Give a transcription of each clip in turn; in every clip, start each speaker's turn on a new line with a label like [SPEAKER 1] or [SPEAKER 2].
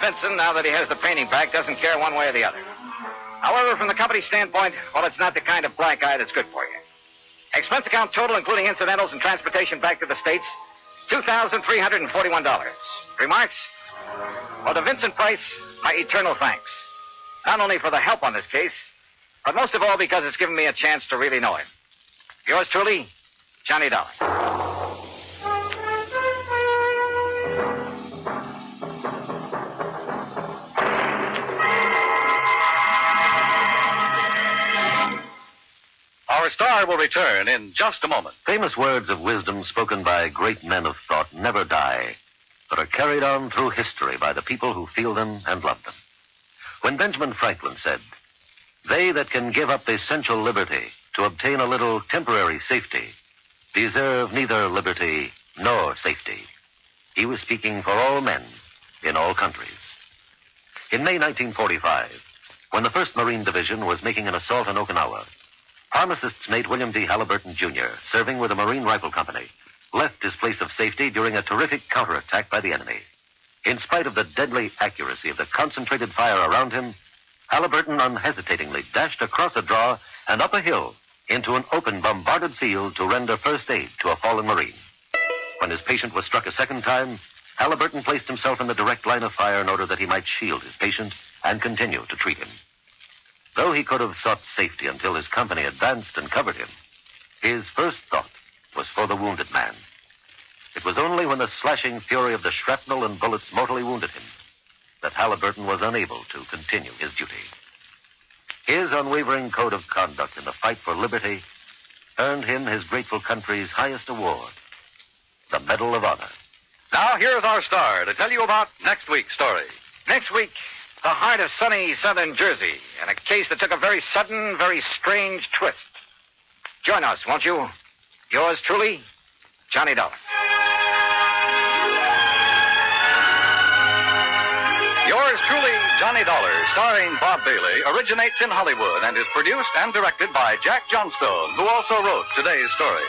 [SPEAKER 1] Vincent, now that he has the painting back, doesn't care one way or the other. However, from the company standpoint, well, it's not the kind of black eye that's good for you. Expense account total, including incidentals and transportation back to the States, $2,341. Remarks? Well, to Vincent Price, my eternal thanks. Not only for the help on this case, but most of all because it's given me a chance to really know him. Yours truly, Johnny Dollar.
[SPEAKER 2] Our star will return in just a moment.
[SPEAKER 3] Famous words of wisdom spoken by great men of thought never die, but are carried on through history by the people who feel them and love them. When Benjamin Franklin said, They that can give up essential liberty to obtain a little temporary safety deserve neither liberty nor safety, he was speaking for all men in all countries. In May 1945, when the 1st Marine Division was making an assault on Okinawa, Armistice Mate William D. Halliburton, Jr., serving with the Marine Rifle Company, left his place of safety during a terrific counterattack by the enemy. In spite of the deadly accuracy of the concentrated fire around him, Halliburton unhesitatingly dashed across a draw and up a hill into an open bombarded field to render first aid to a fallen Marine. When his patient was struck a second time, Halliburton placed himself in the direct line of fire in order that he might shield his patient and continue to treat him. Though he could have sought safety until his company advanced and covered him, his first thought was for the wounded man. It was only when the slashing fury of the shrapnel and bullets mortally wounded him that Halliburton was unable to continue his duty. His unwavering code of conduct in the fight for liberty earned him his grateful country's highest award, the Medal of Honor.
[SPEAKER 2] Now, here's our star to tell you about next week's story.
[SPEAKER 1] Next week, the heart of sunny southern Jersey, and a case that took a very sudden, very strange twist. Join us, won't you? Yours truly, Johnny Dollar.
[SPEAKER 2] Yours truly, Johnny Dollar, starring Bob Bailey, originates in Hollywood and is produced and directed by Jack Johnstone, who also wrote today's story.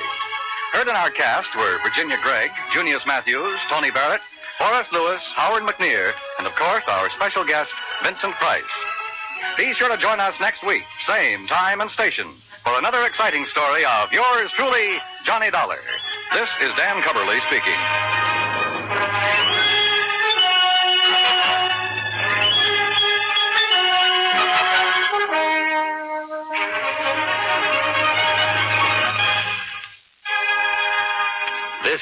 [SPEAKER 2] Heard in our cast were Virginia Gregg, Junius Matthews, Tony Barrett, Horace Lewis, Howard McNear, and of course, our special guest, Vincent Price. Be sure to join us next week, same time and station, for another exciting story of yours truly, Johnny Dollar. This is Dan Coverly speaking.
[SPEAKER 4] This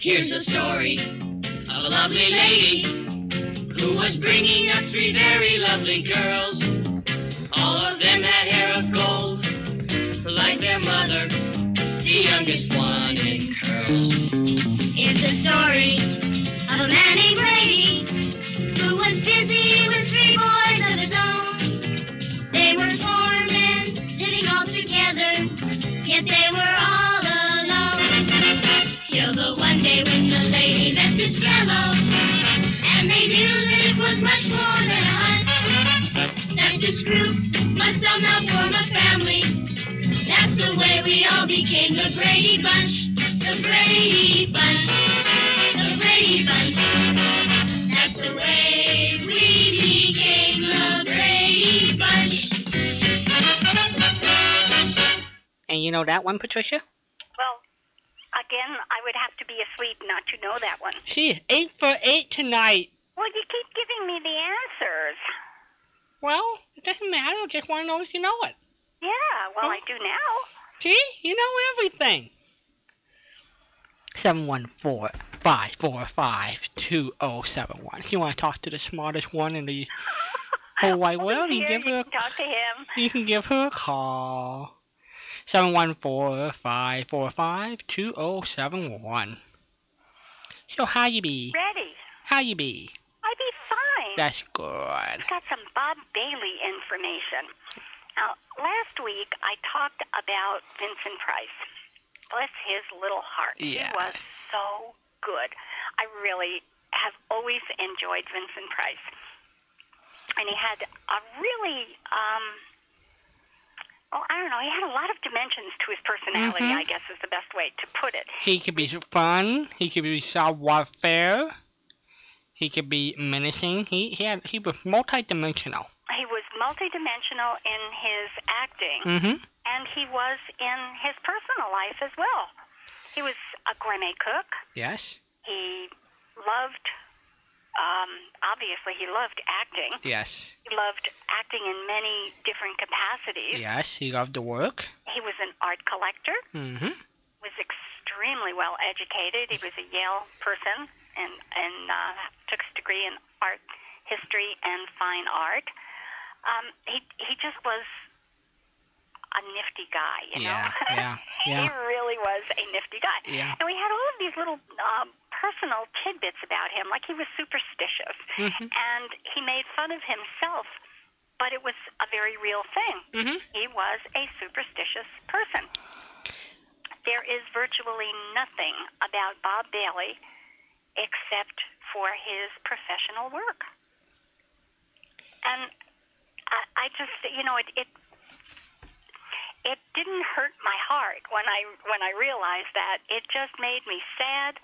[SPEAKER 5] Here's the story of a lovely lady who was bringing up three very lovely girls. All of them had hair of gold, like their mother, the youngest one in curls. It's the story of a man named Brady who was busy with three boys of his own. They were four men living all together, yet they were all alone. Till the one day when the lady met this fellow, and they knew that it was much more than a hunt. That this group must somehow form a family. That's the way we all became the Brady Bunch. The Brady Bunch. The Brady Bunch. That's the way we became the Brady Bunch.
[SPEAKER 6] You know that one, Patricia?
[SPEAKER 7] Well, again, I would have to be asleep not to know that one.
[SPEAKER 6] She's eight for eight tonight.
[SPEAKER 7] Well, you keep giving me the answers.
[SPEAKER 6] Well, it doesn't matter. I just want to know if you know it.
[SPEAKER 7] Yeah, well, I do now.
[SPEAKER 6] See? You know everything. 714-545-2071. If you want to talk to the smartest one in the whole wide world, you
[SPEAKER 7] Here,
[SPEAKER 6] give her
[SPEAKER 7] you can talk to him.
[SPEAKER 6] you can give her a call. 714-545-2071. So how you be?
[SPEAKER 7] Ready.
[SPEAKER 6] How you be?
[SPEAKER 7] I'd be fine.
[SPEAKER 6] That's good.
[SPEAKER 7] I've got some Bob Bailey information. Now, last week I talked about Vincent Price. Bless his little heart.
[SPEAKER 6] Yeah.
[SPEAKER 7] He was so good. I really have always enjoyed Vincent Price. And he had a really, um, oh, I don't know, he had a lot of dimensions to his personality,
[SPEAKER 6] Mhm.
[SPEAKER 7] I guess is the best way to put it.
[SPEAKER 6] He could be fun. He could be savoir-faire. He could be menacing. He he had, he was multidimensional.
[SPEAKER 7] He was multidimensional in his acting.
[SPEAKER 6] Mm-hmm.
[SPEAKER 7] and he was in his personal life as well. He was a gourmet cook.
[SPEAKER 6] Yes.
[SPEAKER 7] He loved, um, obviously, he loved acting.
[SPEAKER 6] Yes.
[SPEAKER 7] He loved acting in many different capacities.
[SPEAKER 6] Yes. He loved the work.
[SPEAKER 7] He was an art collector,
[SPEAKER 6] Mm-hmm.
[SPEAKER 7] was extremely well educated. He was a Yale person and, and uh, took his degree in art history and fine art. Um, he, he just was a nifty guy, you
[SPEAKER 6] Yeah.
[SPEAKER 7] know?
[SPEAKER 6] Yeah.
[SPEAKER 7] He
[SPEAKER 6] Yeah.
[SPEAKER 7] really was a nifty guy.
[SPEAKER 6] Yeah.
[SPEAKER 7] And we had all of these little um, personal tidbits about him, like he was superstitious
[SPEAKER 6] Mm-hmm.
[SPEAKER 7] and he made fun of himself, but it was a very real thing.
[SPEAKER 6] Mhm.
[SPEAKER 7] He was a superstitious person. There is virtually nothing about Bob Bailey except for his professional work. And I, I just, you know, it, it it didn't hurt my heart when I when I realized that. It just made me sad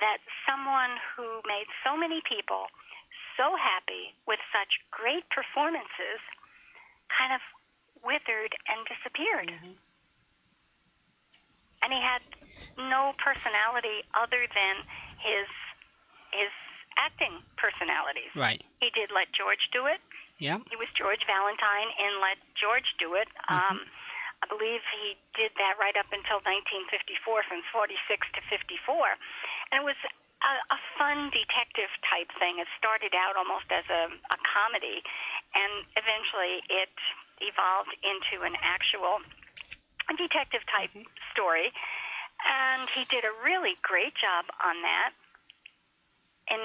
[SPEAKER 7] that someone who made so many people so happy with such great performances kind of withered and disappeared. And he had no personality other than his his acting personalities.
[SPEAKER 6] Right.
[SPEAKER 7] He did let George do it.
[SPEAKER 6] Yeah.
[SPEAKER 7] He was George Valentine in Let George Do It. Um, I believe he did that right up until 1954, from 46 to 54. And it was a, a fun detective type thing. It started out almost as a, a comedy, and eventually it evolved into an actual detective type story. And he did a really great job on that. In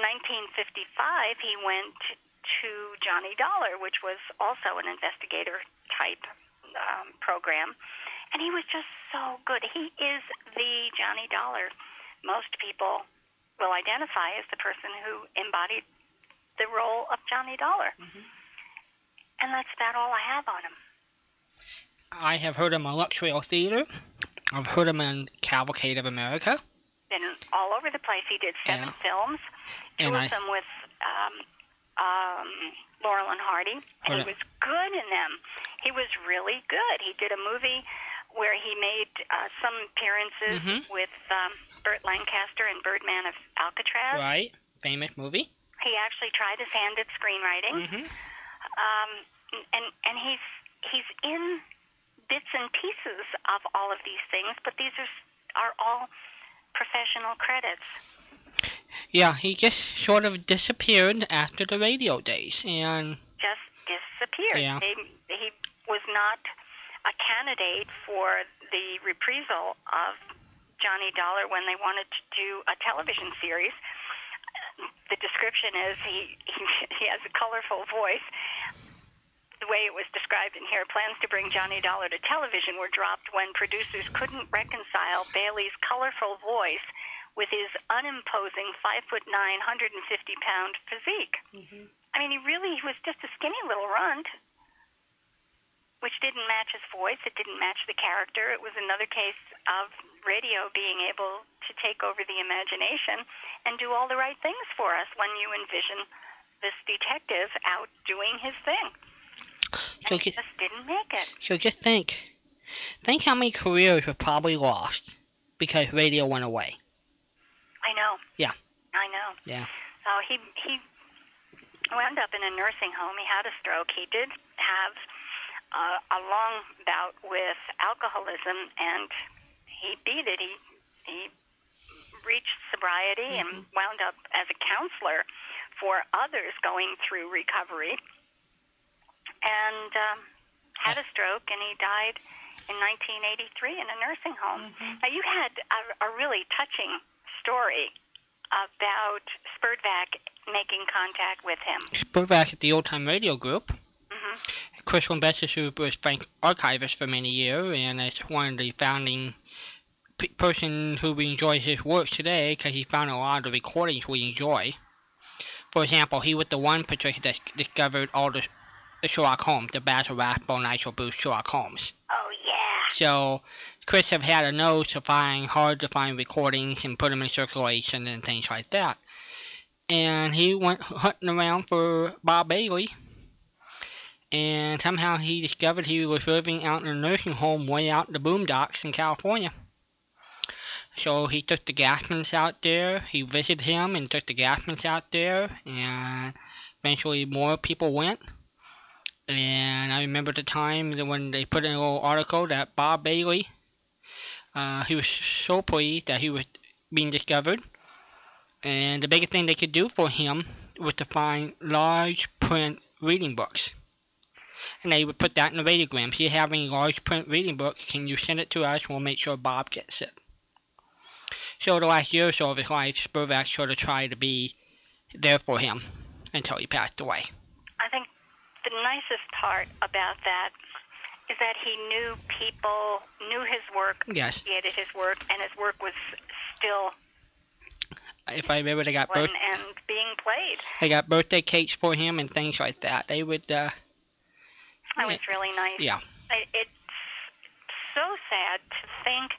[SPEAKER 7] 1955, he went to Johnny Dollar, which was also an investigator type um, program, and he was just so good. He is the Johnny Dollar most people will identify as the person who embodied the role of Johnny Dollar. And that's about all I have on him.
[SPEAKER 6] I have heard him on Luxrail Theater. I've heard him in Cavalcade of America.
[SPEAKER 7] Been all over the place. He did seven
[SPEAKER 6] Yeah.
[SPEAKER 7] films, two
[SPEAKER 6] And
[SPEAKER 7] of
[SPEAKER 6] I-
[SPEAKER 7] them with um, um, Laurel and Hardy, and he
[SPEAKER 6] Hold it.
[SPEAKER 7] was good in them. He was really good. He did a movie where he made uh, some appearances
[SPEAKER 6] Mhm.
[SPEAKER 7] with um, Burt Lancaster and Birdman of Alcatraz.
[SPEAKER 6] Right. Famous movie.
[SPEAKER 7] He actually tried his hand at screenwriting.
[SPEAKER 6] Mm-hmm.
[SPEAKER 7] um, and and he's he's in bits and pieces of all of these things, but these are are all professional credits.
[SPEAKER 6] Yeah. He just sort of disappeared after the radio days, and
[SPEAKER 7] Just disappeared.
[SPEAKER 6] Yeah.
[SPEAKER 7] They, he was not a candidate for the reprisal of Johnny Dollar when they wanted to do a television series. The description is he he, he has a colorful voice. the way it was described in here, plans to bring Johnny Dollar to television were dropped when producers couldn't reconcile Bailey's colorful voice with his unimposing five foot nine, 150 pound physique. I mean, he really he was just a skinny little runt, which didn't match his voice. It didn't match the character. It was another case of radio being able to take over the imagination and do all the right things for us when you envision this detective out doing his thing.
[SPEAKER 6] so
[SPEAKER 7] And he
[SPEAKER 6] just,
[SPEAKER 7] just didn't make it.
[SPEAKER 6] so just think, Think how many careers were probably lost because radio went away.
[SPEAKER 7] I know.
[SPEAKER 6] Yeah.
[SPEAKER 7] I know.
[SPEAKER 6] Yeah.
[SPEAKER 7] So Oh, he he wound up in a nursing home. He had a stroke. He did have uh, a long bout with alcoholism, and he beat it. He he reached sobriety and wound up as a counselor for others going through recovery, and um, had a stroke, and he died in 1983 in a nursing home. Now you had a, a really touching story about Spurdvac making contact with him.
[SPEAKER 6] Spurvac at the Old Time Radio Group.
[SPEAKER 7] hmm
[SPEAKER 6] Chris Lambessis, who was Frank archivist for many years, and is one of the founding p- person who we enjoy his work today because he found a lot of the recordings we enjoy. For example, he was the one Patricia that discovered all the, the Sherlock Holmes, the Basil Rathbone, Nigel Bruce Sherlock Holmes.
[SPEAKER 7] Oh yeah.
[SPEAKER 6] So Chris have had a nose to find hard to find recordings and put them in circulation and things like that. And he went hunting around for Bob Bailey, and somehow he discovered he was living out in a nursing home way out in the boondocks in California. So he took the Gasmans out there. He visited him and took the Gasmans out there, and eventually more people went. And I remember the time that when they put in a little article that Bob Bailey, uh, he was so pleased that he was being discovered. And the biggest thing they could do for him was to find large print reading books. And they would put that in the radiogram. If you have any large print reading books, can you send it to us? We'll make sure Bob gets it. So the last year or so of his life, Spurvac sort of tried to be there for him until he passed away.
[SPEAKER 7] I think the nicest part about that is that he knew people, knew his work,
[SPEAKER 6] Yes,
[SPEAKER 7] appreciated his work, and his work was still
[SPEAKER 6] if I remember, they got
[SPEAKER 7] one
[SPEAKER 6] both
[SPEAKER 7] and being played.
[SPEAKER 6] They got birthday cakes for him and things like that. They would, uh,
[SPEAKER 7] That was really nice.
[SPEAKER 6] yeah,
[SPEAKER 7] I- It's so sad to think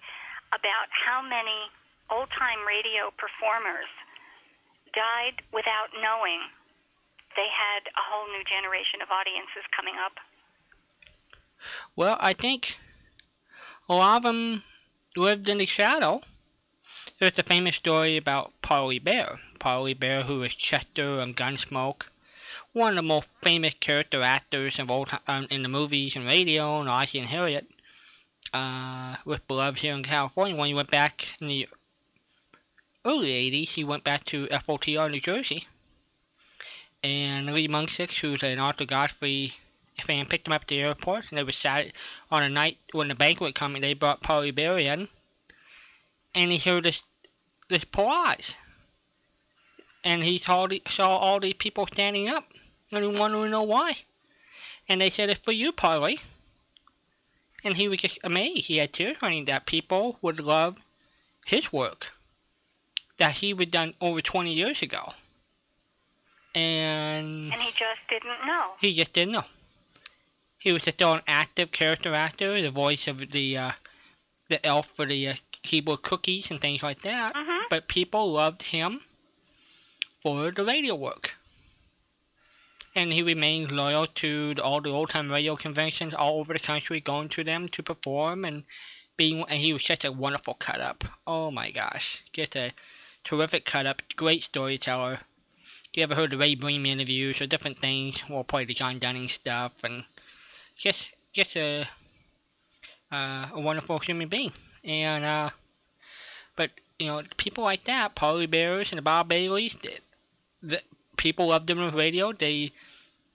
[SPEAKER 7] about how many old time radio performers died without knowing they had a whole new generation of audiences coming up.
[SPEAKER 6] Well, I think a lot of them lived in the shadow. There's the famous story about Polly Bear. Polly Bear, who was Chester on Gunsmoke, one of the most famous character actors of old ti- um, in the movies and radio, and Ozzie and Harriet, uh, was beloved here in California. When he went back in the early 80s, he went back to FOTR, New Jersey. And Lee Munsix, who's an Arthur Godfrey fan, picked him up at the airport, and they were sat on a night when the banquet company they brought Polly Berry in, and he heard this this polite, and he saw the, saw all these people standing up, and he wanted to know why, and they said it's for you, Polly, and he was just amazed. He had tears running that people would love his work that he was done over 20 years ago, and
[SPEAKER 7] And he just didn't know.
[SPEAKER 6] he just didn't know. He was just an active character actor, the voice of the uh, the elf for the uh, keyboard cookies and things like that.
[SPEAKER 7] hmm
[SPEAKER 6] But people loved him for the radio work. And he remained loyal to the, all the old time radio conventions all over the country, going to them to perform and being. And he was such a wonderful cut up. Oh my gosh, just a terrific cut up, great storyteller. If you ever heard the Ray Bream interviews or different things, we'll play the John Dunning stuff, and just just a uh, a wonderful human being. And uh, but you know, people like that, Polly Bears and the Bob Baileys, the, the people loved them on radio. They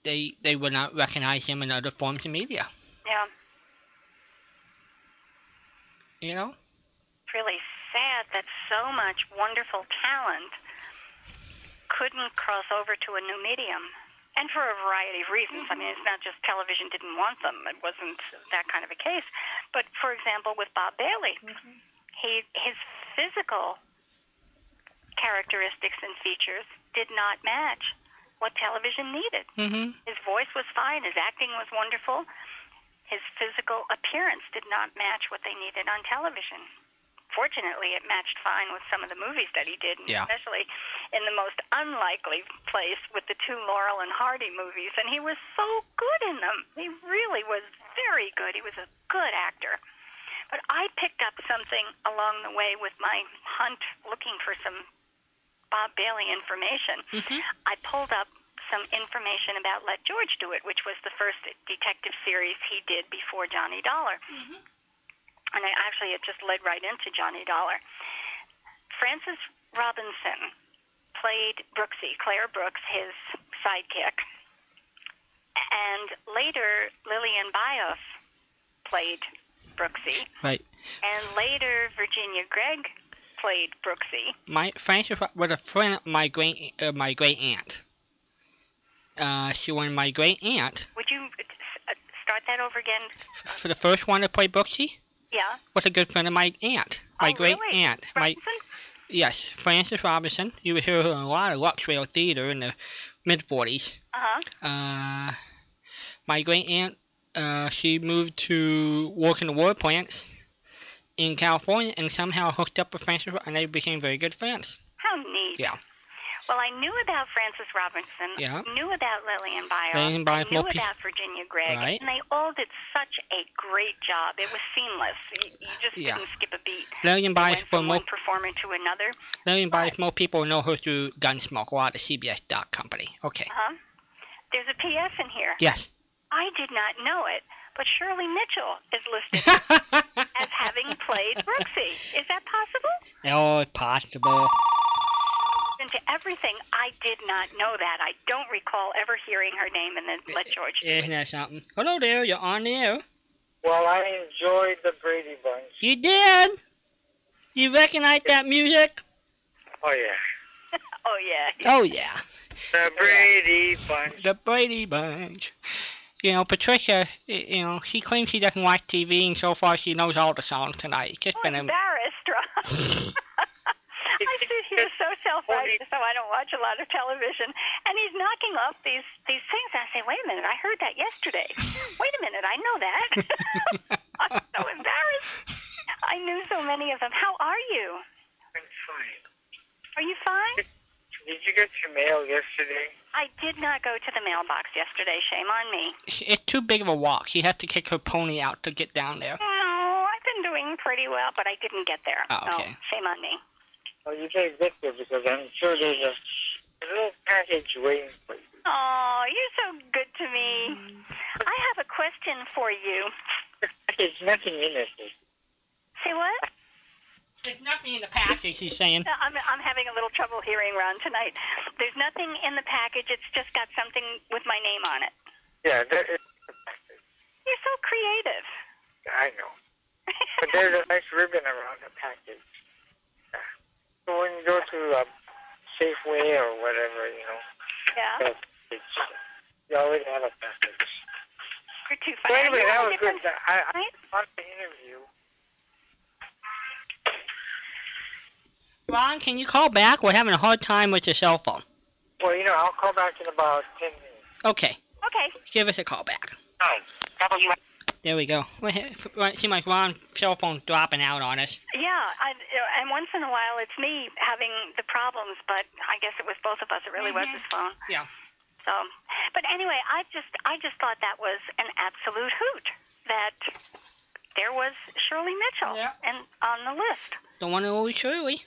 [SPEAKER 6] they they would not recognize him in other forms of media.
[SPEAKER 7] Yeah.
[SPEAKER 6] You know,
[SPEAKER 7] It's really sad that so much wonderful talent couldn't cross over to a new medium. And for a variety of reasons. I mean, it's not just television didn't want them. It wasn't that kind of a case. But for example, with Bob Bailey, he his physical characteristics and features did not match what television needed.
[SPEAKER 6] hmm
[SPEAKER 7] His voice was fine. His acting was wonderful. His physical appearance did not match what they needed on television. Fortunately, it matched fine with some of the movies that he did, and
[SPEAKER 6] Yeah.
[SPEAKER 7] especially in the most unlikely place with the two Laurel and Hardy movies. And he was so good in them. He really was very good. He was a good actor. I picked up something along the way with my hunt looking for some Bob Bailey information.
[SPEAKER 6] Mhm.
[SPEAKER 7] I pulled up some information about Let George Do It, which was the first detective series he did before Johnny Dollar.
[SPEAKER 6] Mm-hmm.
[SPEAKER 7] And I, actually, it just led right into Johnny Dollar. Francis Robinson played Brooksy, Claire Brooks, his sidekick. And later, Lillian Bioff played Brooksy.
[SPEAKER 6] Right.
[SPEAKER 7] And later, Virginia Gregg played Brooksy.
[SPEAKER 6] My Frances was a friend of my great uh, my great aunt. Uh, she was my great aunt.
[SPEAKER 7] Would you uh, s- uh, start that over again?
[SPEAKER 6] For the first one to play Brooksy
[SPEAKER 7] Yeah.
[SPEAKER 6] was a good friend of my aunt, my
[SPEAKER 7] Oh,
[SPEAKER 6] great
[SPEAKER 7] really?
[SPEAKER 6] aunt, my
[SPEAKER 7] Robinson?
[SPEAKER 6] yes, Frances Robinson. You would hear her in a lot of Luxrail theater in the mid 40s.
[SPEAKER 7] Uh-huh.
[SPEAKER 6] Uh, my great aunt, uh, she moved to work in the war plants in California and somehow hooked up with Francis Ro- and they became very good friends.
[SPEAKER 7] How neat.
[SPEAKER 6] Yeah.
[SPEAKER 7] Well, I knew about Francis Robinson.
[SPEAKER 6] Yeah.
[SPEAKER 7] Knew about Lillian Byer.
[SPEAKER 6] Lillian Byer,
[SPEAKER 7] I knew
[SPEAKER 6] Mopi-
[SPEAKER 7] about Virginia Gregg.
[SPEAKER 6] Right.
[SPEAKER 7] And they all did such a great job. It was seamless. You, you just
[SPEAKER 6] Yeah.
[SPEAKER 7] didn't skip a beat.
[SPEAKER 6] Lillian
[SPEAKER 7] They
[SPEAKER 6] Bias
[SPEAKER 7] went
[SPEAKER 6] for
[SPEAKER 7] from
[SPEAKER 6] more,
[SPEAKER 7] one performer to another.
[SPEAKER 6] Lillian Bias, more people know her through Gunsmoke, a lot of CBS Doc Company. Okay.
[SPEAKER 7] Uh-huh. There's a P.S. in here.
[SPEAKER 6] Yes.
[SPEAKER 7] I did not know it, but Shirley Mitchell is listed as having played Brooksy. Is that possible?
[SPEAKER 6] oh, it's possible.
[SPEAKER 7] Into everything, I did not know that. I don't recall ever hearing her name in the Let George.
[SPEAKER 6] Isn't that something? Hello there, you're on the air.
[SPEAKER 8] Well, I enjoyed the Brady Bunch.
[SPEAKER 6] You did? You recognize that music?
[SPEAKER 8] Oh yeah,
[SPEAKER 7] Oh yeah.
[SPEAKER 6] Oh, yeah.
[SPEAKER 8] the Brady Bunch.
[SPEAKER 6] the Brady Bunch. You know, Patricia, y- you know, she claims she doesn't watch TV, and so far she knows all the songs tonight. It's just
[SPEAKER 7] I'm
[SPEAKER 6] been a.
[SPEAKER 7] embarrassed, Rob. I sit here so self-righteous, so I don't watch a lot of television. And he's knocking off these these things. I say, wait a minute, I heard that yesterday. Wait a minute, I know that. I'm so embarrassed. I knew so many of them. How are you?
[SPEAKER 8] I'm fine.
[SPEAKER 7] Are you fine?
[SPEAKER 8] Did you get your mail yesterday?
[SPEAKER 7] I did not go to the mailbox yesterday. Shame on me.
[SPEAKER 6] It's too big of a walk. She has to kick her pony out to get down there.
[SPEAKER 7] No, I've been doing pretty well, but I didn't get there.
[SPEAKER 6] Oh, okay.
[SPEAKER 7] No, shame on me.
[SPEAKER 8] Well, you can't get there because I'm sure there's a little package waiting for you.
[SPEAKER 7] Oh, you're so good to me. I have a question for you.
[SPEAKER 8] There's nothing in it.
[SPEAKER 7] Say what?
[SPEAKER 6] There's nothing in the package, she's saying.
[SPEAKER 7] No, I'm, I'm having a little trouble hearing Ron tonight. There's nothing in the package. It's just got something with my name on it.
[SPEAKER 8] Yeah, there is a package.
[SPEAKER 7] You're so creative.
[SPEAKER 8] I know. But there's a nice ribbon around the package. Yeah. So when you go to um, Safeway or whatever, you know,
[SPEAKER 7] yeah,
[SPEAKER 8] it's, you already have a package.
[SPEAKER 7] we're too
[SPEAKER 8] So
[SPEAKER 7] funny.
[SPEAKER 8] anyway,
[SPEAKER 7] Are you
[SPEAKER 8] that
[SPEAKER 7] having a
[SPEAKER 8] was good. I, I
[SPEAKER 7] Right?
[SPEAKER 8] want the interview.
[SPEAKER 6] Ron, can you call back? We're having a hard time with your cell phone.
[SPEAKER 8] Well, you know, I'll call back in about 10 minutes.
[SPEAKER 6] Okay,
[SPEAKER 7] Okay.
[SPEAKER 6] give us a call back.
[SPEAKER 8] Hi. W.
[SPEAKER 6] There we go. Well, he- It seems like Ron's cell phone's dropping out on us.
[SPEAKER 7] Yeah, I, uh, and once in a while it's me having the problems, but I guess it was both of us. It really
[SPEAKER 6] Mm-hmm.
[SPEAKER 7] was his phone.
[SPEAKER 6] Yeah.
[SPEAKER 7] So, Um, but anyway, I just I just thought that was an absolute hoot that there was Shirley Mitchell
[SPEAKER 6] Yeah.
[SPEAKER 7] and on the list.
[SPEAKER 6] The one and only Shirley.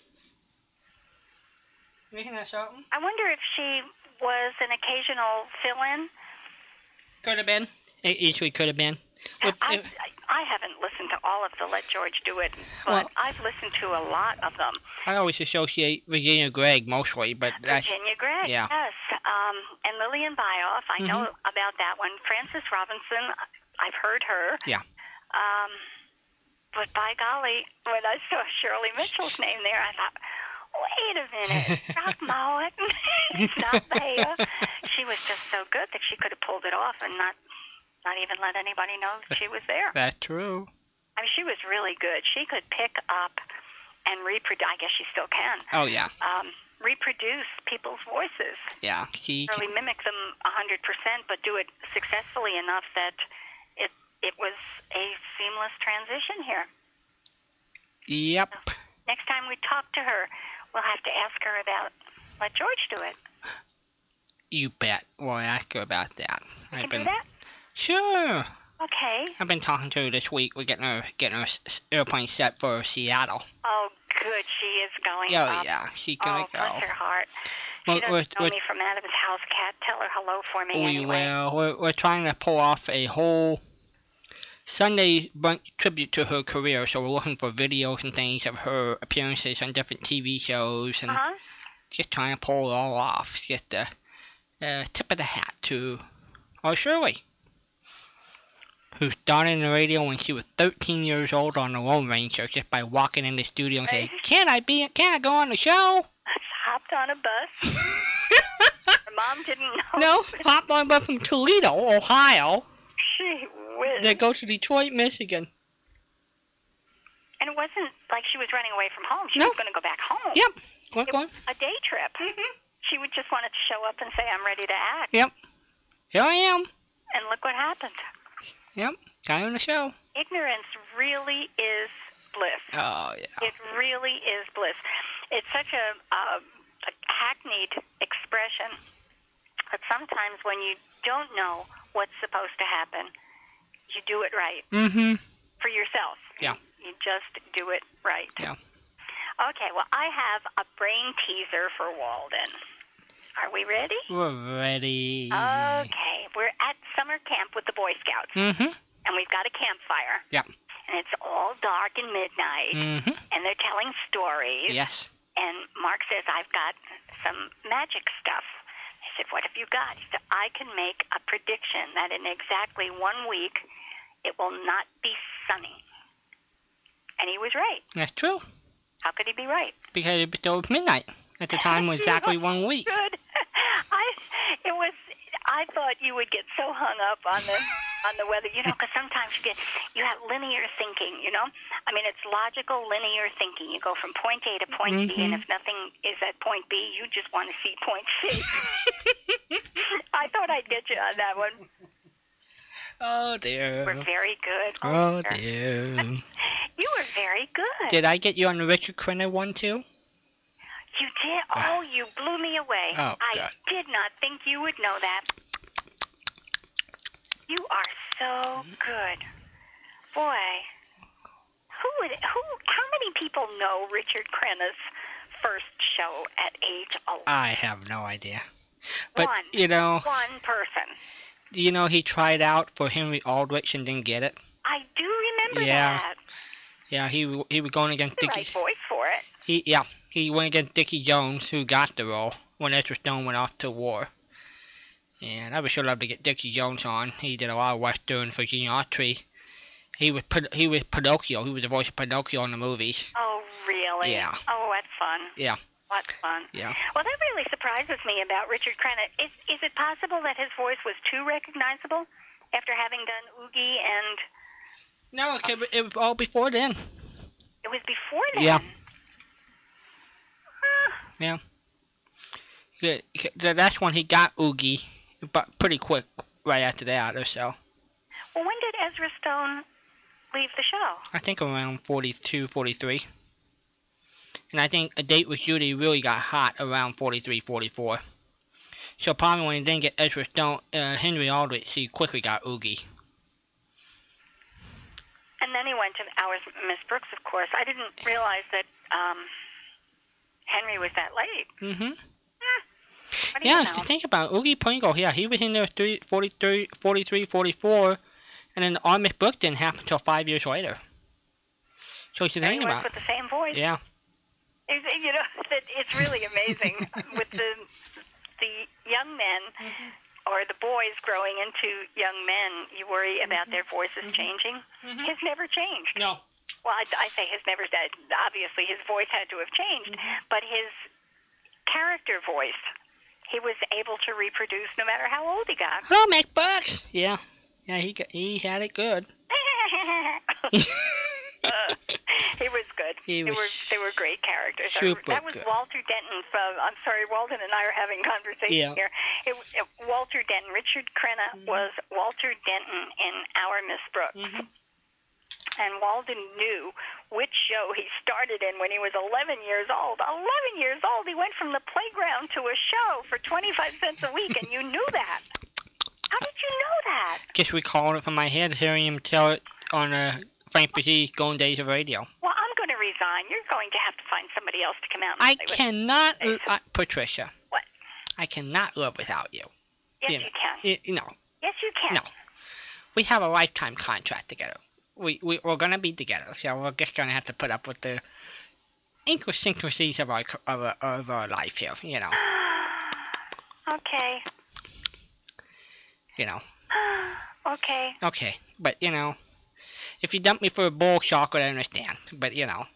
[SPEAKER 6] Isn't that something?
[SPEAKER 7] I wonder if she was an occasional fill-in.
[SPEAKER 6] Could have been. It easily could have been. Well,
[SPEAKER 7] I,
[SPEAKER 6] it-
[SPEAKER 7] I haven't listened to all of the Let George Do It, but
[SPEAKER 6] Well-
[SPEAKER 7] I've listened to a lot of them.
[SPEAKER 6] I always associate Virginia Gregg mostly, but that's
[SPEAKER 7] Virginia Gregg,
[SPEAKER 6] yeah. Mm-hmm.
[SPEAKER 7] yes, um, and Lillian Bioff. I know about that one. Frances Robinson, I've heard her.
[SPEAKER 6] Yeah.
[SPEAKER 7] Um, but by golly, when I saw Shirley Mitchell's name there, I thought, wait a minute, Doc Mowat, Doc Mayer. She was just so good that she could have pulled it off and not, not even let anybody know that she was there.
[SPEAKER 6] that's true.
[SPEAKER 7] I mean, she was really good. She could pick up and reproduce. I guess she still can
[SPEAKER 6] Oh yeah,
[SPEAKER 7] um, reproduce people's voices,
[SPEAKER 6] yeah. She
[SPEAKER 7] really mimic them a 100%, but do it successfully enough that it it was a seamless transition here.
[SPEAKER 6] yep.
[SPEAKER 7] Next time we talk to her, we'll have to ask her about let George do it.
[SPEAKER 6] You bet. We'll ask her about that.
[SPEAKER 7] Can
[SPEAKER 6] I've
[SPEAKER 7] you do
[SPEAKER 6] been
[SPEAKER 7] that?
[SPEAKER 6] sure.
[SPEAKER 7] Okay.
[SPEAKER 6] I've been talking to her this week. We're getting her getting her s- s- airplane set for Seattle.
[SPEAKER 7] Oh, good. She is going
[SPEAKER 6] Yeah,
[SPEAKER 7] up.
[SPEAKER 6] yeah, she's
[SPEAKER 7] Oh,
[SPEAKER 6] gonna
[SPEAKER 7] bless her heart.
[SPEAKER 6] go.
[SPEAKER 7] she doesn't
[SPEAKER 6] we're,
[SPEAKER 7] know
[SPEAKER 6] we're,
[SPEAKER 7] me from Adam's house, Cat. Tell her hello for me
[SPEAKER 6] we
[SPEAKER 7] anyway.
[SPEAKER 6] will. We're, we're trying to pull off a whole Sunday bun- tribute to her career. So we're looking for videos and things of her appearances on different TV shows and
[SPEAKER 7] Uh-huh.
[SPEAKER 6] just trying to pull it all off. Get the uh, tip of the hat to our Shirley, who started in the radio when she was 13 years old on the Lone Ranger just by walking in the studio and saying, "Can I be? Can I go on the show?"
[SPEAKER 7] Hopped on a bus. her mom didn't know.
[SPEAKER 6] No, hot boy but from Toledo, Ohio,
[SPEAKER 7] She whizzed.
[SPEAKER 6] that goes to Detroit, Michigan.
[SPEAKER 7] And it wasn't like she was running away from home. She
[SPEAKER 6] No.
[SPEAKER 7] was going to go back home.
[SPEAKER 6] Yep. What
[SPEAKER 7] It
[SPEAKER 6] going?
[SPEAKER 7] was a day trip. Mm-hmm. She would just wanted to show up and say, I'm ready to act.
[SPEAKER 6] Yep. Here I am.
[SPEAKER 7] And look what happened.
[SPEAKER 6] Yep. Guy on the show.
[SPEAKER 7] Ignorance really is bliss.
[SPEAKER 6] Oh yeah.
[SPEAKER 7] It really is bliss. It's such a, uh, a hackneyed expression, but sometimes when you don't know what's supposed to happen, you do it right
[SPEAKER 6] Mm-hmm.
[SPEAKER 7] for yourself.
[SPEAKER 6] Yeah.
[SPEAKER 7] You just do it right.
[SPEAKER 6] Yeah.
[SPEAKER 7] Okay, well, I have a brain teaser for Walden. Are we ready?
[SPEAKER 6] We're ready.
[SPEAKER 7] Uh, Okay, we're at summer camp with the Boy Scouts,
[SPEAKER 6] Mm-hmm.
[SPEAKER 7] and we've got a campfire.
[SPEAKER 6] Yeah.
[SPEAKER 7] And it's all dark and midnight,
[SPEAKER 5] Mm.
[SPEAKER 6] Mm-hmm.
[SPEAKER 7] and they're telling stories.
[SPEAKER 6] Yes.
[SPEAKER 7] And Mark says, I've got some magic stuff. I said, What have you got? He said, I can make a prediction that in exactly one week it will not be sunny. And he was right.
[SPEAKER 6] That's true.
[SPEAKER 7] How could he be right?
[SPEAKER 6] Because it was midnight at the time was exactly one week.
[SPEAKER 7] Good. I it was I thought you would get so hung up on the on the weather, you know, because sometimes you get you have linear thinking, you know. I mean, it's logical linear thinking. You go from point A to point B, and
[SPEAKER 6] Mhm.
[SPEAKER 7] if nothing is at point B, you just want to see point C. I thought I'd get you on that one.
[SPEAKER 6] Oh
[SPEAKER 7] We're
[SPEAKER 6] dear.
[SPEAKER 7] very good.
[SPEAKER 6] Oh
[SPEAKER 7] sir.
[SPEAKER 6] dear.
[SPEAKER 7] You were very good.
[SPEAKER 6] Did I get you on the Richard Crenna one too?
[SPEAKER 7] You did. Oh, you blew me away.
[SPEAKER 6] Ah. Oh,
[SPEAKER 7] I
[SPEAKER 6] God.
[SPEAKER 7] did not think you would know that. You are so good, boy. Who would? Who? How many people know Richard Crenna's first show at age eleven?
[SPEAKER 6] I have no idea. Uh, But
[SPEAKER 7] One.
[SPEAKER 6] you know,
[SPEAKER 7] One person.
[SPEAKER 6] you know he tried out for Henry Aldrich and didn't get it.
[SPEAKER 7] I do remember
[SPEAKER 6] Yeah.
[SPEAKER 7] that.
[SPEAKER 6] Yeah, he he was going against
[SPEAKER 7] The
[SPEAKER 6] Dickie.
[SPEAKER 7] right voice for it.
[SPEAKER 6] He yeah, he went against Dickie Jones, who got the role when Ezra Stone went off to war. And I would sure love to get Dickie Jones on. He did a lot of Western for Gene Autry. He was Pin- he was Pinocchio. He was the voice of Pinocchio in the movies.
[SPEAKER 7] Oh, really?
[SPEAKER 6] Yeah.
[SPEAKER 7] Oh, what fun.
[SPEAKER 6] Yeah.
[SPEAKER 7] What fun.
[SPEAKER 6] Yeah.
[SPEAKER 7] Well, that really surprises me about Richard Crenna. Is is it possible that his voice was too recognizable after having done Oogie and
[SPEAKER 6] No, it, could- it was all before then.
[SPEAKER 7] it was before then?
[SPEAKER 6] Yeah.
[SPEAKER 7] Huh.
[SPEAKER 6] The, the, that's when he got Oogie, but pretty quick right after that or so.
[SPEAKER 7] Well, when did Ezra Stone leave the show?
[SPEAKER 6] I think around 42, 43. And I think A Date with Judy really got hot around 43, 44. So probably when he didn't get Ezra Stone, uh, Henry Aldrich, he quickly got Oogie.
[SPEAKER 7] And then he went to Hours with Miss Brooks, of course. I didn't realize that um, Henry was that late.
[SPEAKER 6] hmm
[SPEAKER 7] What do you
[SPEAKER 6] Yeah, if
[SPEAKER 7] Eh, know?
[SPEAKER 6] you think about it, Oogie Pringle, yeah, he was in there three, 43, 43, 44, and then the Armist book didn't happen until five years later. So if you
[SPEAKER 7] And
[SPEAKER 6] think
[SPEAKER 7] he worked
[SPEAKER 6] about
[SPEAKER 7] with the same voice.
[SPEAKER 6] it, yeah.
[SPEAKER 7] It's, you know, that it's really amazing with the the young men or the boys growing into young men. You worry about their voices changing. His never changed.
[SPEAKER 6] No.
[SPEAKER 7] Well, I, I say his never. that- Obviously, his voice had to have changed, but his character voice, he was able to reproduce no matter how old he got.
[SPEAKER 6] Hello, Mac Bucks! Oh, Yeah. Yeah, he, got, he had it good.
[SPEAKER 7] Uh, he was good.
[SPEAKER 6] He
[SPEAKER 7] they
[SPEAKER 6] was
[SPEAKER 7] were they were great characters. I-
[SPEAKER 6] super
[SPEAKER 7] that was
[SPEAKER 6] good.
[SPEAKER 7] Walter Denton from. I'm sorry, Walden and I are having conversation
[SPEAKER 6] Yeah.
[SPEAKER 7] here.
[SPEAKER 6] Mm-hmm.
[SPEAKER 7] It, it, Walter Denton. Richard Crenna was Walter Denton in Our Miss Brooks.
[SPEAKER 6] Mhm.
[SPEAKER 7] And Walden knew which show he started in when he was 11 years old. 11 years old, he went from the playground to a show for 25 cents a week, and you knew that. How did you know that?
[SPEAKER 6] Just recalling it from my head, hearing him tell it on uh, Frank Bazzi's Golden Days of Radio.
[SPEAKER 7] Well, I'm going to resign. You're going to have to find somebody else to come out. And
[SPEAKER 6] I
[SPEAKER 7] play with.
[SPEAKER 6] cannot, l- uh, Patricia.
[SPEAKER 7] What?
[SPEAKER 6] I cannot live without you.
[SPEAKER 7] Yes, you,
[SPEAKER 6] you know.
[SPEAKER 7] can.
[SPEAKER 6] Y- you know,
[SPEAKER 7] Yes, you can.
[SPEAKER 6] No. we have a lifetime contract together. We, we we're gonna be together, so we're just gonna have to put up with the inconsistencies of our c- of our, of our life here. You know,
[SPEAKER 7] okay.
[SPEAKER 6] you know.
[SPEAKER 7] okay.
[SPEAKER 6] Okay, but you know, if you dump me for a bowl of chocolate, I understand. But you know,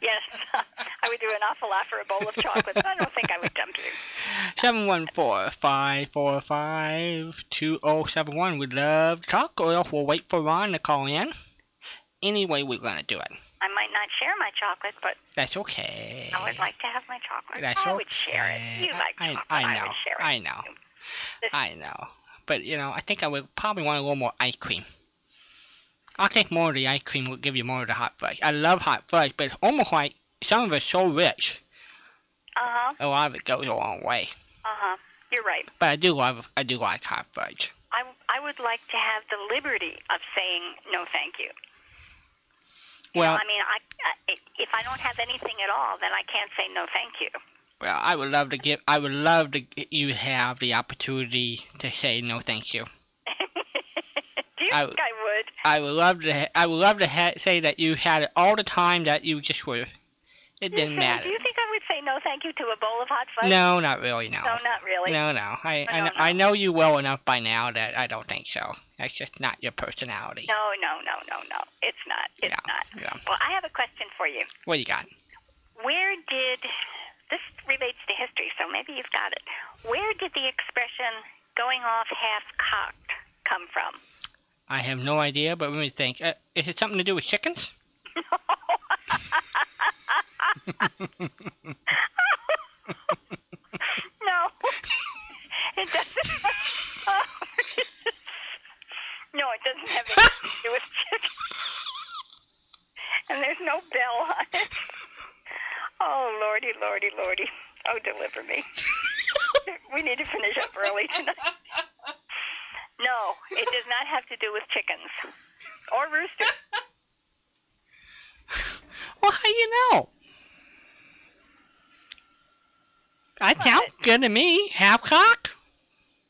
[SPEAKER 7] Yes, I would do an awful lot for a bowl of chocolate, but I don't think I would dump you.
[SPEAKER 6] seven one four five four five two zero seven one. We love to talk, or we'll wait for Ron to call in. Anyway, we're gonna do it.
[SPEAKER 7] I might not share my chocolate, but
[SPEAKER 6] That's okay.
[SPEAKER 7] I would like to have my chocolate.
[SPEAKER 6] That's
[SPEAKER 7] I would share it.
[SPEAKER 6] okay.
[SPEAKER 7] You like
[SPEAKER 6] I,
[SPEAKER 7] chocolate.
[SPEAKER 6] I know.
[SPEAKER 7] would share it.
[SPEAKER 6] I know. I know. But you know, I think I would probably want a little more ice cream. I think more of the ice cream would give you more of the hot fudge. I love hot fudge, but it's almost like some of it's so rich,
[SPEAKER 7] Uh huh.
[SPEAKER 6] a lot of it goes a long way.
[SPEAKER 7] Uh huh. You're right.
[SPEAKER 6] But I do love, I do like hot fudge.
[SPEAKER 7] I, I would like to have the liberty of saying no, thank you.
[SPEAKER 6] Well,
[SPEAKER 7] I mean, I, I if I don't have anything at all, then I can't say no, thank you.
[SPEAKER 6] well, I would love to give, I would love to g- you have the opportunity to say no, thank you.
[SPEAKER 7] Do you
[SPEAKER 6] I-
[SPEAKER 7] think I would?
[SPEAKER 6] I would love to, ha- I would love to ha- say that you had it all the time that you just were.
[SPEAKER 7] Do you
[SPEAKER 6] It didn't
[SPEAKER 7] think-
[SPEAKER 6] matter.
[SPEAKER 7] Do you think I would say no, thank you to a bowl of hot fudge?
[SPEAKER 6] No, not really. No.
[SPEAKER 7] No, not really.
[SPEAKER 6] No, no. I, I,
[SPEAKER 7] No,
[SPEAKER 6] kn-
[SPEAKER 7] no.
[SPEAKER 6] I know you well enough by now that I don't think so. That's just not your personality.
[SPEAKER 7] No, no, no, no, no. It's not. It's
[SPEAKER 6] Yeah,
[SPEAKER 7] not.
[SPEAKER 6] yeah.
[SPEAKER 7] Well, I have a question for you.
[SPEAKER 6] What do you got?
[SPEAKER 7] Where did this relates to history, so maybe you've got it. Where did the expression "going off half cocked" come from?
[SPEAKER 6] I have no idea, but let me think. Uh, is it something to do with chickens?
[SPEAKER 7] no, it doesn't. no, it doesn't have anything to do with chicken. And there's no bell on it. Oh, lordy, lordy, lordy. Oh, deliver me. we need to finish up early tonight. No, it does not have to do with chickens or roosters.
[SPEAKER 6] Well, how do you know? I sounds good to me. Half cock?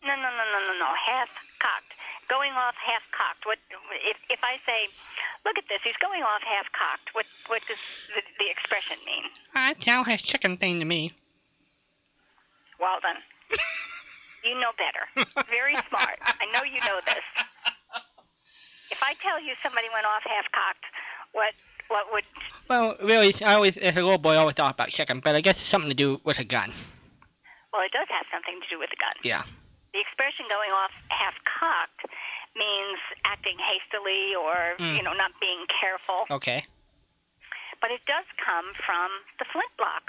[SPEAKER 7] No, no, no, no, no, no. Half cocked. Going off half cocked. What if if I say, look at this, he's going off half cocked. What what does the, the expression mean?
[SPEAKER 6] I sounds his chicken thing to me.
[SPEAKER 7] Well then, you know better. Very smart. I know you know this. If I tell you somebody went off half cocked, what what would
[SPEAKER 6] Well, really, I always, as a little boy, I always thought about chicken, but I guess it's something to do with a gun.
[SPEAKER 7] well, it does have something to do with the gun.
[SPEAKER 6] Yeah.
[SPEAKER 7] The expression going off half cocked means acting hastily or
[SPEAKER 6] Mm.
[SPEAKER 7] you know not being careful.
[SPEAKER 6] Okay.
[SPEAKER 7] but it does come from the flintlock.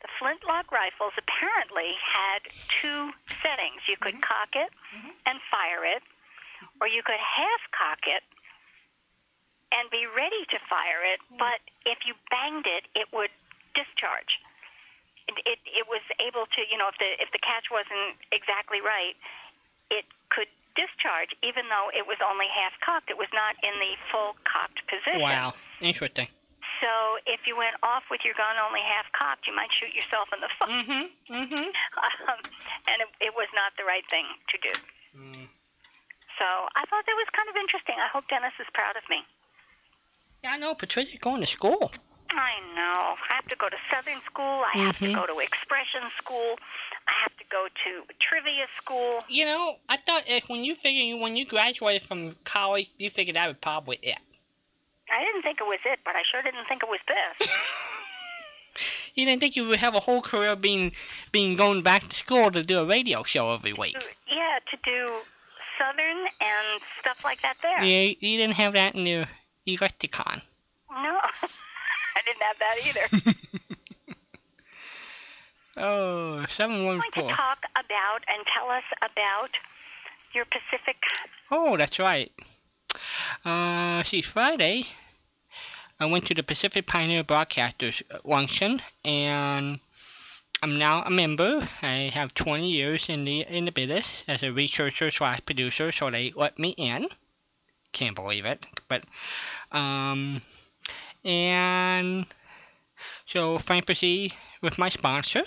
[SPEAKER 7] The flintlock rifles apparently had two settings. You could cock it and fire it, or you could half cock it and be ready to fire it, but if you banged it, it would discharge. It, it, it was able to, you know, if the if the catch wasn't exactly right, it could discharge, even though it was only half cocked. It was not in the full cocked position.
[SPEAKER 6] Wow. Interesting.
[SPEAKER 7] So if you went off with your gun only half cocked, you might shoot yourself in the foot.
[SPEAKER 6] Mm-hmm. Mm-hmm.
[SPEAKER 7] Um, and it, it was not the right thing to do.
[SPEAKER 6] Mm.
[SPEAKER 7] So I thought that was kind of interesting. I hope Dennis is proud of me.
[SPEAKER 6] Yeah, I know. Patricia's Oh, going to school.
[SPEAKER 7] I know. I have to go to Southern School. I have
[SPEAKER 6] Mhm.
[SPEAKER 7] to go to Expression School. I have to go to Trivia School.
[SPEAKER 6] You know, I thought if when you figure you when you graduated from college, you figured that was probably it.
[SPEAKER 7] I didn't think it was it, but I sure didn't think it was this.
[SPEAKER 6] You didn't think you would have a whole career being being going back to school to do a radio show every week.
[SPEAKER 7] yeah, to do Southern and stuff like that there.
[SPEAKER 6] You, you didn't have that in your your lexicon.
[SPEAKER 7] No, I didn't have that either.
[SPEAKER 6] Oh, seven one
[SPEAKER 7] going to
[SPEAKER 6] four.
[SPEAKER 7] talk about and tell us about your Pacific.
[SPEAKER 6] Oh, that's right. Uh, see, Friday, I went to the Pacific Pioneer Broadcasters luncheon, and I'm now a member. I have 20 years in the in the business as a researcher slash producer, so they let me in. Can't believe it, but um, and so Frank proceed with my sponsor.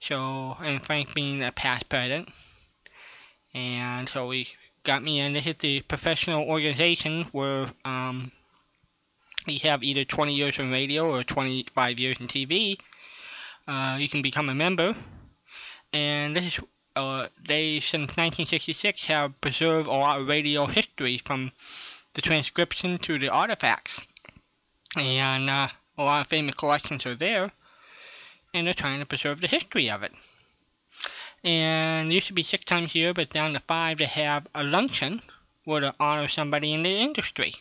[SPEAKER 6] So and Frank being a past president, and so we got me in. This is the professional organization where um, you have either 20 years in radio or 25 years in TV. Uh, you can become a member, and this is uh, they since 1966 have preserved a lot of radio history from the transcription to the artifacts, and uh, a lot of famous collections are there, and they're trying to preserve the history of it. And it used to be six times a year, but it's down to five to have a luncheon where to honor somebody in the industry.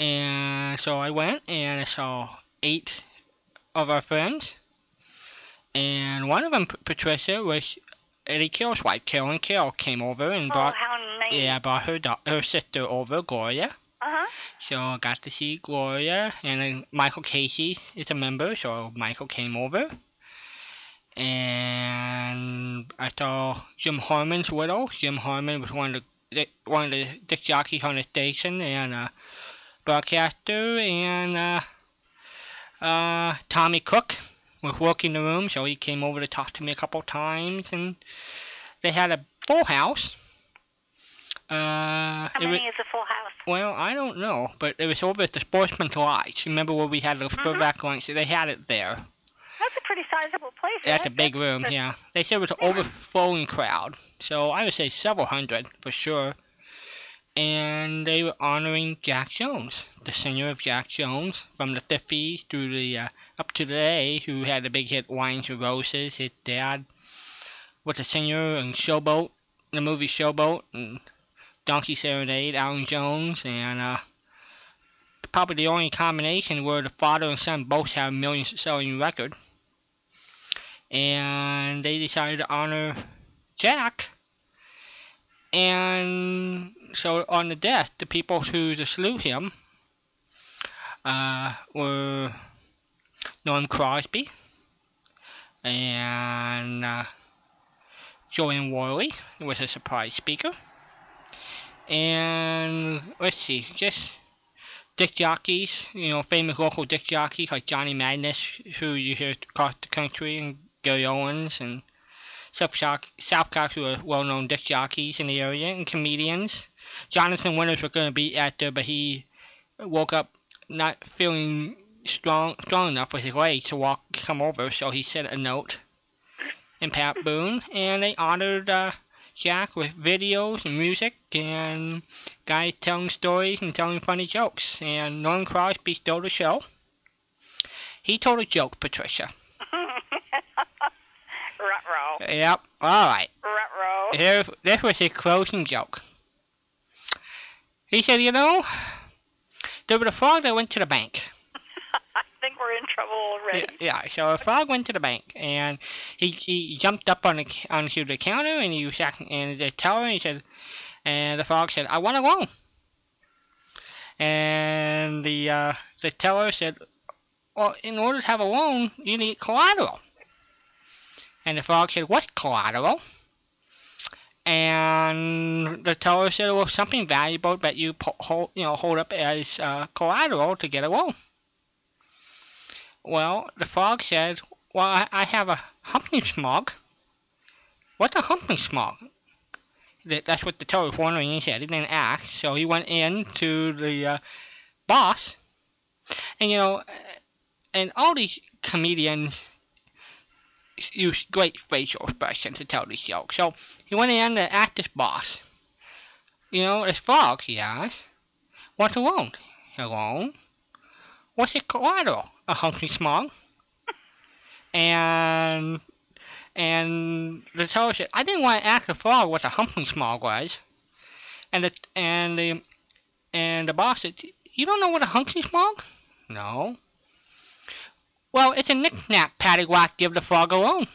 [SPEAKER 6] And so I went and I saw eight of our friends, and one of them, P- Patricia, was Eddie Carroll's wife. Carolyn Carroll came over and
[SPEAKER 7] Oh,
[SPEAKER 6] brought
[SPEAKER 7] how nice.
[SPEAKER 6] yeah, I brought her da- her sister over, Gloria.
[SPEAKER 7] Uh-huh.
[SPEAKER 6] So I got to see Gloria, and then Michael Casey is a member, so Michael came over. And I saw Jim Harmon's widow. Jim Harmon was one of the one of the disc jockeys on the station and a broadcaster, and uh, uh, Tommy Cook was working the room, so he came over to talk to me a couple times, and they had a full house. Uh,
[SPEAKER 7] How
[SPEAKER 6] it wa-
[SPEAKER 7] many is a full house?
[SPEAKER 6] well, I don't know, but it was over at the Sportsman's Lodge. Remember where we had the throwback lunch? They had it there.
[SPEAKER 7] That's a pretty sizable place.
[SPEAKER 6] That's a
[SPEAKER 7] isn't it?
[SPEAKER 6] big room,
[SPEAKER 7] That's-
[SPEAKER 6] yeah. They said it was an overflowing crowd, so I would say several hundred for sure. And they were honoring Jack Jones, the singer of Jack Jones, from the 50s through the uh, up to today, who had the big hit Wines and Roses. His dad was a singer in Showboat, the movie Showboat, and Donkey Serenade, Alan Jones, and uh, probably the only combination where the father and son both have a million selling record. And they decided to honor Jack. And so on the death, the people who to salute him uh, were Norm Crosby and uh, Joanne Worley was a surprise speaker. And let's see, just dick jockeys, you know, famous local dick jockeys like Johnny Madness, who you hear across the country, and Gary Owens, and South Shock, South Cox, who are well-known dick jockeys in the area, and comedians. Jonathan Winters was going to be out there, but he woke up not feeling strong strong enough with his legs to walk come over, so he sent a note. And Pat Boone, and they honored uh, Jack with videos and music and guys telling stories and telling funny jokes. And Norman Crosby stole the show. He told a joke, Patricia.
[SPEAKER 7] Ruh-roh.
[SPEAKER 6] Yep. All right.
[SPEAKER 7] Ruh-roh.
[SPEAKER 6] Here, this was his closing joke. He said, "You know, there was a frog that went to the bank.
[SPEAKER 7] I think we're in trouble already.
[SPEAKER 6] Yeah, yeah. So a frog went to the bank and he, he jumped up on the c- onto the counter and he was acting, and the teller and he said, and the frog said, "I want a loan." And the uh, the teller said, "Well, in order to have a loan, you need collateral." And the frog said, "What's collateral?" And the teller said, "Well, something valuable that you po- hold, you know, hold up as uh, collateral to get a loan." Well, the frog said, Well, I, I have a humping smog. What's a humping smog? That, that's what the teller was wondering. He said he didn't ask, so he went in to the uh, boss, and you know, and all these comedians use great facial expressions to tell these jokes. So he went in to ask his boss, you know, this frog, he asked, what's a loan? A loan? What's it collateral? A hunky smog. And and the teller said, I didn't want to ask the frog what a hunky smog was. And the and the and the boss said, You don't know what a hunky smog? No. Well, it's a knick-knack, paddywhack, give the frog a loan.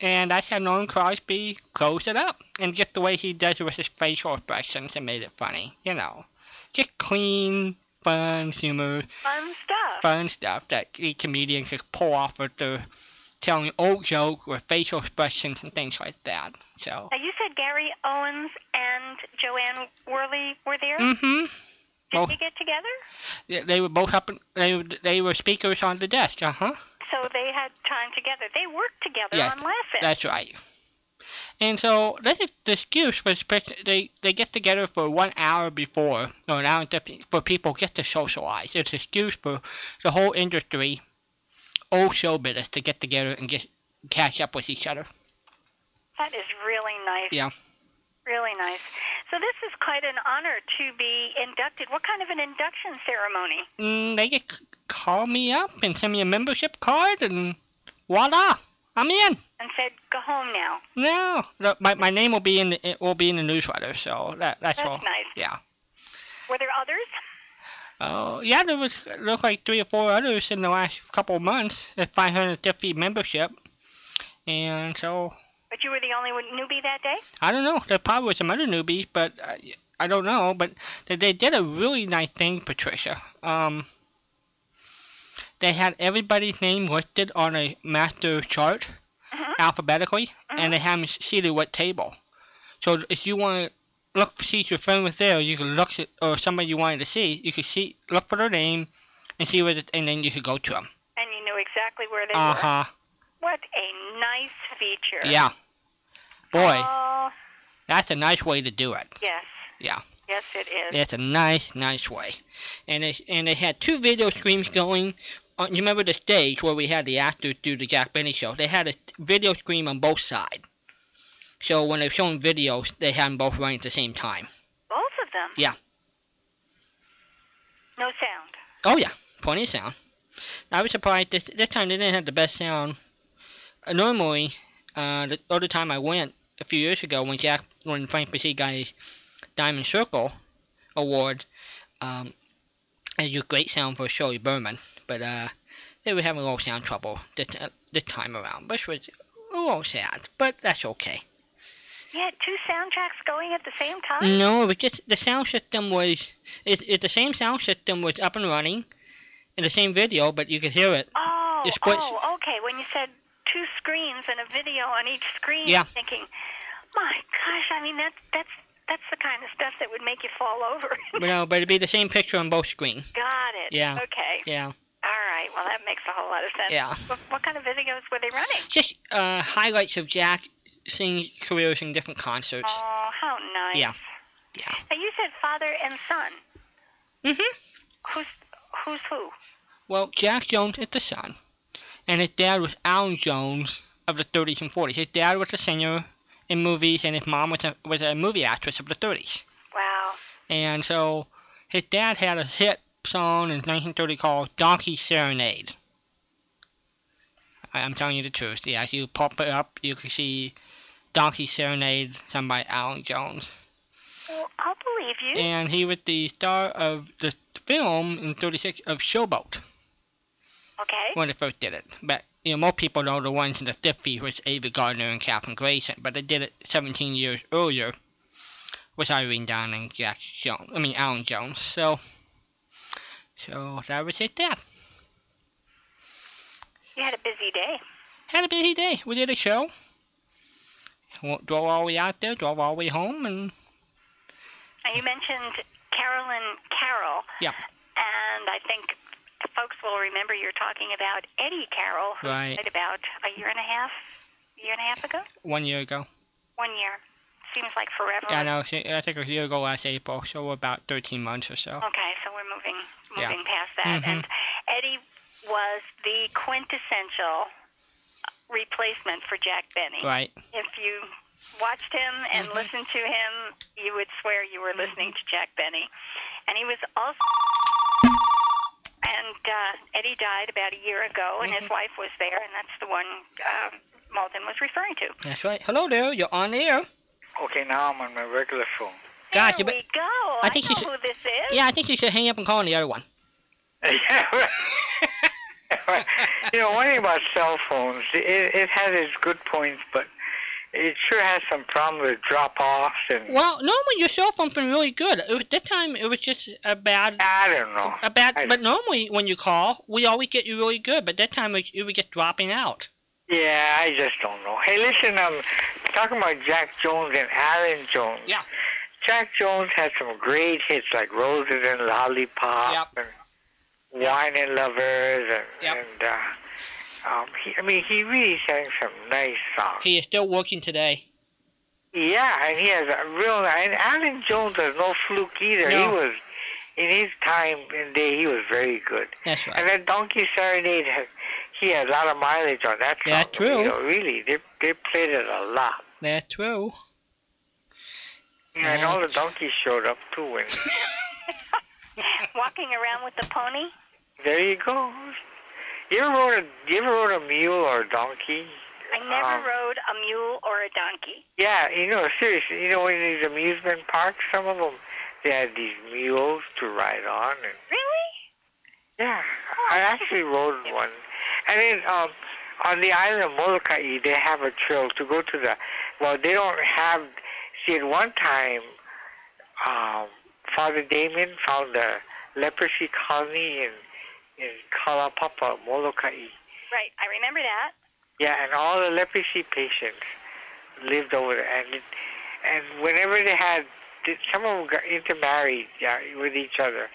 [SPEAKER 6] And that's how Norman Crosby closed it up. And just the way he does it with his facial expressions and made it funny, you know. Just clean, fun humor
[SPEAKER 7] Fun stuff.
[SPEAKER 6] fun stuff that the comedians could pull off with their telling old jokes with facial expressions and things like that. So.
[SPEAKER 7] Now, you said Gary Owens and Joanne Worley were there.
[SPEAKER 6] Mm-hmm.
[SPEAKER 7] Did
[SPEAKER 6] Oh.
[SPEAKER 7] they get together?
[SPEAKER 6] They- They were both up. in- They were- they were speakers on the desk. Uh huh.
[SPEAKER 7] So they had time together. They worked together
[SPEAKER 6] Yes,
[SPEAKER 7] on Laughing.
[SPEAKER 6] That's right. And so this is the excuse was pic- they they get together for one hour before or an hour and 15 for people get to socialize. It's an excuse for the whole industry, old show business, to get together and just catch up with each other.
[SPEAKER 7] That is really nice.
[SPEAKER 6] Yeah.
[SPEAKER 7] Really nice. So this is quite an honor to be inducted. What kind of an induction ceremony?
[SPEAKER 6] And Mm, they just c- call me up and send me a membership card and voila, I'm in.
[SPEAKER 7] And said, go home now.
[SPEAKER 6] No, the- my, my name will be in the it will be in the newsletter, so that that's,
[SPEAKER 7] That's
[SPEAKER 6] all.
[SPEAKER 7] nice.
[SPEAKER 6] Yeah.
[SPEAKER 7] Were there others?
[SPEAKER 6] Oh, yeah, there was looked like three or four others in the last couple of months at 550 membership, and so
[SPEAKER 7] But you were the only one newbie that day?
[SPEAKER 6] I don't know. There probably was some other newbies, but I, I don't know. But they, they did a really nice thing, Patricia. Um, they had everybody's name listed on a master chart
[SPEAKER 7] Mhm.
[SPEAKER 6] alphabetically,
[SPEAKER 7] Mm-hmm.
[SPEAKER 6] and they had them seated what table. So if you want to look for see if your friend was there, you can look at, or somebody you wanted to see, you could see look for their name and see what, it, and then you could go to them.
[SPEAKER 7] And you knew exactly where they
[SPEAKER 6] Uh
[SPEAKER 7] were.
[SPEAKER 6] huh.
[SPEAKER 7] What a nice feature.
[SPEAKER 6] Yeah. Boy,
[SPEAKER 7] Oh,
[SPEAKER 6] that's a nice way to do it.
[SPEAKER 7] yes.
[SPEAKER 6] Yeah.
[SPEAKER 7] Yes, it is.
[SPEAKER 6] That's a nice, nice way. And they, and they had two video screens going. On, you remember the stage where we had the actors do the Jack Benny show? They had a video screen on both sides. So when they were showing videos, they had them both running at the same time.
[SPEAKER 7] Both of them?
[SPEAKER 6] Yeah.
[SPEAKER 7] No sound.
[SPEAKER 6] Oh yeah, plenty of sound. I was surprised this this time they didn't have the best sound. Uh, normally, uh, the other time I went a few years ago when Jack when Frank Basie got his Diamond Circle award, um, it was great sound for Shirley Berman, but uh, they were having a little sound trouble this uh, this time around, which was a little sad, but that's okay.
[SPEAKER 7] You had two soundtracks going at the same time?
[SPEAKER 6] No, it was just the sound system was it, it the same sound system was up and running, in the same video, but you could hear it.
[SPEAKER 7] Oh,
[SPEAKER 6] It's quite-
[SPEAKER 7] oh, okay. When you said two screens and a video on each screen,
[SPEAKER 6] Yeah.
[SPEAKER 7] I'm thinking, my gosh, I mean that's that's that's the kind of stuff that would make you fall over.
[SPEAKER 6] But no, but it'd be the same picture on both screens.
[SPEAKER 7] Got it.
[SPEAKER 6] Yeah.
[SPEAKER 7] Okay.
[SPEAKER 6] Yeah,
[SPEAKER 7] All right. Well, that makes a whole lot of sense.
[SPEAKER 6] yeah.
[SPEAKER 7] What, what kind of videos were they running?
[SPEAKER 6] Just uh, highlights of Jack singing careers in different concerts.
[SPEAKER 7] Oh, how nice.
[SPEAKER 6] Yeah. Yeah.
[SPEAKER 7] Now you said father and son.
[SPEAKER 6] Mhm.
[SPEAKER 7] Who's who's who?
[SPEAKER 6] Well, Jack Jones is the son, and his dad was Alan Jones of the 30s and 40s. His dad was a singer in movies, and his mom was a was a movie actress of the 30s.
[SPEAKER 7] Wow.
[SPEAKER 6] And so his dad had a hit song in 1930 called Donkey Serenade. I- I'm telling you the truth. Yeah, if you pop it up, you can see Donkey Serenade, sung by Alan Jones.
[SPEAKER 7] Well, I'll believe you.
[SPEAKER 6] And he was the star of the film in 36 of Showboat
[SPEAKER 7] Okay.
[SPEAKER 6] when they first did it. But, you know, most people know the ones in the 50s was Ava Gardner and Katherine Grayson, but they did it 17 years earlier with Irene Dunn and Jack Jones, I mean, Alan Jones. So, so that was it there.
[SPEAKER 7] You had a busy day.
[SPEAKER 6] Had a busy day. We did a show. Wa- Drove all the way out there, drove all the way home, and
[SPEAKER 7] Now you mentioned Carolyn Carroll.
[SPEAKER 6] Yeah.
[SPEAKER 7] And I think the folks will remember you're talking about Eddie Carroll, who
[SPEAKER 6] Right.
[SPEAKER 7] died about a year and a half, a year and a half ago,
[SPEAKER 6] one year ago.
[SPEAKER 7] one year. Seems like forever.
[SPEAKER 6] Yeah, no, I think it was a year ago last April, so we're about 13 months or so.
[SPEAKER 7] Okay, so we're moving
[SPEAKER 6] Yeah.
[SPEAKER 7] moving past that.
[SPEAKER 6] Mhm.
[SPEAKER 7] And Eddie was the quintessential replacement for Jack Benny.
[SPEAKER 6] Right.
[SPEAKER 7] If you watched him and
[SPEAKER 6] Mhm.
[SPEAKER 7] listened to him, you would swear you were listening to Jack Benny. And he was also and uh, Eddie died about a year ago, and his wife was there, and that's the one um, Malden was referring to.
[SPEAKER 6] That's right. Hello there, you're on the air.
[SPEAKER 8] Okay, now I'm on my regular phone.
[SPEAKER 7] there
[SPEAKER 6] Gotcha, but-
[SPEAKER 7] we go.
[SPEAKER 6] I
[SPEAKER 7] I,
[SPEAKER 6] think you
[SPEAKER 7] know
[SPEAKER 6] should-
[SPEAKER 7] who this is.
[SPEAKER 6] Yeah, I think you should hang up and call on the other one.
[SPEAKER 8] Yeah, right. you know, one thing about cell phones, it, it has its good points, but it sure has some problems with drop-offs and
[SPEAKER 6] Well, normally your cell phone's been really good. It was, this time it was just a bad,
[SPEAKER 8] I don't know.
[SPEAKER 6] a bad.
[SPEAKER 8] I-
[SPEAKER 6] But normally when you call, we always get you really good. But that time it, it was just dropping out.
[SPEAKER 8] Yeah, I just don't know. Hey, listen, um, talking about Jack Jones and Alan Jones.
[SPEAKER 6] Yeah.
[SPEAKER 8] Jack Jones had some great hits like Roses and Lollipop and Wine and Lovers and,
[SPEAKER 6] Yep.
[SPEAKER 8] and uh, um, he, I mean, he really sang some nice songs.
[SPEAKER 6] He is still working today.
[SPEAKER 8] Yeah, and he has a real. And Alan Jones is no fluke either.
[SPEAKER 6] No.
[SPEAKER 8] He was in his time and day. He was very good.
[SPEAKER 6] That's right.
[SPEAKER 8] And that Donkey Serenade, had, he had a lot of mileage on that song.
[SPEAKER 6] That's
[SPEAKER 8] You
[SPEAKER 6] true.
[SPEAKER 8] know, really, they they played it a lot.
[SPEAKER 6] That's true.
[SPEAKER 8] Yeah, and all the donkeys showed up too. And
[SPEAKER 7] Walking around with the pony?
[SPEAKER 8] there you go. You ever rode a you ever rode a mule or a donkey?
[SPEAKER 7] I never
[SPEAKER 8] Um,
[SPEAKER 7] rode a mule or a donkey.
[SPEAKER 8] Yeah, you know, seriously, you know, in these amusement parks, some of them they had these mules to ride on, and
[SPEAKER 7] Really?
[SPEAKER 8] Yeah, I actually rode one. And then um, on the island of Molokai, they have a trail to go to the. Well, they don't have. See, at one time, um, Father Damien found a leprosy colony in in Kalapapa, Molokai.
[SPEAKER 7] Right, I remember that.
[SPEAKER 8] Yeah, and all the leprosy patients lived over there, and it, and whenever they had, th- some of them got intermarried yeah, with each other,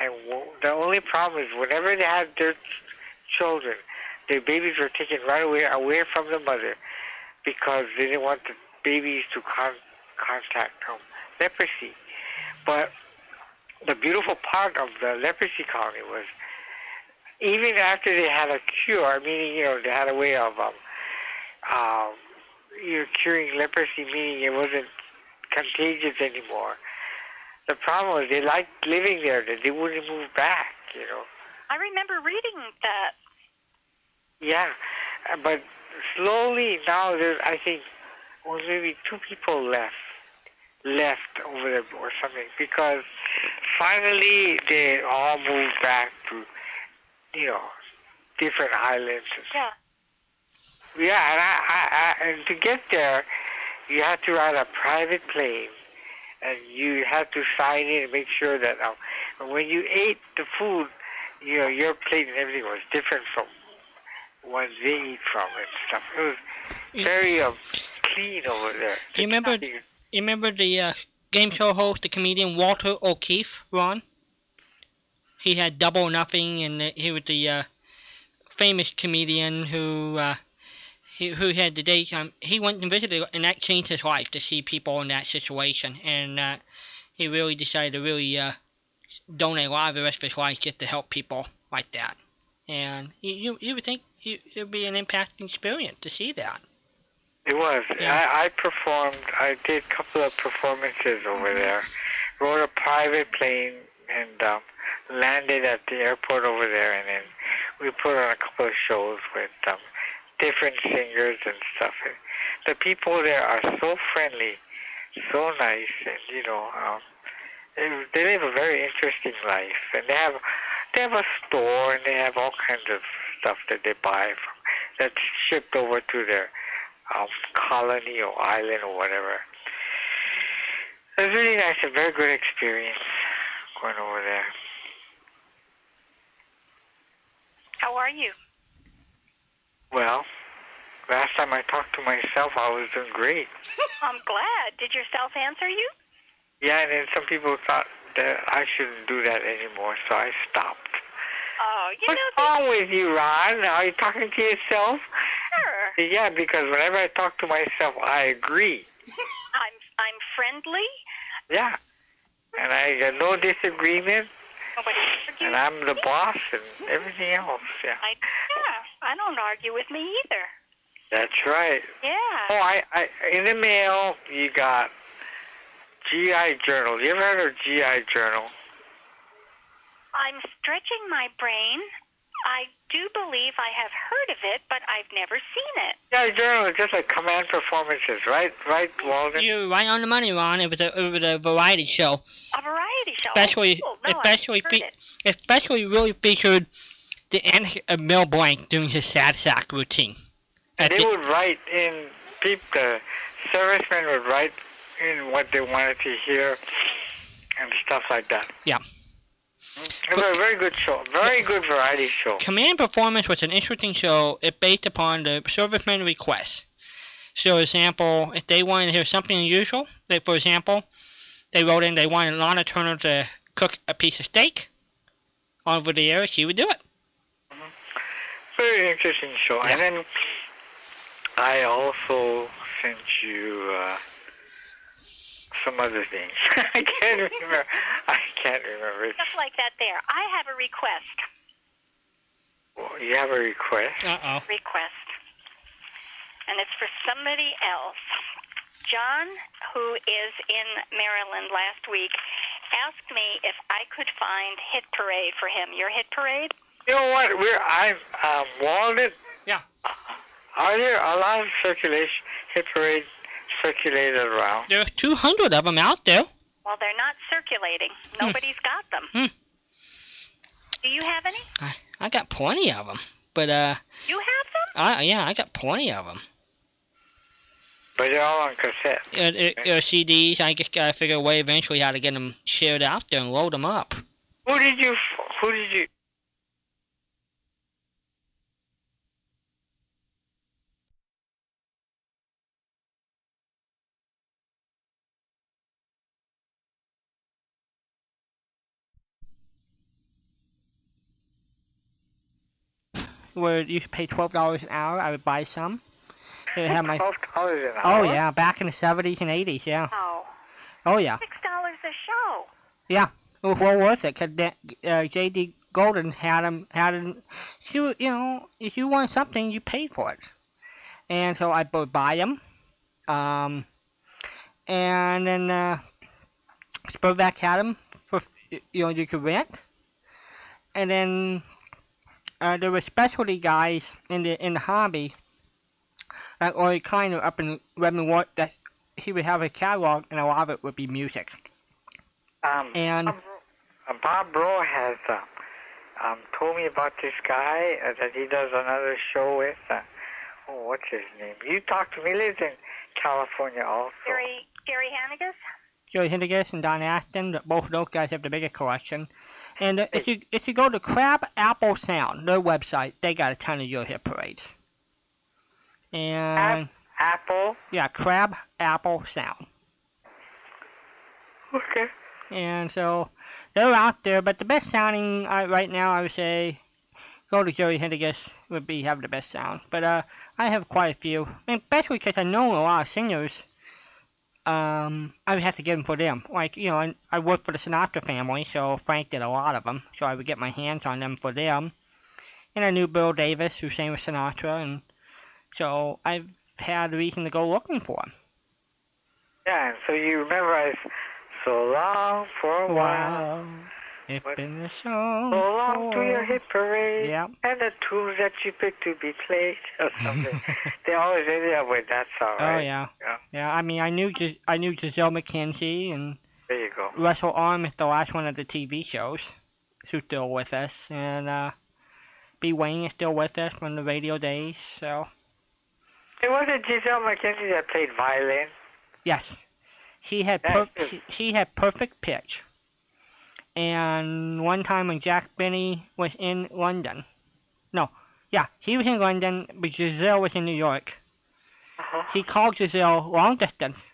[SPEAKER 8] and w- the only problem is whenever they had their ch- children, their babies were taken right away away from the mother because they didn't want the babies to con- contact them. Leprosy, but the beautiful part of the leprosy colony was even after they had a cure, meaning you know they had a way of um, um, you know, curing leprosy, meaning it wasn't contagious anymore. The problem was they liked living there; that they wouldn't move back. You know,
[SPEAKER 7] I remember reading that.
[SPEAKER 8] yeah, Uh, but slowly now there's I think only maybe two people left left over there or something because finally they all moved back to you know different islands and
[SPEAKER 7] Yeah.
[SPEAKER 8] Yeah, and, I, I, I, and to get there, you had to ride a private plane, and you had to sign in and make sure that um, when you ate the food, you know your plate and everything was different from what they eat from and stuff. It was
[SPEAKER 6] You-
[SPEAKER 8] very um, clean over there.
[SPEAKER 6] You remember- You remember the uh, game show host, the comedian Walter O'Keefe, Ron? He had Double or Nothing, and uh, he was the uh, famous comedian who uh, he, who had the day. Um, he went and visited, and that changed his life to see people in that situation. And uh, he really decided to really uh, donate a lot of the rest of his life just to help people like that. And you you, you would think it it would be an impacting experience to see that.
[SPEAKER 8] It was.
[SPEAKER 6] Yeah.
[SPEAKER 8] I, I performed. I did a couple of performances over there. Rode a private plane and um, landed at the airport over there, and then we put on a couple of shows with um, different singers and stuff. And the people there are so friendly, so nice, and you know, um, they, they live a very interesting life, and they have they have a store, and they have all kinds of stuff that they buy from that's shipped over to their um, colony or island or whatever. It was really nice, a very good experience going over there.
[SPEAKER 7] How are you?
[SPEAKER 8] Well, last time I talked to myself, I was doing great.
[SPEAKER 7] I'm glad. Did yourself answer you?
[SPEAKER 8] Yeah, and then some people thought that I shouldn't do that anymore, so I stopped.
[SPEAKER 7] Oh, you
[SPEAKER 8] What's
[SPEAKER 7] know, the,
[SPEAKER 8] wrong with you, Ron? Are you talking to yourself?
[SPEAKER 7] sure.
[SPEAKER 8] Yeah, because whenever I talk to myself, I agree.
[SPEAKER 7] I'm I'm friendly.
[SPEAKER 8] Yeah. And I got no disagreement,
[SPEAKER 7] Nobody argues.
[SPEAKER 8] and I'm the boss and everything else. Yeah.
[SPEAKER 7] I, yeah, I don't argue with me either.
[SPEAKER 8] That's right. Oh,
[SPEAKER 7] Yeah.
[SPEAKER 8] I, I in the mail you got GI Journal. You ever heard of GI Journal?
[SPEAKER 7] I'm stretching my brain. I do believe I have heard of it, but I've never seen it.
[SPEAKER 8] GI Journal is just like command performances, right? Right, Walden.
[SPEAKER 6] You're right on the money, Ron. It was a, it was a variety show.
[SPEAKER 7] A variety show.
[SPEAKER 6] Especially-
[SPEAKER 7] cool. no,
[SPEAKER 6] especially
[SPEAKER 7] I've Oh, heard
[SPEAKER 6] fe-
[SPEAKER 7] it.
[SPEAKER 6] especially really featured the antics of Mel Blanc doing his sad sack routine. At
[SPEAKER 8] they
[SPEAKER 6] the-
[SPEAKER 8] would write in. Peep, the servicemen would write in what they wanted to hear and stuff like that.
[SPEAKER 6] Yeah.
[SPEAKER 8] It was a very good show. Very good variety show.
[SPEAKER 6] Command Performance was an interesting show. It based upon the servicemen requests. So, example, if they wanted to hear something unusual, they, for example, they wrote in they wanted Lana Turner to cook a piece of steak over the air, she would do it.
[SPEAKER 8] Very interesting show. And then I also sent you uh, some other things. I can't remember. I can't remember.
[SPEAKER 7] Stuff like that there. I have a request.
[SPEAKER 8] You have a request?
[SPEAKER 6] Uh oh.
[SPEAKER 7] Request. And it's for somebody else. John, who is in Maryland last week, asked me if I could find Hit Parade for him. Your Hit Parade?
[SPEAKER 8] You know what? We're I've um, walled it.
[SPEAKER 6] Yeah.
[SPEAKER 8] Uh, Are there a lot of circulation hit parades circulated around?
[SPEAKER 6] There's 200 of them out there.
[SPEAKER 7] Well, they're not circulating. Nobody's got them.
[SPEAKER 6] Hmm.
[SPEAKER 7] Do you have any?
[SPEAKER 6] I got plenty of them. But, uh,
[SPEAKER 7] You have them?
[SPEAKER 6] I, yeah, I got plenty of them.
[SPEAKER 8] But they're all on cassette.
[SPEAKER 6] Uh, uh, uh, CDs, I just gotta figure a way eventually how to get them shared out there and load them up.
[SPEAKER 8] Who did you? Who did you?
[SPEAKER 6] Where you could pay $12 an hour, I would buy some. It would have my,
[SPEAKER 8] Twelve dollars an
[SPEAKER 6] oh,
[SPEAKER 8] hour.
[SPEAKER 6] yeah, back in the 70s and 80s, yeah.
[SPEAKER 7] No.
[SPEAKER 6] Oh, yeah.
[SPEAKER 7] Six dollars a show.
[SPEAKER 6] It was well worth it 'cause that uh, J.D. Golden had him had him. She, wa- you know, if you want something, you pay for it. And so I would buy them. Um, and then uh, Spurback had them for you know you could rent. And then uh, there were specialty guys in the in the hobby like Ori Kleiner up in Redmond Wa- that he would have a catalog and a lot of it would be music.
[SPEAKER 8] Um,
[SPEAKER 6] And-
[SPEAKER 8] Bob, uh, Bob Bro has uh, um, told me about this guy uh, that he does another show with. Uh, oh, what's his name? You talked to me. He lives in California also.
[SPEAKER 7] Gary Gary Hanegas?
[SPEAKER 6] Joey Hindegas and Don Aston, th- both of those guys have the biggest collection. And uh, if you if you go to Crab Apple Sound, their website, they got a ton of your hit parades. And
[SPEAKER 8] Apple.
[SPEAKER 6] yeah, Crab Apple Sound.
[SPEAKER 8] Okay.
[SPEAKER 6] And so they're out there, but the best sounding uh, right now, I would say, go to Joey Hindegas would be have the best sound. But uh, I have quite a few, and especially because I know a lot of singers. Um, I would have to get them for them. Like you know, I, I work for the Sinatra family, so Frank did a lot of them, so I would get my hands on them for them. And I knew Bill Davis, who sang with Sinatra, and so I've had reason to go looking for them.
[SPEAKER 8] Yeah, and so you remember I s- so long for a while,
[SPEAKER 6] it's
[SPEAKER 8] What-
[SPEAKER 6] been a song.
[SPEAKER 8] so long to your
[SPEAKER 6] for-
[SPEAKER 8] hit parade,
[SPEAKER 6] Yep.
[SPEAKER 8] and the tunes that you picked to be played or something. they always end up with that song,
[SPEAKER 6] Oh
[SPEAKER 8] right?
[SPEAKER 6] yeah.
[SPEAKER 8] Yeah.
[SPEAKER 6] Yeah, I mean, I knew Gis- I knew Giselle McKenzie and
[SPEAKER 8] There you go.
[SPEAKER 6] Russell Arm is the last one of the TV shows who's still with us, and uh, B Wayne is still with us from the radio days. So
[SPEAKER 8] It wasn't Giselle McKenzie that played violin.
[SPEAKER 6] yes, she had
[SPEAKER 8] That's
[SPEAKER 6] per-
[SPEAKER 8] good.
[SPEAKER 6] she, she had perfect pitch. And one time when Jack Benny was in London, no, yeah, he was in London, but Giselle was in New York.
[SPEAKER 8] Uh-huh.
[SPEAKER 6] He called Giselle long distance,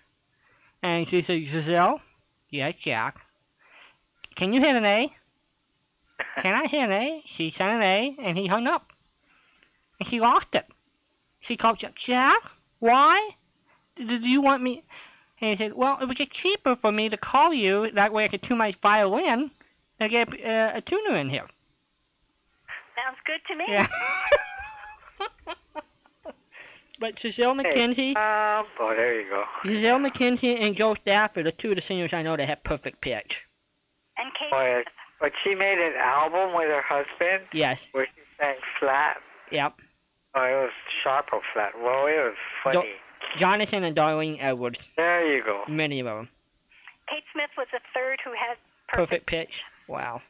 [SPEAKER 6] and she said, Giselle, yes, Jack, can you hit an A? Can I hit an A? She sent an A, and he hung up. And she lost it. She called Jack, Jack, why? D- Do you want me? And he said, well, it would get cheaper for me to call you, that way I could tune my violin and get uh, a tuner in here.
[SPEAKER 7] Sounds good to me.
[SPEAKER 6] Yeah. but Giselle McKenzie...
[SPEAKER 8] Um, oh, there you go.
[SPEAKER 6] Giselle McKenzie and Joe Stafford are two of the singers I know that have perfect pitch.
[SPEAKER 7] And Kate
[SPEAKER 8] Oh, yes. But she made an album with her husband
[SPEAKER 6] Yes.
[SPEAKER 8] where she sang flat.
[SPEAKER 6] Yep.
[SPEAKER 8] Oh, it was sharp or flat. Well, it was funny.
[SPEAKER 6] Don't- Jonathan and Darlene Edwards.
[SPEAKER 8] There you go.
[SPEAKER 6] Many of them.
[SPEAKER 7] Kate Smith was the third who had
[SPEAKER 6] Perfect pitch. Wow.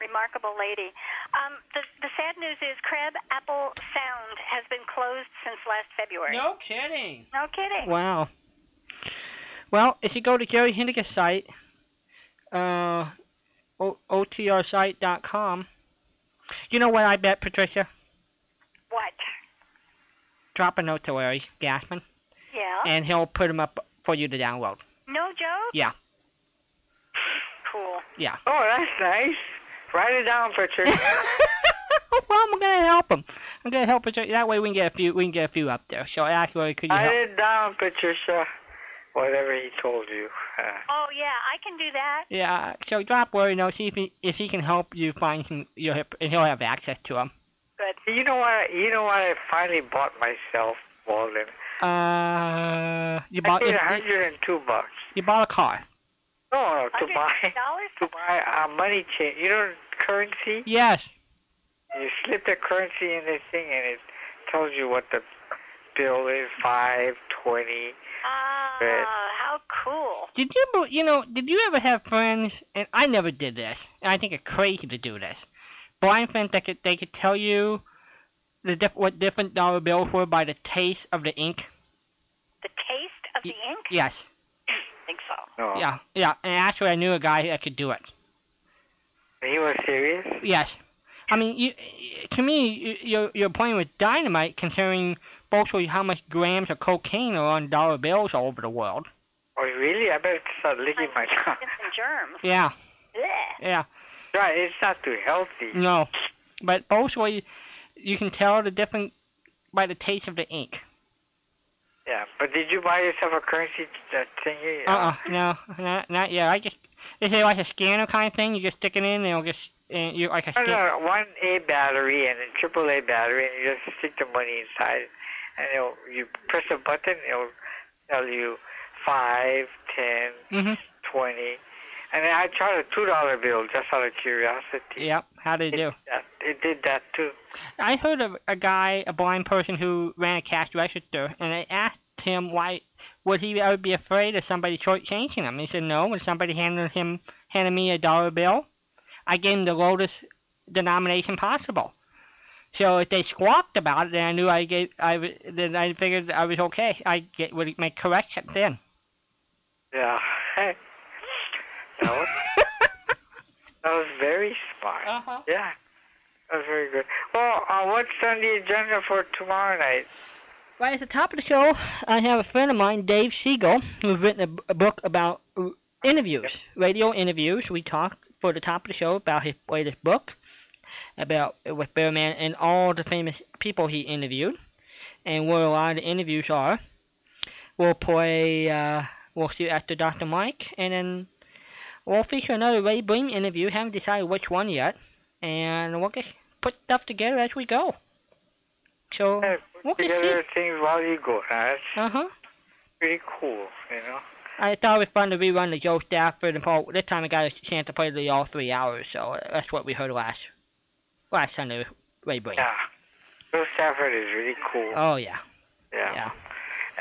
[SPEAKER 7] Remarkable lady. Um, the, the sad news is Crab Apple Sound has been closed since last February.
[SPEAKER 6] kidding.
[SPEAKER 7] No kidding.
[SPEAKER 6] Wow. Well, if you go to Jerry Hindick's site, uh, o- OTRsite.com. You know what I bet, Patricia?
[SPEAKER 7] What?
[SPEAKER 6] Drop a note to Larry Gassman,
[SPEAKER 7] Yeah.
[SPEAKER 6] and he'll put them up for you to download.
[SPEAKER 7] no joke.
[SPEAKER 6] Yeah.
[SPEAKER 7] Cool.
[SPEAKER 8] Oh, that's nice. Write it down, Patricia.
[SPEAKER 6] well, I'm gonna help him. I'm gonna help Patricia. That way we can get a few. We can get a few up there. So ask Larry, could you
[SPEAKER 8] Write
[SPEAKER 6] help?
[SPEAKER 8] it down, Patricia. Whatever he told you. Uh,
[SPEAKER 7] Oh yeah, I can do that.
[SPEAKER 6] Yeah, so drop where you know, see if he, if he can help you find some your hip, and he'll have access to them.
[SPEAKER 8] you know what? You know what? I finally bought myself, Walden.
[SPEAKER 6] Uh, you
[SPEAKER 8] I
[SPEAKER 6] bought
[SPEAKER 8] paid
[SPEAKER 6] you,
[SPEAKER 8] 102 bucks.
[SPEAKER 6] you bought a car.
[SPEAKER 8] No, to
[SPEAKER 7] Hundred
[SPEAKER 8] buy
[SPEAKER 7] dollars.
[SPEAKER 8] to buy a money change. You know, currency.
[SPEAKER 6] Yes.
[SPEAKER 8] You slip the currency in the thing, and it tells you what the bill is. Five, twenty.
[SPEAKER 7] Ah,
[SPEAKER 8] Right.
[SPEAKER 7] how cool.
[SPEAKER 6] Did you bo- you know did you ever have friends? And I never did this. And I think it's crazy to do this. Blind friends that could they could tell you the diff- what different dollar bills were by the taste of the ink.
[SPEAKER 7] The taste of the ink.
[SPEAKER 6] Yes.
[SPEAKER 7] I think so.
[SPEAKER 8] No.
[SPEAKER 6] Yeah. Yeah. And actually, I knew a guy that could do it.
[SPEAKER 8] He was serious.
[SPEAKER 6] Yes. I mean, you, to me, you- you're, you're playing with dynamite considering both of how much grams of cocaine are on dollar bills all over the world.
[SPEAKER 8] Oh, really? I better start licking my tongue.
[SPEAKER 7] Get some germs.
[SPEAKER 6] Yeah,
[SPEAKER 7] Blech.
[SPEAKER 6] yeah,
[SPEAKER 8] Right, it's not too healthy.
[SPEAKER 6] no. But both ways, you can tell the different by the taste of the ink.
[SPEAKER 8] Yeah, but did you buy yourself a currency uh, thingy?
[SPEAKER 6] Uh-uh, no, not, not yet. I just, is it like a scanner kind of thing? You just stick it in and it'll just, and you like a
[SPEAKER 8] No,
[SPEAKER 6] scan.
[SPEAKER 8] no, one A battery and a triple A battery, and you just stick the money inside, and it'll, you press a button, it'll tell you five, ten,
[SPEAKER 6] Mhm.
[SPEAKER 8] twenty, and then I tried a two dollar bill just out of curiosity.
[SPEAKER 6] Yep, how do you
[SPEAKER 8] It,
[SPEAKER 6] do?
[SPEAKER 8] did that, it did that too.
[SPEAKER 6] I heard of a guy, a blind person who ran a cash register, and I asked him why would he ever be afraid of somebody shortchanging him. He said no. When somebody handed him handed me a dollar bill, I gave him the lowest denomination possible. So if they squawked about it, then I knew I gave I w- then I figured I was okay. I get would make correction then.
[SPEAKER 8] Yeah. that, was, that was very smart.
[SPEAKER 6] Uh-huh.
[SPEAKER 8] Yeah. That was very good. Well, uh, what's on the agenda for tomorrow night?
[SPEAKER 6] Right at the top of the show, I have a friend of mine, Dave Siegel, who's written a, b- a book about uh, interviews, radio interviews. We talked for the top of the show about his latest book, about uh, with Bearman and all the famous people he interviewed, and where a lot of the interviews are. We'll play, uh, we'll see after Dr. Mike, and then we'll feature another Ray Bream interview. Haven't decided which one yet, and we'll just put stuff together as we go. So,
[SPEAKER 8] Uh,
[SPEAKER 6] we'll
[SPEAKER 8] Put
[SPEAKER 6] just see.
[SPEAKER 8] together things while you go. Now, that's
[SPEAKER 6] Uh huh.
[SPEAKER 8] pretty cool, you know.
[SPEAKER 6] I thought it was fun to rerun the Joe Stafford and Paul. This time I got a chance to play the all three hours, so that's what we heard last last Sunday with Ray Breen.
[SPEAKER 8] Yeah. Bill Stafford is really cool.
[SPEAKER 6] Oh yeah.
[SPEAKER 8] yeah.
[SPEAKER 6] yeah.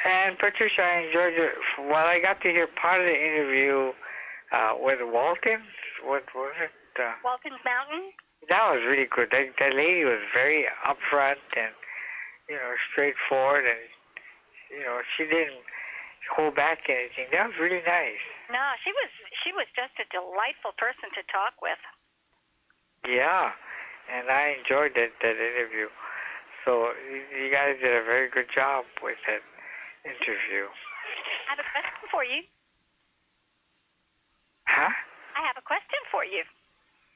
[SPEAKER 8] And Patricia, I enjoyed it. From what I got to hear part of the interview uh, with Walton, what was it? Uh,
[SPEAKER 7] Walton's Mountain.
[SPEAKER 8] that was really good. That, that lady was very upfront and, you know, straightforward, and, you know, she didn't hold back anything. That was really nice.
[SPEAKER 7] No, she was she was just a delightful person to talk with.
[SPEAKER 8] Yeah, and I enjoyed that that interview. So you- you guys did a very good job with that interview.
[SPEAKER 7] I have a question for you.
[SPEAKER 8] Huh?
[SPEAKER 7] I have a question for you.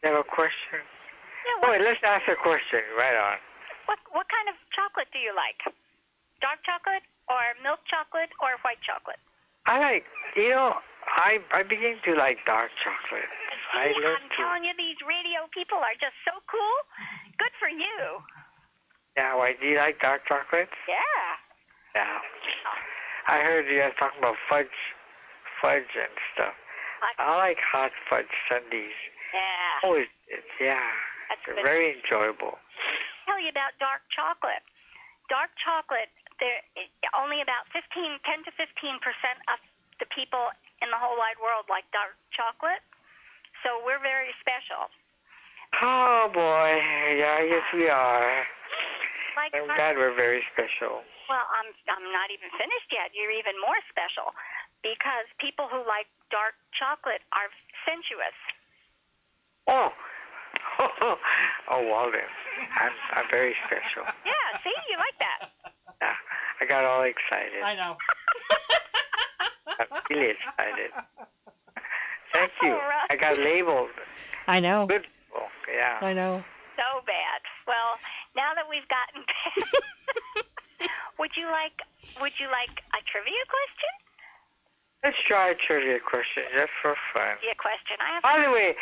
[SPEAKER 8] You have a question?
[SPEAKER 7] Yeah,
[SPEAKER 8] Wait,
[SPEAKER 7] what,
[SPEAKER 8] let's ask a question right on.
[SPEAKER 7] what what kind of chocolate do you like? Dark chocolate or milk chocolate or white chocolate?
[SPEAKER 8] I like, you know, I I begin to like dark chocolate. I
[SPEAKER 7] See,
[SPEAKER 8] love
[SPEAKER 7] I'm
[SPEAKER 8] to.
[SPEAKER 7] telling you, these radio people are just so cool. Good for you.
[SPEAKER 8] Now, why do you like dark chocolate?
[SPEAKER 7] Yeah.
[SPEAKER 8] Yeah. I heard you guys talking about fudge, fudge and stuff. I like hot fudge sundaes.
[SPEAKER 7] Yeah.
[SPEAKER 8] Always, Oh, it's, yeah,
[SPEAKER 7] That's
[SPEAKER 8] they're
[SPEAKER 7] good.
[SPEAKER 8] very enjoyable.
[SPEAKER 7] tell you about dark chocolate. Dark chocolate, there only about 15, 10 to 15 percent of the people in the whole wide world like dark chocolate. So we're very special.
[SPEAKER 8] Oh boy, yeah, yes we are.
[SPEAKER 7] Like
[SPEAKER 8] I'm glad we're very special.
[SPEAKER 7] well, I'm I'm not even finished yet. You're even more special because people who like dark chocolate are sensuous.
[SPEAKER 8] Oh, oh, well then, I'm, I'm very special.
[SPEAKER 7] Yeah, see, you like that.
[SPEAKER 8] I got all excited.
[SPEAKER 6] I know.
[SPEAKER 8] I'm really excited. Thank you.
[SPEAKER 7] All right.
[SPEAKER 8] I got labeled.
[SPEAKER 6] I know.
[SPEAKER 8] Good. Oh, yeah.
[SPEAKER 6] I know.
[SPEAKER 7] So bad. Well, now that we've gotten past, would you like would you like a trivia question?
[SPEAKER 8] Let's try a trivia question just for fun.
[SPEAKER 7] Trivia question. I have.
[SPEAKER 8] By the way,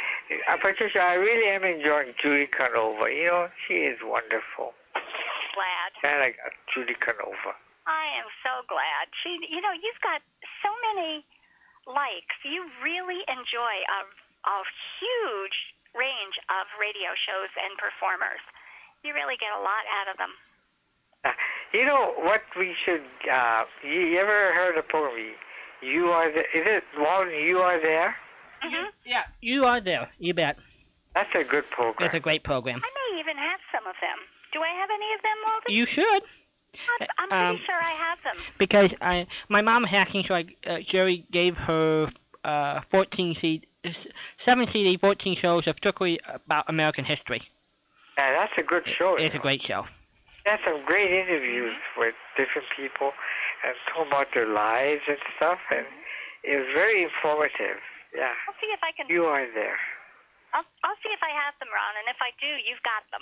[SPEAKER 8] uh, Patricia, I really am enjoying Judy Canova. You know, she is wonderful.
[SPEAKER 7] glad.
[SPEAKER 8] And I got Judy Canova.
[SPEAKER 7] I am so glad. She, you know, you've got so many likes. You really enjoy a, a huge range of radio shows and performers. You really get a lot out of them.
[SPEAKER 8] You know what we should? Uh, you, you ever heard of program? You are the. Is it Walden? You are there.
[SPEAKER 7] hmm
[SPEAKER 6] Yeah, you are there. You bet.
[SPEAKER 8] That's a good program.
[SPEAKER 6] It's a great program.
[SPEAKER 7] I may even have some of them. Do I have any of them, Walden?
[SPEAKER 6] You should,
[SPEAKER 7] I'm, I'm pretty
[SPEAKER 6] um,
[SPEAKER 7] sure I have them.
[SPEAKER 6] because I my mom hacking, so I, uh, Jerry gave her uh, 14 CD, s- 7 CD, 14 shows of strictly about American history.
[SPEAKER 8] yeah, that's a good show.
[SPEAKER 6] It's
[SPEAKER 8] you
[SPEAKER 6] a
[SPEAKER 8] know.
[SPEAKER 6] great show.
[SPEAKER 8] There's some great interviews with different people and talking about their lives and stuff, and it was very informative. Yeah,
[SPEAKER 7] I'll see if I can.
[SPEAKER 8] you are there.
[SPEAKER 7] I'll, I'll see if I have them, Ron. And if I do, you've got them.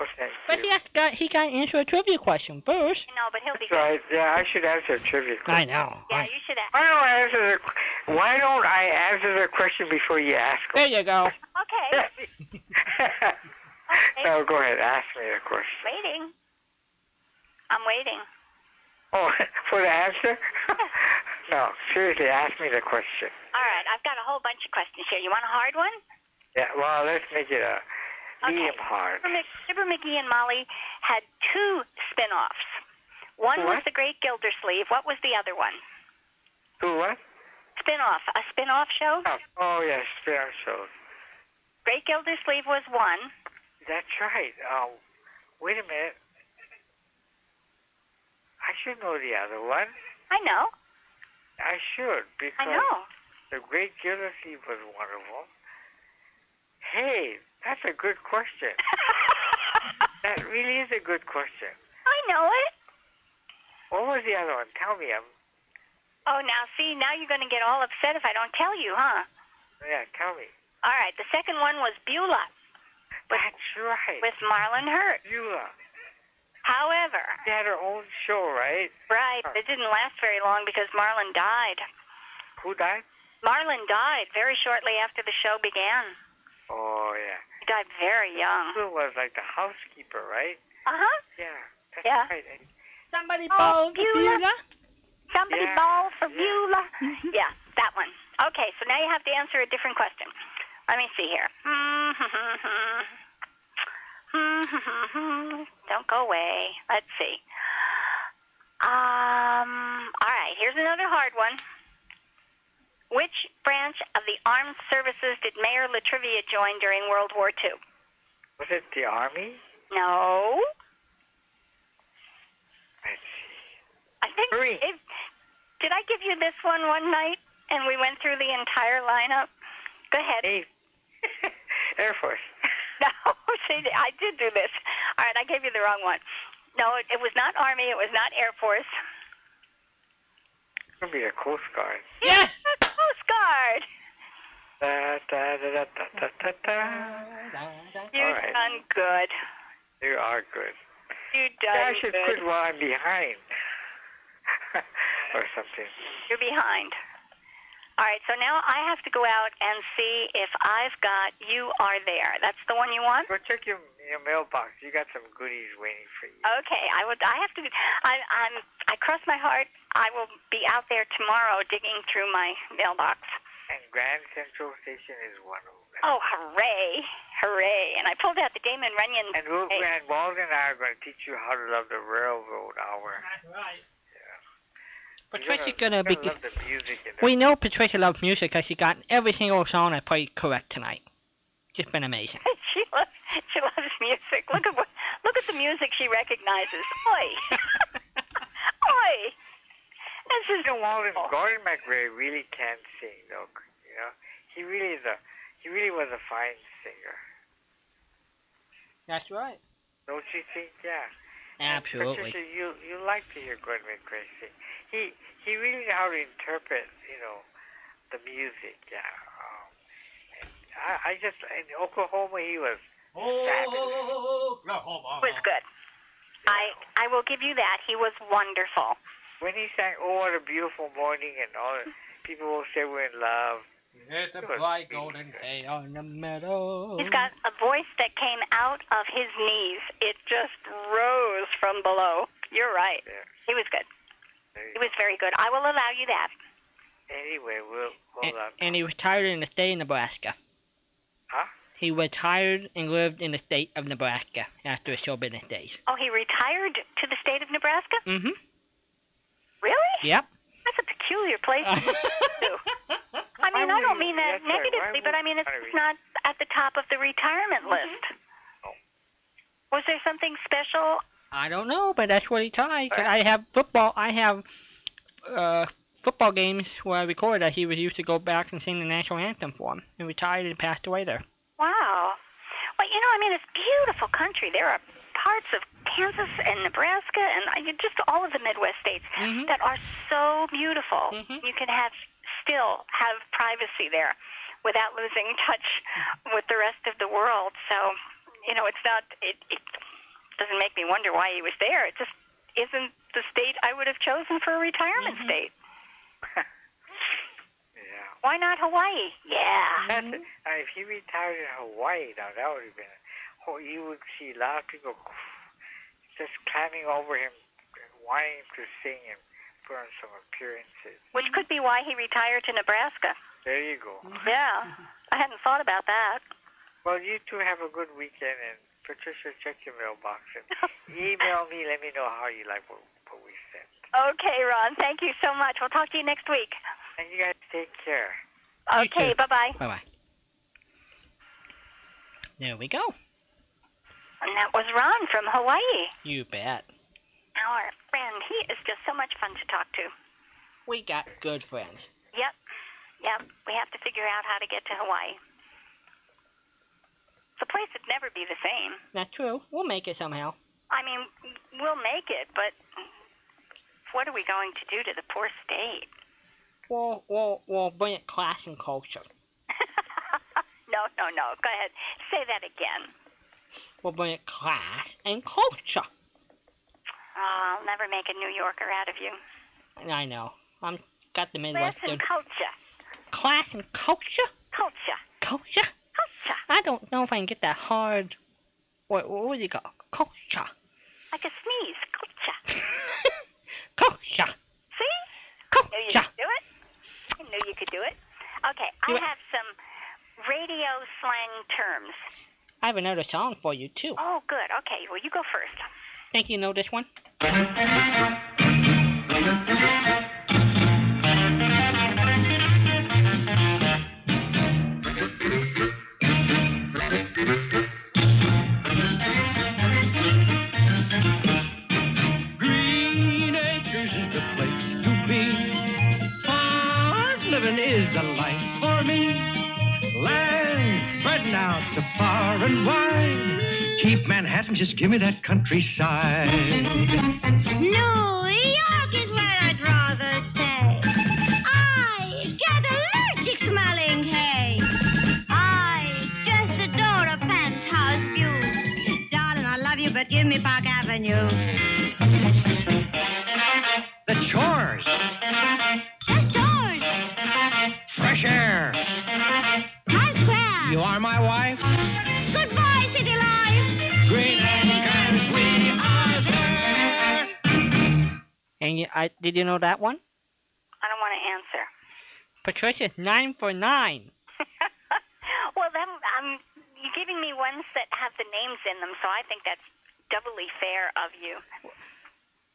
[SPEAKER 8] Oh, thank
[SPEAKER 6] But he
[SPEAKER 8] you.
[SPEAKER 6] has got he got to answer a trivia question first.
[SPEAKER 7] You know, but he'll be
[SPEAKER 8] That's
[SPEAKER 7] good.
[SPEAKER 8] right. Yeah, I should answer a trivia
[SPEAKER 6] I
[SPEAKER 8] question.
[SPEAKER 6] know.
[SPEAKER 7] Yeah,
[SPEAKER 6] I,
[SPEAKER 7] you should ask.
[SPEAKER 8] Why don't I answer the? qu- Why don't I answer the question before you ask?
[SPEAKER 6] there you go.
[SPEAKER 7] Okay.
[SPEAKER 8] it?
[SPEAKER 7] Okay.
[SPEAKER 8] no, go ahead. Ask me the question.
[SPEAKER 7] Waiting. I'm waiting.
[SPEAKER 8] Oh, for the answer? no, seriously, ask me the question.
[SPEAKER 7] All right, I've got a whole bunch of questions here. You want a hard one?
[SPEAKER 8] Yeah, well, let's make it a medium
[SPEAKER 7] Okay.
[SPEAKER 8] hard.
[SPEAKER 7] Fibber Mc- Fibber McGee and Molly had two spin-offs. One was
[SPEAKER 8] What?
[SPEAKER 7] The Great Gildersleeve. What was the other one?
[SPEAKER 8] Who what?
[SPEAKER 7] Spin-off. A spin-off show?
[SPEAKER 8] Oh, oh yes, fair shows.
[SPEAKER 7] Great Gildersleeve was one.
[SPEAKER 8] That's right. Um, wait a minute. I should know the other one.
[SPEAKER 7] I know.
[SPEAKER 8] I should because
[SPEAKER 7] I know.
[SPEAKER 8] the Great Gildersleeve was one of them. Hey, that's a good question. That really is a good question.
[SPEAKER 7] I know it.
[SPEAKER 8] What was the other one? Tell me. I'm,
[SPEAKER 7] Oh, now see, now you're going to get all upset if I don't tell you, huh?
[SPEAKER 8] yeah, tell me.
[SPEAKER 7] All right, the second one was Beulah
[SPEAKER 8] That's right.
[SPEAKER 7] with Marlon Hurt.
[SPEAKER 8] Beulah.
[SPEAKER 7] However,
[SPEAKER 8] She had her own show, right?
[SPEAKER 7] right, it didn't last very long because Marlon died.
[SPEAKER 8] Who died?
[SPEAKER 7] Marlon died very shortly after the show began.
[SPEAKER 8] Oh, yeah.
[SPEAKER 7] He died very young.
[SPEAKER 8] Beulah was like the housekeeper, right?
[SPEAKER 7] Uh huh.
[SPEAKER 8] Yeah. That's
[SPEAKER 7] Yeah.
[SPEAKER 8] right. And
[SPEAKER 6] Somebody
[SPEAKER 7] Oh,
[SPEAKER 6] bowled the
[SPEAKER 7] Beulah.
[SPEAKER 6] Beulah. Mm-hmm.
[SPEAKER 7] Somebody
[SPEAKER 8] Yeah,
[SPEAKER 7] ball for
[SPEAKER 8] yeah.
[SPEAKER 7] Beulah. yeah, that one. Okay, so now you have to answer a different question. Let me see here. Don't go away. Let's see. Um, all right, here's another hard one. Which branch of the armed services did Mayor Latrivia join during World War II?
[SPEAKER 8] Was it the army?
[SPEAKER 7] No.
[SPEAKER 8] Let's see.
[SPEAKER 7] I think
[SPEAKER 8] Hurry.
[SPEAKER 7] if, did I give you this one one night and we went through the entire lineup? Go ahead.
[SPEAKER 8] Hey. Air Force.
[SPEAKER 7] No, see, I did do this. All right, I gave you the wrong one. No, it, it was not Army. It was not Air Force.
[SPEAKER 8] It's gonna be the Coast Guard.
[SPEAKER 6] Yes.
[SPEAKER 7] It was Coast Guard.
[SPEAKER 8] Da, da, da, da, da, da, da, da.
[SPEAKER 7] You
[SPEAKER 8] All right.
[SPEAKER 7] done good.
[SPEAKER 8] You are good.
[SPEAKER 7] You
[SPEAKER 8] Yeah,
[SPEAKER 7] done
[SPEAKER 8] I should
[SPEAKER 7] good.
[SPEAKER 8] quit while I'm behind. or something.
[SPEAKER 7] You're behind. All right, so now I have to go out and see if I've got You Are There. That's the one you want?
[SPEAKER 8] Go check your, your mailbox. You got some goodies waiting for you.
[SPEAKER 7] Okay, I would. I have to. I, I'm. I cross my heart. I will be out there tomorrow digging through my mailbox.
[SPEAKER 8] And Grand Central Station is one of them.
[SPEAKER 7] Oh, hooray, hooray! And I pulled out the Damon Runyon.
[SPEAKER 8] And we'll,
[SPEAKER 7] Hey.
[SPEAKER 8] and Walden and I are going to teach you how to love the railroad hour.
[SPEAKER 6] Patricia's
[SPEAKER 8] You're
[SPEAKER 6] gonna be.
[SPEAKER 8] You're gonna love the music and
[SPEAKER 6] We know Patricia loves music because she got every single song I played correct tonight. Just been amazing.
[SPEAKER 7] she loves. She loves music. Look at what. Look at the music she recognizes. Oi, oi! This is
[SPEAKER 8] You know, Walden,
[SPEAKER 7] Oh.
[SPEAKER 8] Gordon McRae really can sing, though. You know, he really is a He really was a fine singer.
[SPEAKER 6] That's right.
[SPEAKER 8] Don't you think? Yeah.
[SPEAKER 6] Absolutely.
[SPEAKER 8] Patricia, you you like to hear Gordon McRae sing. He he really knew how to interpret, you know, the music. Yeah. Um, and I, I just in Oklahoma he was
[SPEAKER 9] Oh.
[SPEAKER 7] He was good. I I will give you that. He was wonderful.
[SPEAKER 8] when he sang "Oh What a Beautiful Morning" and all. that, People will say we're in love.
[SPEAKER 6] There's a
[SPEAKER 8] He was
[SPEAKER 6] bright
[SPEAKER 8] really
[SPEAKER 6] golden
[SPEAKER 8] good.
[SPEAKER 6] day on the meadow.
[SPEAKER 7] He's got a voice that came out of his knees. It just rose from below. You're right.
[SPEAKER 8] Yeah.
[SPEAKER 7] He was good.
[SPEAKER 8] There you
[SPEAKER 7] He was very good. I will allow you that.
[SPEAKER 8] go. Anyway, we'll
[SPEAKER 6] and,
[SPEAKER 8] hold on.
[SPEAKER 6] and he retired in the state of Nebraska.
[SPEAKER 8] Huh?
[SPEAKER 6] He retired and lived in the state of Nebraska after his show business days.
[SPEAKER 7] Oh, he retired to the state of Nebraska?
[SPEAKER 6] Mm-hmm.
[SPEAKER 7] Really?
[SPEAKER 6] Yep.
[SPEAKER 7] That's a peculiar place. I mean,
[SPEAKER 8] Why
[SPEAKER 7] I don't
[SPEAKER 8] would
[SPEAKER 7] mean
[SPEAKER 8] you-
[SPEAKER 7] that
[SPEAKER 8] that's right. Why
[SPEAKER 7] negatively, but
[SPEAKER 8] would
[SPEAKER 7] I mean, it's
[SPEAKER 8] you wanna
[SPEAKER 7] not at the top of the retirement list.
[SPEAKER 8] Oh.
[SPEAKER 7] Was there something special?
[SPEAKER 6] I don't know, but that's what he tied. 'cause I have football. I have uh, football games where I record that he was used to go back and sing the national anthem for him, and retired and passed away there.
[SPEAKER 7] Wow. Well, you know, I mean, it's beautiful country. There are parts of Kansas and Nebraska and I mean, just all of the Midwest states
[SPEAKER 6] Mhm.
[SPEAKER 7] that are so beautiful.
[SPEAKER 6] Mhm.
[SPEAKER 7] You can have still have privacy there without losing touch with the rest of the world. So, you know, it's not it, it doesn't make me wonder why he was there. It just isn't the state I would have chosen for a retirement state.
[SPEAKER 8] Yeah.
[SPEAKER 7] Why not Hawaii? Yeah.
[SPEAKER 8] That's it. Now, Mm-hmm. if he retired in Hawaii, now that would have been. Oh, you would see a lot of people just climbing over him, wanting him to sing and put on some appearances.
[SPEAKER 7] Which could be why he retired to Nebraska.
[SPEAKER 8] There you go.
[SPEAKER 7] Yeah.
[SPEAKER 8] Mm-hmm.
[SPEAKER 7] I hadn't thought about that.
[SPEAKER 8] Well, you two have a good weekend, and Patricia, check your mailbox and email me. Let me know how you like what, what we sent.
[SPEAKER 7] Okay, Ron. Thank you so much. We'll talk to you next week.
[SPEAKER 8] And you guys take care.
[SPEAKER 6] You
[SPEAKER 7] Okay,
[SPEAKER 6] too.
[SPEAKER 7] bye bye.
[SPEAKER 6] Bye bye. There we go.
[SPEAKER 7] And that was Ron from Hawaii.
[SPEAKER 6] You bet.
[SPEAKER 7] Our friend. He is just so much fun to talk to.
[SPEAKER 6] We got good friends.
[SPEAKER 7] Yep. Yep. We have to figure out how to get to Hawaii. The place would never be the same.
[SPEAKER 6] That's true. We'll make it somehow.
[SPEAKER 7] I mean, we'll make it, but what are we going to do to the poor state?
[SPEAKER 6] We'll we'll we'll bring it class and culture.
[SPEAKER 7] no, no, no. Go ahead. Say that again.
[SPEAKER 6] We'll bring it class and culture.
[SPEAKER 7] Oh, I'll never make a New Yorker out of you.
[SPEAKER 6] And I know. I'm got the
[SPEAKER 7] Class
[SPEAKER 6] Midwestern
[SPEAKER 7] and culture.
[SPEAKER 6] class and culture.
[SPEAKER 7] Culture.
[SPEAKER 6] Culture.
[SPEAKER 7] Culture.
[SPEAKER 6] I don't know if I can get that hard. What what would you call it? culture?
[SPEAKER 7] Like a sneeze. Culture.
[SPEAKER 6] culture.
[SPEAKER 7] See? I knew you
[SPEAKER 6] Culture.
[SPEAKER 7] could do it. I knew you could do it. Okay, I
[SPEAKER 6] You-
[SPEAKER 7] have some radio slang terms.
[SPEAKER 6] I have another song for you too.
[SPEAKER 7] Oh, good. Okay, well, you go first.
[SPEAKER 6] Think you know this one?
[SPEAKER 10] Green Acres is the place to be. Farm living is the life for me. Land spreading out so far and wide. Keep Manhattan, just give me that countryside.
[SPEAKER 11] New York is where I'd rather stay. I get allergic smelling hay. I just adore a penthouse view. Darling, I love you, but give me Park Avenue.
[SPEAKER 10] The chores,
[SPEAKER 11] The stores,
[SPEAKER 10] fresh air.
[SPEAKER 11] Times Square.
[SPEAKER 10] You are my wife.
[SPEAKER 11] Goodbye, city life.
[SPEAKER 10] Green Acres, we are there.
[SPEAKER 6] And you, I did you know that one?
[SPEAKER 7] I don't want to answer.
[SPEAKER 6] Patricia's nine for nine.
[SPEAKER 7] well, then, um, you're giving me ones that have the names in them, so I think that's doubly fair of you.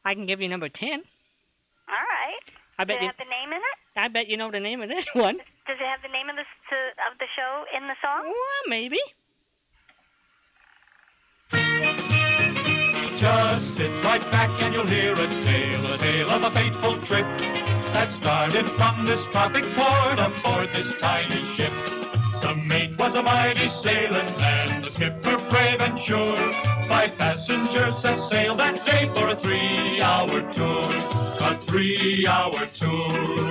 [SPEAKER 6] I can give you number ten.
[SPEAKER 7] All right.
[SPEAKER 6] I
[SPEAKER 7] Does
[SPEAKER 6] bet
[SPEAKER 7] it
[SPEAKER 6] you
[SPEAKER 7] have the name in it?
[SPEAKER 6] I bet you know the name of this one.
[SPEAKER 7] Does it have the name of the s- to- of the show in the song?
[SPEAKER 6] Well, maybe.
[SPEAKER 10] Just sit right back and you'll hear a tale, a tale of a fateful trip that started from this tropic port aboard this tiny ship.
[SPEAKER 9] The mate was a mighty sailing man, the skipper brave and sure. Five passengers set sail that day for a three-hour tour, a three-hour tour.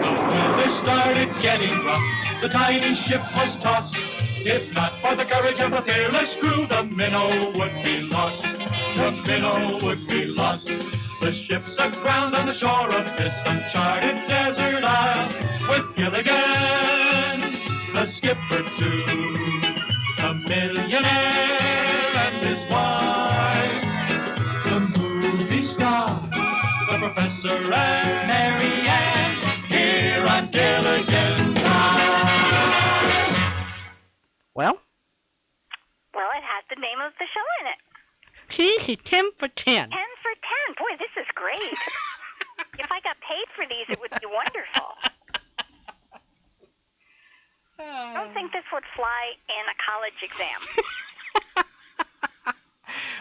[SPEAKER 9] The weather started getting rough. The tiny ship was tossed. If not for the courage of the fearless crew, the minnow would be lost. The minnow would be lost. The ship's aground on the shore of this uncharted desert isle. With Gilligan, the skipper too, the millionaire and his wife, the movie star, the professor and Mary Ann. Here on Gilligan's Island.
[SPEAKER 6] Well,
[SPEAKER 7] Well, it has the name of the show in it.
[SPEAKER 6] she's a 10 for
[SPEAKER 7] Ten
[SPEAKER 6] 10.
[SPEAKER 7] for ten. Boy, this is great. if I got paid for these, it would be wonderful. I don't think this would fly in a college exam.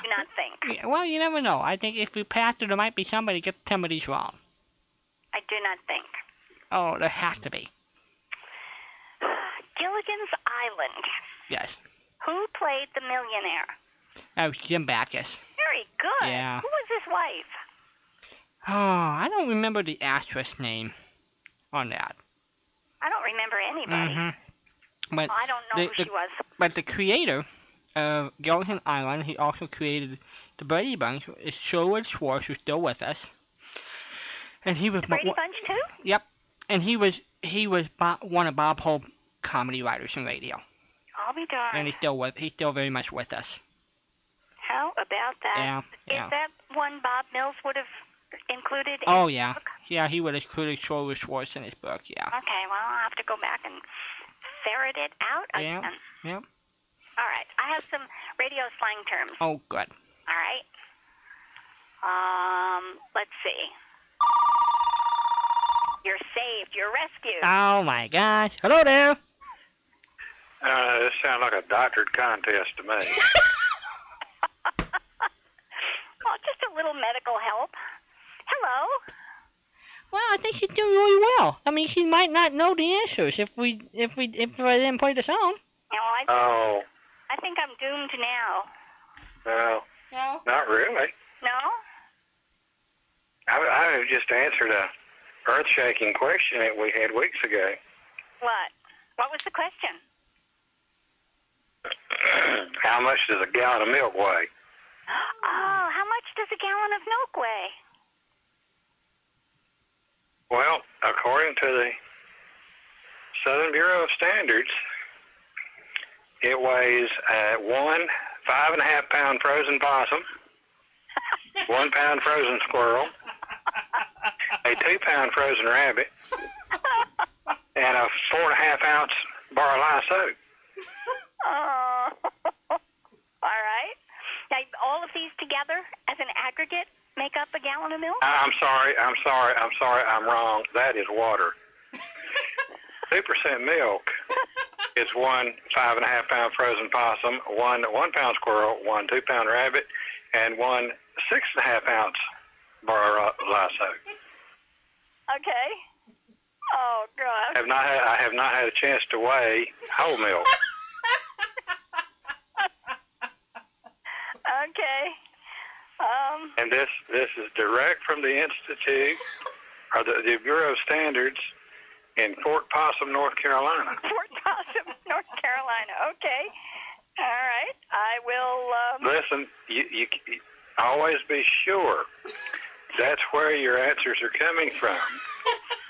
[SPEAKER 7] Do not think.
[SPEAKER 6] Yeah, well, you never know. I think if we pass it, there might be somebody gets some of these wrong.
[SPEAKER 7] I do not think.
[SPEAKER 6] Oh, there has to be.
[SPEAKER 7] Gilligan's Island.
[SPEAKER 6] Yes.
[SPEAKER 7] Who played the millionaire?
[SPEAKER 6] Oh, Jim Backus.
[SPEAKER 7] Very good.
[SPEAKER 6] Yeah.
[SPEAKER 7] Who was his wife?
[SPEAKER 6] Oh, I don't remember the actress name on that.
[SPEAKER 7] I don't remember anybody.
[SPEAKER 6] hmm But
[SPEAKER 7] Well, I don't know
[SPEAKER 6] the,
[SPEAKER 7] who
[SPEAKER 6] the,
[SPEAKER 7] she was.
[SPEAKER 6] But the creator of Gilligan Island, he also created the Brady Bunch, is Sherwood Schwartz, who's still with us. And he was
[SPEAKER 7] The Brady Bunch too?
[SPEAKER 6] Yep. And he was he was Bob, one of Bob Hope's comedy writers in radio,
[SPEAKER 7] I'll be darned.
[SPEAKER 6] and he's still with he's still very much with us.
[SPEAKER 7] How about that?
[SPEAKER 6] Yeah,
[SPEAKER 7] Is
[SPEAKER 6] yeah.
[SPEAKER 7] that one Bob Mills would have included? in-
[SPEAKER 6] Oh yeah, yeah. He would have included Sherwood Schwartz in his book. Yeah.
[SPEAKER 7] Okay, well, I'll have to go back and ferret it out
[SPEAKER 6] Yeah.
[SPEAKER 7] again.
[SPEAKER 6] Yeah.
[SPEAKER 7] All right, I have some radio slang terms.
[SPEAKER 6] Oh good.
[SPEAKER 7] All right. Um, let's see. You're saved. You're rescued.
[SPEAKER 6] Oh my gosh. Hello there.
[SPEAKER 12] Uh, this sounds like a doctored contest to me.
[SPEAKER 7] Well, just a little medical help. Hello.
[SPEAKER 6] Well, I think she's doing really well. Oh, I mean, she might not know the answers if we if we if I didn't play the song.
[SPEAKER 7] You know, I,
[SPEAKER 12] Oh,
[SPEAKER 7] I think I'm doomed now.
[SPEAKER 12] well,
[SPEAKER 7] No.
[SPEAKER 12] not really.
[SPEAKER 7] No?
[SPEAKER 12] I, I have just answered a earth-shaking question that we had weeks ago.
[SPEAKER 7] What? What was the question?
[SPEAKER 12] How much does a gallon of milk weigh?
[SPEAKER 7] Oh, how much does a gallon of milk weigh?
[SPEAKER 12] Well, according to the Southern Bureau of Standards, it weighs uh, one five and a half pound frozen possum, one pound frozen squirrel, a two pound frozen rabbit, and a four and a half ounce bar of lye soap.
[SPEAKER 7] Oh. All right. Now, all of these together as an aggregate make up a gallon of milk?
[SPEAKER 12] I- I'm sorry, I'm sorry, I'm sorry, I'm wrong. That is water. Two percent milk is one five and a half pound frozen possum, one one pound squirrel, one two pound rabbit, and one six and a half ounce bar uh, of lye soap.
[SPEAKER 7] Okay. Oh,
[SPEAKER 12] I
[SPEAKER 7] God.
[SPEAKER 12] have not had I have not had a chance to weigh whole milk.
[SPEAKER 7] Okay. Um,
[SPEAKER 12] And this this is direct from the institute or the, the Bureau of Standards in Fort Possum, North Carolina.
[SPEAKER 7] Fort Gossip, North Carolina. Okay. All right. I will, um,
[SPEAKER 12] Listen, you, you, you always be sure that's where your answers are coming from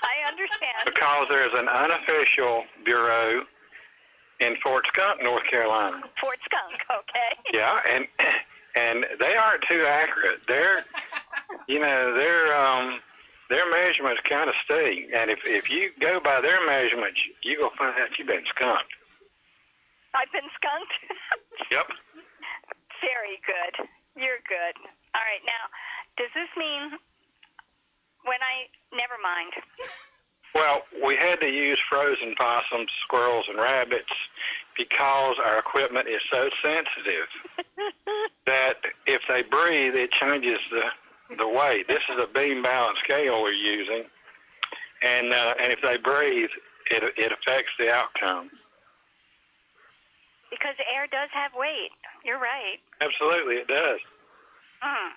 [SPEAKER 7] I understand.
[SPEAKER 12] because there's an unofficial bureau in Fort Skunk, North Carolina.
[SPEAKER 7] Fort Skunk, okay.
[SPEAKER 12] Yeah, and and they aren't too accurate. They're you know, their um their measurements kind of stay. And if if you go by their measurements, you go find out you've been skunked.
[SPEAKER 7] I've been skunked.
[SPEAKER 12] Yep.
[SPEAKER 7] Very good. You're good. All right. Now, does this mean when I. Never mind.
[SPEAKER 12] Well, we had to use frozen possums, squirrels, and rabbits because our equipment is so sensitive that if they breathe, it changes the, the weight. This is a beam balance scale we're using, and uh, and if they breathe, it, it affects the outcome.
[SPEAKER 7] Because air does have weight. You're right.
[SPEAKER 12] Absolutely, it does.
[SPEAKER 7] Mm.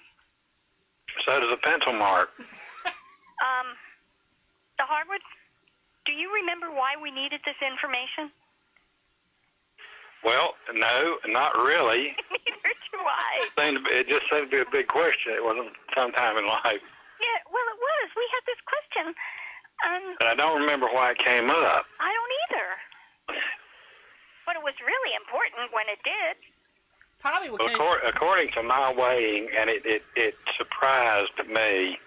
[SPEAKER 12] So does a pencil mark.
[SPEAKER 7] Um, the hardwood. Do you remember why we needed this information?
[SPEAKER 12] Well, no, not really.
[SPEAKER 7] Neither do I.
[SPEAKER 12] Seemed to be- It just seemed to be a big question. It wasn't sometime in life,
[SPEAKER 7] Yeah, well, it was. We had this question. Um,
[SPEAKER 12] but I don't remember why it came up.
[SPEAKER 7] I don't either. But it was really important when it did.
[SPEAKER 6] Probably
[SPEAKER 12] Well, accor- according to my weighing, and it, it, it surprised me,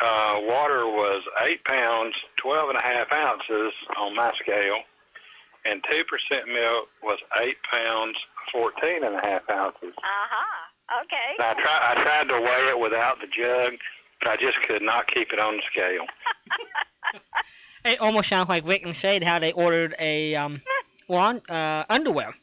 [SPEAKER 12] uh, water was 8 pounds, 12 and a half ounces on my scale, and 2% milk was 8 pounds, 14 and a half ounces.
[SPEAKER 7] Uh-huh. Okay.
[SPEAKER 12] And I, try, I tried to weigh it without the jug, but I just could not keep it on the scale.
[SPEAKER 6] It almost sounds like Rick and Shade how they ordered a um, lawn, uh, underwear.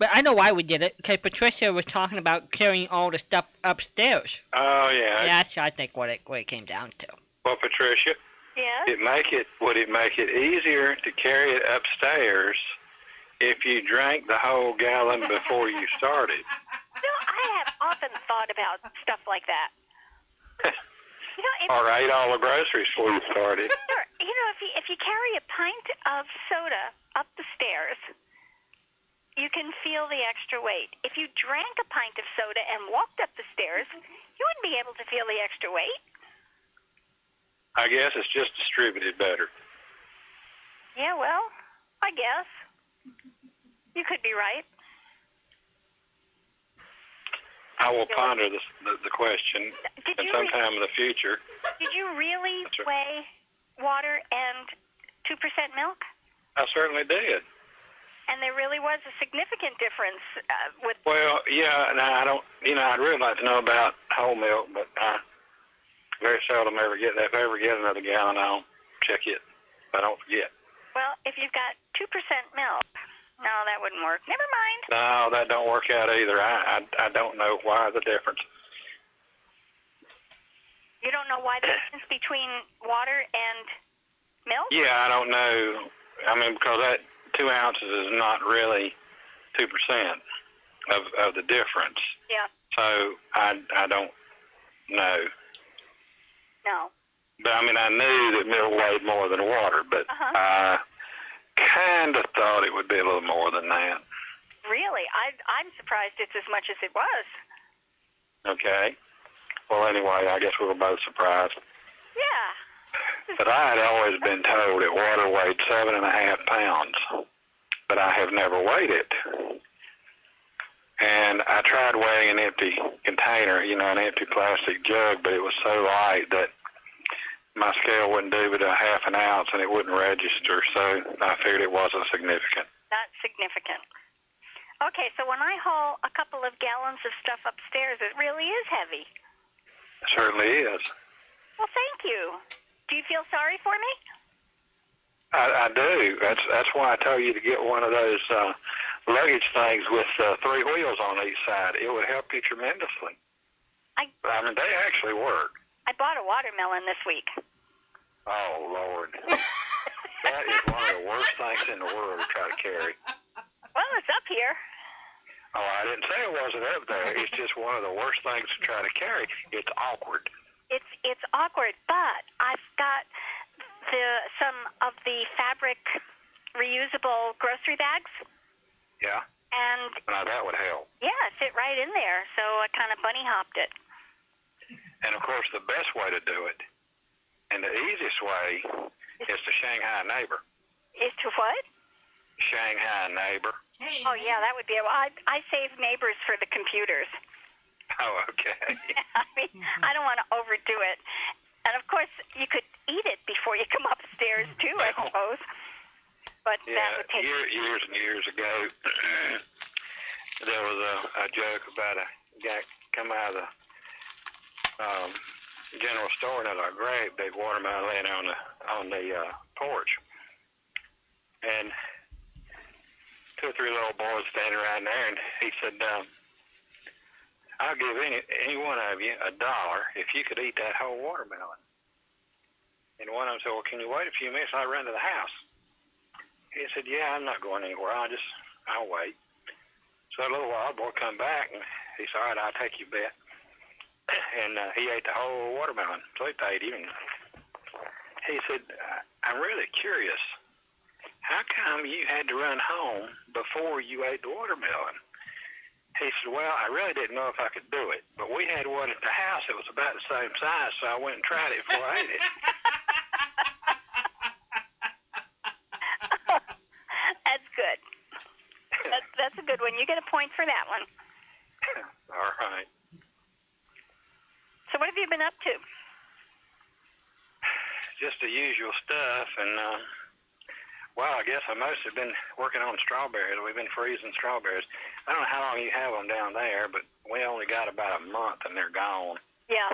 [SPEAKER 6] But I know why we did it, because Patricia was talking about carrying all the stuff upstairs.
[SPEAKER 12] Oh, yeah.
[SPEAKER 6] That's, I think, what it, what it came down to.
[SPEAKER 12] Well, Patricia,
[SPEAKER 7] Yeah.
[SPEAKER 12] it make it would it make it easier to carry it upstairs if you drank the whole gallon before you started?
[SPEAKER 7] No, I have often thought about stuff like that. You know, if,
[SPEAKER 12] All right, all the groceries before you started.
[SPEAKER 7] Sure. You know, if you, if you carry a pint of soda up the stairs, you can feel the extra weight. If you drank a pint of soda and walked up the stairs, you wouldn't be able to feel the extra weight.
[SPEAKER 12] I guess it's just distributed better.
[SPEAKER 7] Yeah, well, I guess. You could be right.
[SPEAKER 12] I will ponder this, the, the question
[SPEAKER 7] Did
[SPEAKER 12] and
[SPEAKER 7] you re-
[SPEAKER 12] sometime in the future.
[SPEAKER 7] Did you really
[SPEAKER 12] That's right.
[SPEAKER 7] weigh water and 2% milk?
[SPEAKER 12] I certainly did.
[SPEAKER 7] And there really was a significant difference uh, with.
[SPEAKER 12] Well, yeah, and I don't, you know, I'd really like to know about whole milk, but I very seldom ever get that. If I ever get another gallon, I'll check it. I don't forget.
[SPEAKER 7] Well, if you've got 2% milk, no, that wouldn't work. Never mind.
[SPEAKER 12] No, that don't work out either. I, I, I don't know why the difference.
[SPEAKER 7] You don't know why the difference between water and milk?
[SPEAKER 12] Yeah, I don't know. I mean, because that two ounces is not really two percent of of the difference.
[SPEAKER 7] Yeah.
[SPEAKER 12] So I I don't know.
[SPEAKER 7] No.
[SPEAKER 12] But I mean, I knew that milk weighed more than water, but I kind of thought it would be a little more than that.
[SPEAKER 7] Really? I, I'm surprised it's as much as it was.
[SPEAKER 12] Okay. Well, anyway, I guess we were both surprised.
[SPEAKER 7] Yeah.
[SPEAKER 12] But I had always been told that water weighed seven and a half pounds, but I have never weighed it. And I tried weighing an empty container, you know, an empty plastic jug, but it was so light that my scale wouldn't do but a half an ounce and it wouldn't register, so I figured it wasn't significant.
[SPEAKER 7] Not significant. Okay, so when I haul a couple of gallons of stuff upstairs, it really is heavy.
[SPEAKER 12] It certainly is.
[SPEAKER 7] Well, thank you. Do you feel sorry for me?
[SPEAKER 12] I, I do. That's that's why I tell you to get one of those uh, luggage things with uh, three wheels on each side. It would help you tremendously.
[SPEAKER 7] I-
[SPEAKER 12] I mean, they actually work.
[SPEAKER 7] I bought a watermelon this week.
[SPEAKER 12] Oh Lord, that is one of the worst things in the world to try to carry.
[SPEAKER 7] Well, it's up here.
[SPEAKER 12] Oh, I didn't say it wasn't up there. It's just one of the worst things to try to carry. It's awkward.
[SPEAKER 7] It's it's awkward, but I've got the some of the fabric reusable grocery bags,
[SPEAKER 12] Yeah.
[SPEAKER 7] and
[SPEAKER 12] Now that would help.
[SPEAKER 7] yeah, it fit right in there. So I kind of bunny hopped it.
[SPEAKER 12] And of course, the best way to do it, and the easiest way, is to Shanghai neighbor.
[SPEAKER 7] Is to what?
[SPEAKER 12] Shanghai neighbor.
[SPEAKER 7] Oh yeah, that would be. Well, I I save neighbors for the computers.
[SPEAKER 12] Oh, okay.
[SPEAKER 7] I mean, I don't want to overdo it. And of course, you could eat it before you come upstairs too, I suppose. But that would take.
[SPEAKER 12] year, years and years ago, there was a, a joke about a guy come out of the um, general store and had a great big watermelon laying on the on the uh, porch, and two or three little boys standing around there, and he said, um, "I'll give any any one of you a dollar if you could eat that whole watermelon." And one of them said, Well, can you wait a few minutes? I run to the house. He said, Yeah, I'm not going anywhere. I'll just, I'll wait. So a little while, boy come back and he said, All right, I'll take your bet. And uh, he ate the whole watermelon. So he paid him. And he said, "I- I'm really curious. How come you had to run home before you ate the watermelon? He said, Well, I really didn't know if I could do it, but we had one at the house that was about the same size, so I went and tried it before I ate it.
[SPEAKER 7] That's good. That's, that's a good one. You get a point for that one.
[SPEAKER 12] All right.
[SPEAKER 7] So what have you been up to?
[SPEAKER 12] Just the usual stuff. And, uh, well, I guess I mostly been working on strawberries. We've been freezing strawberries. I don't know how long you have them down there, but we only got about a month and they're gone.
[SPEAKER 7] Yeah.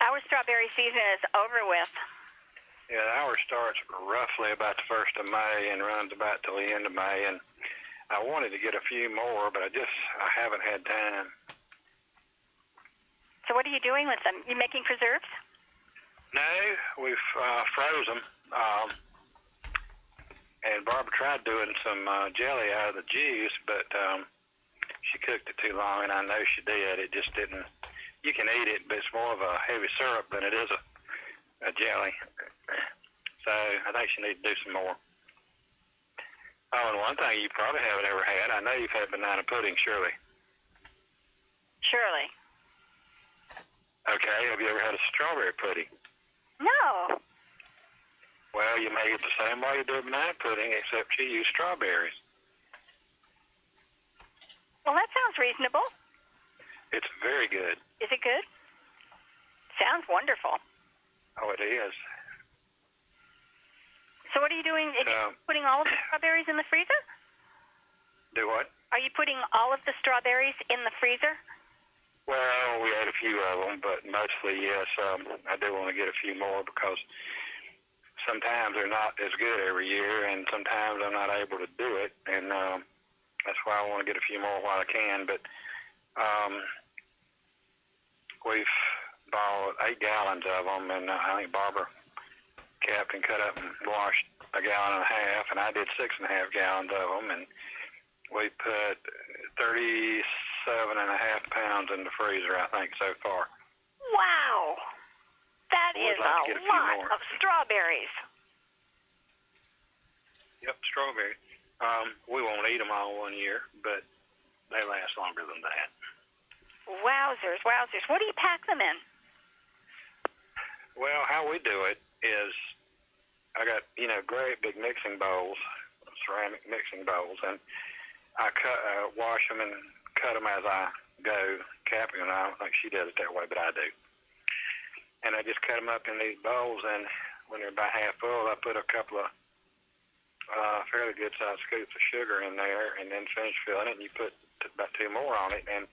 [SPEAKER 7] Our strawberry season is over with.
[SPEAKER 12] Yeah, ours starts roughly about the first of May and runs about till the end of May. And I wanted to get a few more, but I just I haven't had time.
[SPEAKER 7] So what are you doing with them? You making preserves?
[SPEAKER 12] No, we've uh, froze them. Um, and Barbara tried doing some uh, jelly out of the juice, but um, she cooked it too long, and I know she did. It just didn't. You can eat it, but it's more of a heavy syrup than it is a, a jelly. So I think she needs to do some more. Oh, and one thing you probably haven't ever had. I know you've had banana pudding, surely.
[SPEAKER 7] Surely.
[SPEAKER 12] Okay, have you ever had a strawberry pudding?
[SPEAKER 7] No.
[SPEAKER 12] Well, you make it the same way you do a banana pudding, except you use strawberries.
[SPEAKER 7] Well, that sounds reasonable.
[SPEAKER 12] It's very good.
[SPEAKER 7] Is it good? Sounds wonderful.
[SPEAKER 12] Oh, it is.
[SPEAKER 7] So what are you doing? Are you
[SPEAKER 12] Um,
[SPEAKER 7] putting all of the strawberries in the freezer?
[SPEAKER 12] do what?
[SPEAKER 7] Are you putting all of the strawberries in the freezer?
[SPEAKER 12] Well, we had a few of them, but mostly, yes, um, I do want to get a few more because sometimes they're not as good every year, and sometimes I'm not able to do it, and um, that's why I want to get a few more while I can. But um, we've bought eight gallons of them, and uh, I think Barbara capped and cut up and washed a gallon and a half, and I did six and a half gallons of them, and we put 37 and a half pounds in the freezer, I think, so far.
[SPEAKER 7] Wow. That
[SPEAKER 12] We'd
[SPEAKER 7] is
[SPEAKER 12] like to
[SPEAKER 7] a
[SPEAKER 12] get a few
[SPEAKER 7] lot
[SPEAKER 12] more.
[SPEAKER 7] of strawberries.
[SPEAKER 12] Yep, strawberry. Um, we won't eat them all one year, but they last longer than that.
[SPEAKER 7] Wowzers, wowzers. What do you pack them in?
[SPEAKER 12] Well, how we do it is I got, you know, great big mixing bowls, ceramic mixing bowls, and I cut, uh, wash them and cut them as I go. Capping and I don't think she does it that way, but I do. And I just cut them up in these bowls, and when they're about half full, I put a couple of uh, fairly good sized scoops of sugar in there, and then finish filling it, and you put t- about two more on it, and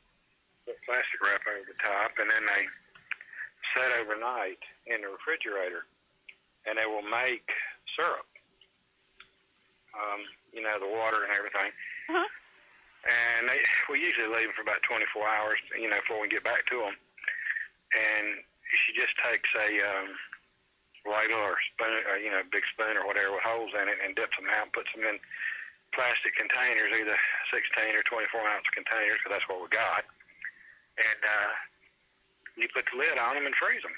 [SPEAKER 12] put plastic wrap over the top, and then they set overnight in the refrigerator, and they will make syrup. Um, you know, the water and everything.
[SPEAKER 7] Mhm.
[SPEAKER 12] And they, we usually leave them for about 24 hours, you know, before we get back to them. And she just takes a um, ladle or spoon, or, you know, big spoon or whatever with holes in it, and dips them out, and puts them in plastic containers, either 16 or 24 ounce containers, because that's what we got. And uh, you put the lid on them and freeze them.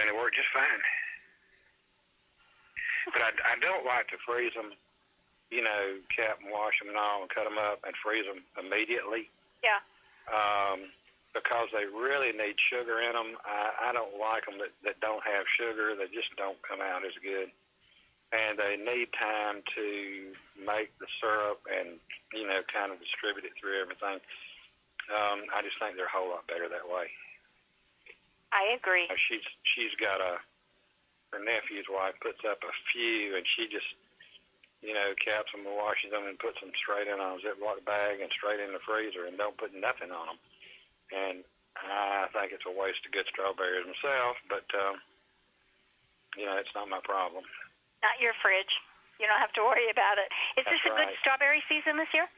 [SPEAKER 12] And it worked just fine. But I, I don't like to freeze them, you know, cap and wash them and all, and cut them up and freeze them immediately
[SPEAKER 7] Yeah.
[SPEAKER 12] um, because they really need sugar in them. I, I don't like them that, that don't have sugar. They just don't come out as good. And they need time to make the syrup and, you know, kind of distribute it through everything. Um, I just think they're a whole lot better that way.
[SPEAKER 7] I agree.
[SPEAKER 12] Now, she's she's got a her nephew's wife puts up a few, and she just you know caps them and washes them and puts them straight in a ziploc bag and straight in the freezer and don't put nothing on them. And I think it's a waste of good strawberries myself, but um, you know it's not my problem.
[SPEAKER 7] Not your fridge. You don't have to worry about it. Is this
[SPEAKER 12] That's
[SPEAKER 7] a good
[SPEAKER 12] right.
[SPEAKER 7] strawberry season this year?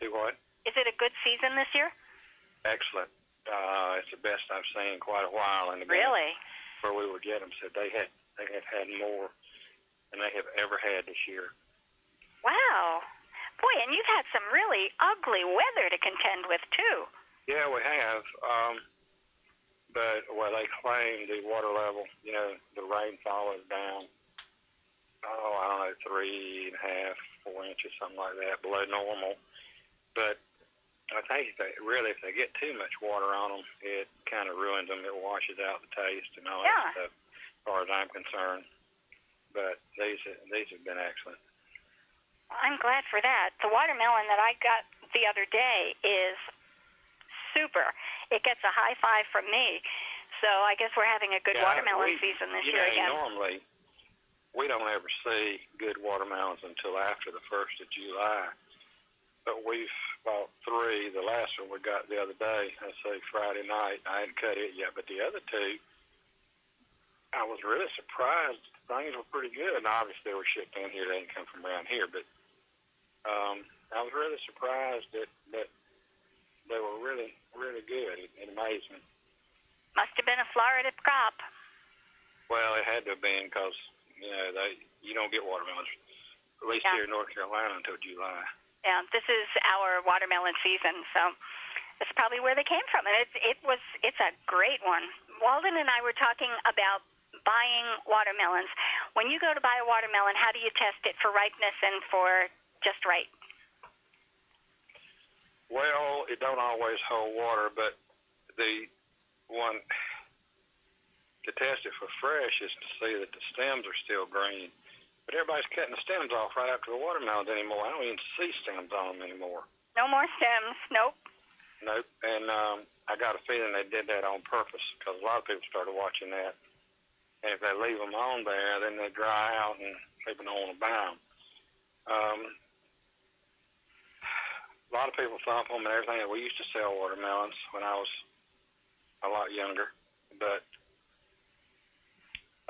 [SPEAKER 12] Do what?
[SPEAKER 7] Is it a good season this year?
[SPEAKER 12] Excellent. Uh, it's the best I've seen in quite a while. And the bank
[SPEAKER 7] Really?
[SPEAKER 12] where we would get them said they had they have had more than they have ever had this year.
[SPEAKER 7] Wow. Boy, and you've had some really ugly weather to contend with, too.
[SPEAKER 12] Yeah, we have. Um, but well, they claim the water level, you know, the rainfall is down. Oh, I don't know, three and a half, four inches, something like that, below normal. But I think if they really, if they get too much water on them, it kind of ruins them. It washes out the taste and all that
[SPEAKER 7] Yeah.
[SPEAKER 12] stuff, as far as I'm concerned. But these these have been excellent.
[SPEAKER 7] I'm glad for that. The watermelon that I got the other day is super. It gets a high five from me. So I guess we're having a good
[SPEAKER 12] Yeah,
[SPEAKER 7] watermelon
[SPEAKER 12] we-
[SPEAKER 7] season this
[SPEAKER 12] you
[SPEAKER 7] year
[SPEAKER 12] know,
[SPEAKER 7] again.
[SPEAKER 12] Normally, we don't ever see good watermelons until after the first of July. But we've bought three. The last one we got the other day, I say Friday night. I hadn't cut it yet, but the other two, I was really surprised. Things were pretty good, and obviously they were shipped in here. They didn't come from around here, but um, I was really surprised that that they were really really good. It, it amazed me.
[SPEAKER 7] Must have been a Florida crop.
[SPEAKER 12] Well, it had to have been because you know they you don't get watermelons at least
[SPEAKER 7] Yeah.
[SPEAKER 12] here in North Carolina until July.
[SPEAKER 7] Yeah, this is our watermelon season, so that's probably where they came from. And it, it was it's a great one. Walden and I were talking about buying watermelons. When you go to buy a watermelon, how do you test it for ripeness and for just right?
[SPEAKER 12] Well, it don't always hold water, but the one to test it for fresh is to see that the stems are still green. But everybody's cutting the stems off right after the watermelons anymore. I don't even see stems on them anymore.
[SPEAKER 7] No more stems. Nope.
[SPEAKER 12] Nope. And um, I got a feeling they did that on purpose because a lot of people started watching that. And if they leave them on there, then they dry out and people don't want to buy them. Um, a lot of people thump them and everything. We used to sell watermelons when I was a lot younger, but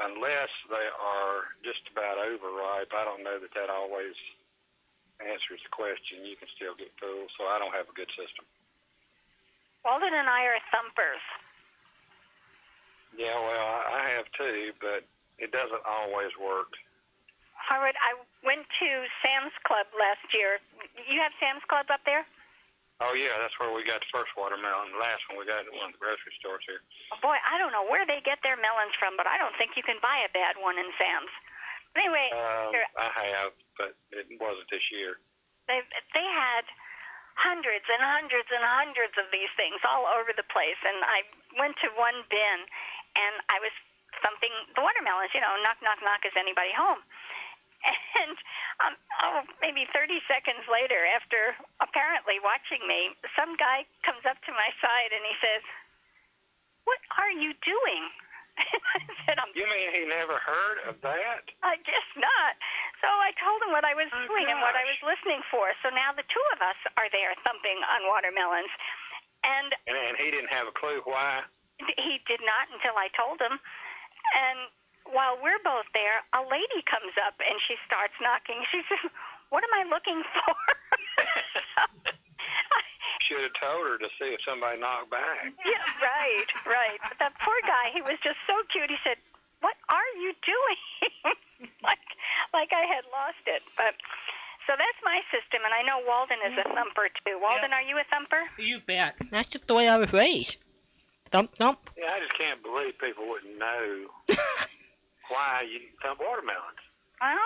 [SPEAKER 12] unless they are just about overripe, I don't know that that always answers the question. You can still get fooled, so I don't have a good system.
[SPEAKER 7] Walden and I are thumpers.
[SPEAKER 12] Yeah, well, I I have too, but it doesn't always work.
[SPEAKER 7] Howard, I went to Sam's Club last year. You have Sam's Club up there?
[SPEAKER 12] Oh yeah, that's where we got the first watermelon. The last one we got at one of the grocery stores here.
[SPEAKER 7] Oh, boy, I don't know where they get their melons from, but I don't think you can buy a bad one in Sam's. Anyway,
[SPEAKER 12] Um,
[SPEAKER 7] here,
[SPEAKER 12] I have, but it wasn't this year.
[SPEAKER 7] they they had hundreds and hundreds and hundreds of these things all over the place and I went to one bin and I was thumping the watermelons, you know, knock knock knock is anybody home? And um, oh, maybe 30 seconds later, after apparently watching me, some guy comes up to my side and he says, "What are you doing?" I said, "I'm
[SPEAKER 12] You mean he never heard of that?
[SPEAKER 7] I guess not. So I told him what I was doing and what I was
[SPEAKER 12] Oh, gosh.
[SPEAKER 7] listening for. So now the two of us are there thumping on watermelons. And
[SPEAKER 12] And, and he didn't have a clue why.
[SPEAKER 7] he did not until I told him. And while we're both there, a lady comes up and she starts knocking. She says, What am I looking for?
[SPEAKER 12] Should have told her to see if somebody knocked back.
[SPEAKER 7] yeah, right, right. But that poor guy, he was just so cute. He said, "What are you doing?" like, like I had lost it. But so that's my system, and I know Walden is a thumper too. Walden, are you a thumper?
[SPEAKER 6] You bet. That's just the way I was raised. Thump thump.
[SPEAKER 7] Mm-hmm.
[SPEAKER 12] Yeah, I just can't believe people wouldn't know why you thump watermelons.
[SPEAKER 7] Well,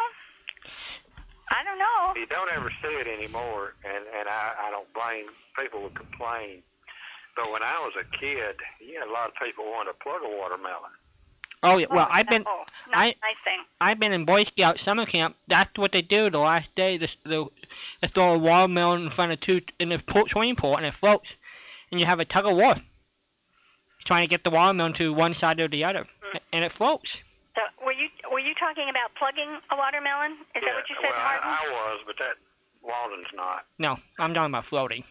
[SPEAKER 7] I don't know.
[SPEAKER 12] You don't ever see it anymore, and and I, I don't blame people who complain. But when I was a kid, you had a lot of people wanted to plug a watermelon.
[SPEAKER 6] Oh yeah. Well, I've been
[SPEAKER 7] Oh, not
[SPEAKER 6] I-
[SPEAKER 7] my thing.
[SPEAKER 6] I've been in Boy Scout summer camp. That's what they do. The last day, they, they, they throw a watermelon in front of two in the pool, swimming pool, and it floats, and you have a tug of war, trying to get the watermelon to one side or the other, and it floats.
[SPEAKER 7] So were you were you talking about plugging a watermelon? Is that what you said,
[SPEAKER 12] well, I,
[SPEAKER 7] Martin?
[SPEAKER 12] I was, but that Walden's not.
[SPEAKER 6] No, I'm talking about floating.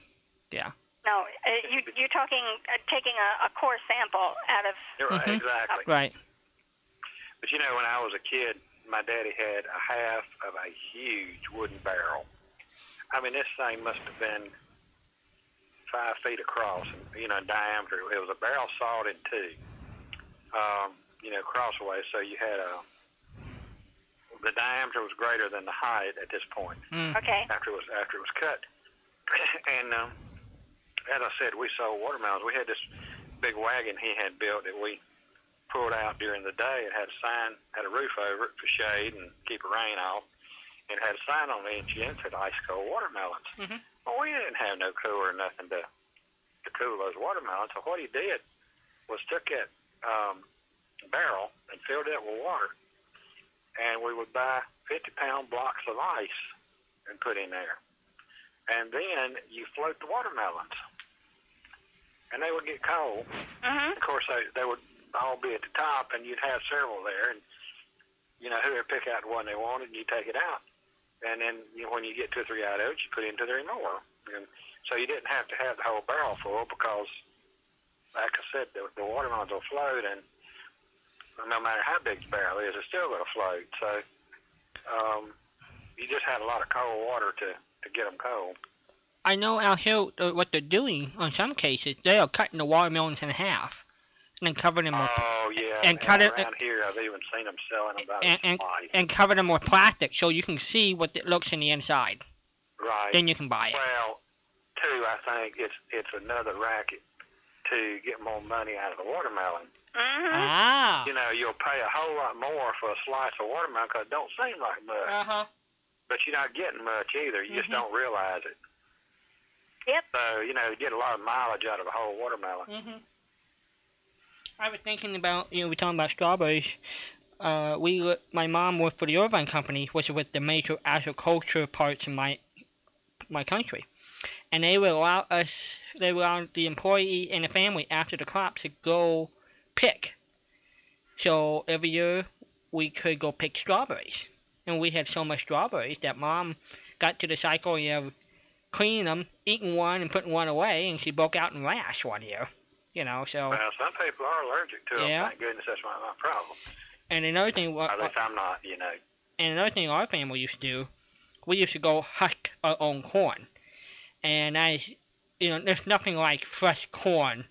[SPEAKER 6] Yeah.
[SPEAKER 7] No, uh, you you're talking uh, taking a, a core sample out of.
[SPEAKER 12] You're right,
[SPEAKER 6] Mhm.
[SPEAKER 12] exactly.
[SPEAKER 6] Right.
[SPEAKER 12] But you know, when I was a kid, my daddy had a half of a huge wooden barrel. I mean, this thing must have been five feet across, you know, in diameter. It was a barrel sawed in two, um, you know, crossway. So you had a the diameter was greater than the height at this point.
[SPEAKER 7] Mm. Okay.
[SPEAKER 12] After it was after it was cut, and um, as I said, we sold watermelons. We had this big wagon he had built that we pulled out during the day. It had a sign, had a roof over it for shade and keep the rain off. It had a sign on the engine that said ice cold watermelons.
[SPEAKER 6] Mhm.
[SPEAKER 12] Well, Oh, we didn't have no cooler or nothing to to cool those watermelons. So what he did was took that um, barrel and filled it with water, and we would buy 50 pound blocks of ice and put in there, and then you float the watermelons, and they would get cold. Of course, they, they would all be at the top, and you'd have several there, and you know whoever pick out the one they wanted, and you take it out. And then you know, when you get two or three out of it, you put it into the remora. And so you didn't have to have the whole barrel full because, like I said, the, the watermelons will float, and no matter how big the barrel is, it's still going to float. So um, you just had a lot of cold water to, to get them cold.
[SPEAKER 6] I know out here uh, what they're doing on some cases. They are cutting the watermelons in half and then covering them with
[SPEAKER 12] Oh, yeah.
[SPEAKER 6] And cut it-
[SPEAKER 12] around here, I've even seen them selling them by
[SPEAKER 6] and,
[SPEAKER 12] the
[SPEAKER 6] and,
[SPEAKER 12] slice.
[SPEAKER 6] and cover them with plastic so you can see what it looks in the inside.
[SPEAKER 12] Right.
[SPEAKER 6] Then you can buy it.
[SPEAKER 12] Well, too, I think it's it's another racket to get more money out of the watermelon.
[SPEAKER 7] Mm-hmm.
[SPEAKER 6] Ah.
[SPEAKER 12] You know, you'll pay a whole lot more for a slice of watermelon because it don't seem like much,
[SPEAKER 6] Uh-huh.
[SPEAKER 12] but you're not getting much either. You just
[SPEAKER 6] Mhm.
[SPEAKER 12] don't realize it.
[SPEAKER 7] Mm-hmm. Yep.
[SPEAKER 12] So you know, you get a lot of mileage out of a whole watermelon.
[SPEAKER 6] Mhm. I was thinking about you know we're talking about strawberries. Uh, we wo- my mom worked for the Irvine Company, which was the major agriculture parts in my my country, and they would allow us they would allow the employee and the family after the crops to go pick. So every year we could go pick strawberries, and we had so much strawberries that mom got to the cycle of cleaning them, eating one, and putting one away, and she broke out in rash one year. You know, so.
[SPEAKER 12] Well, some people are allergic to them.
[SPEAKER 6] Yeah.
[SPEAKER 12] Thank goodness that's not my problem.
[SPEAKER 6] And another thing,
[SPEAKER 7] Uh,
[SPEAKER 6] what,
[SPEAKER 12] At least I'm not. You know.
[SPEAKER 6] and another thing our family used to do, we used to go husk our own corn. And I, you know, there's nothing like fresh corn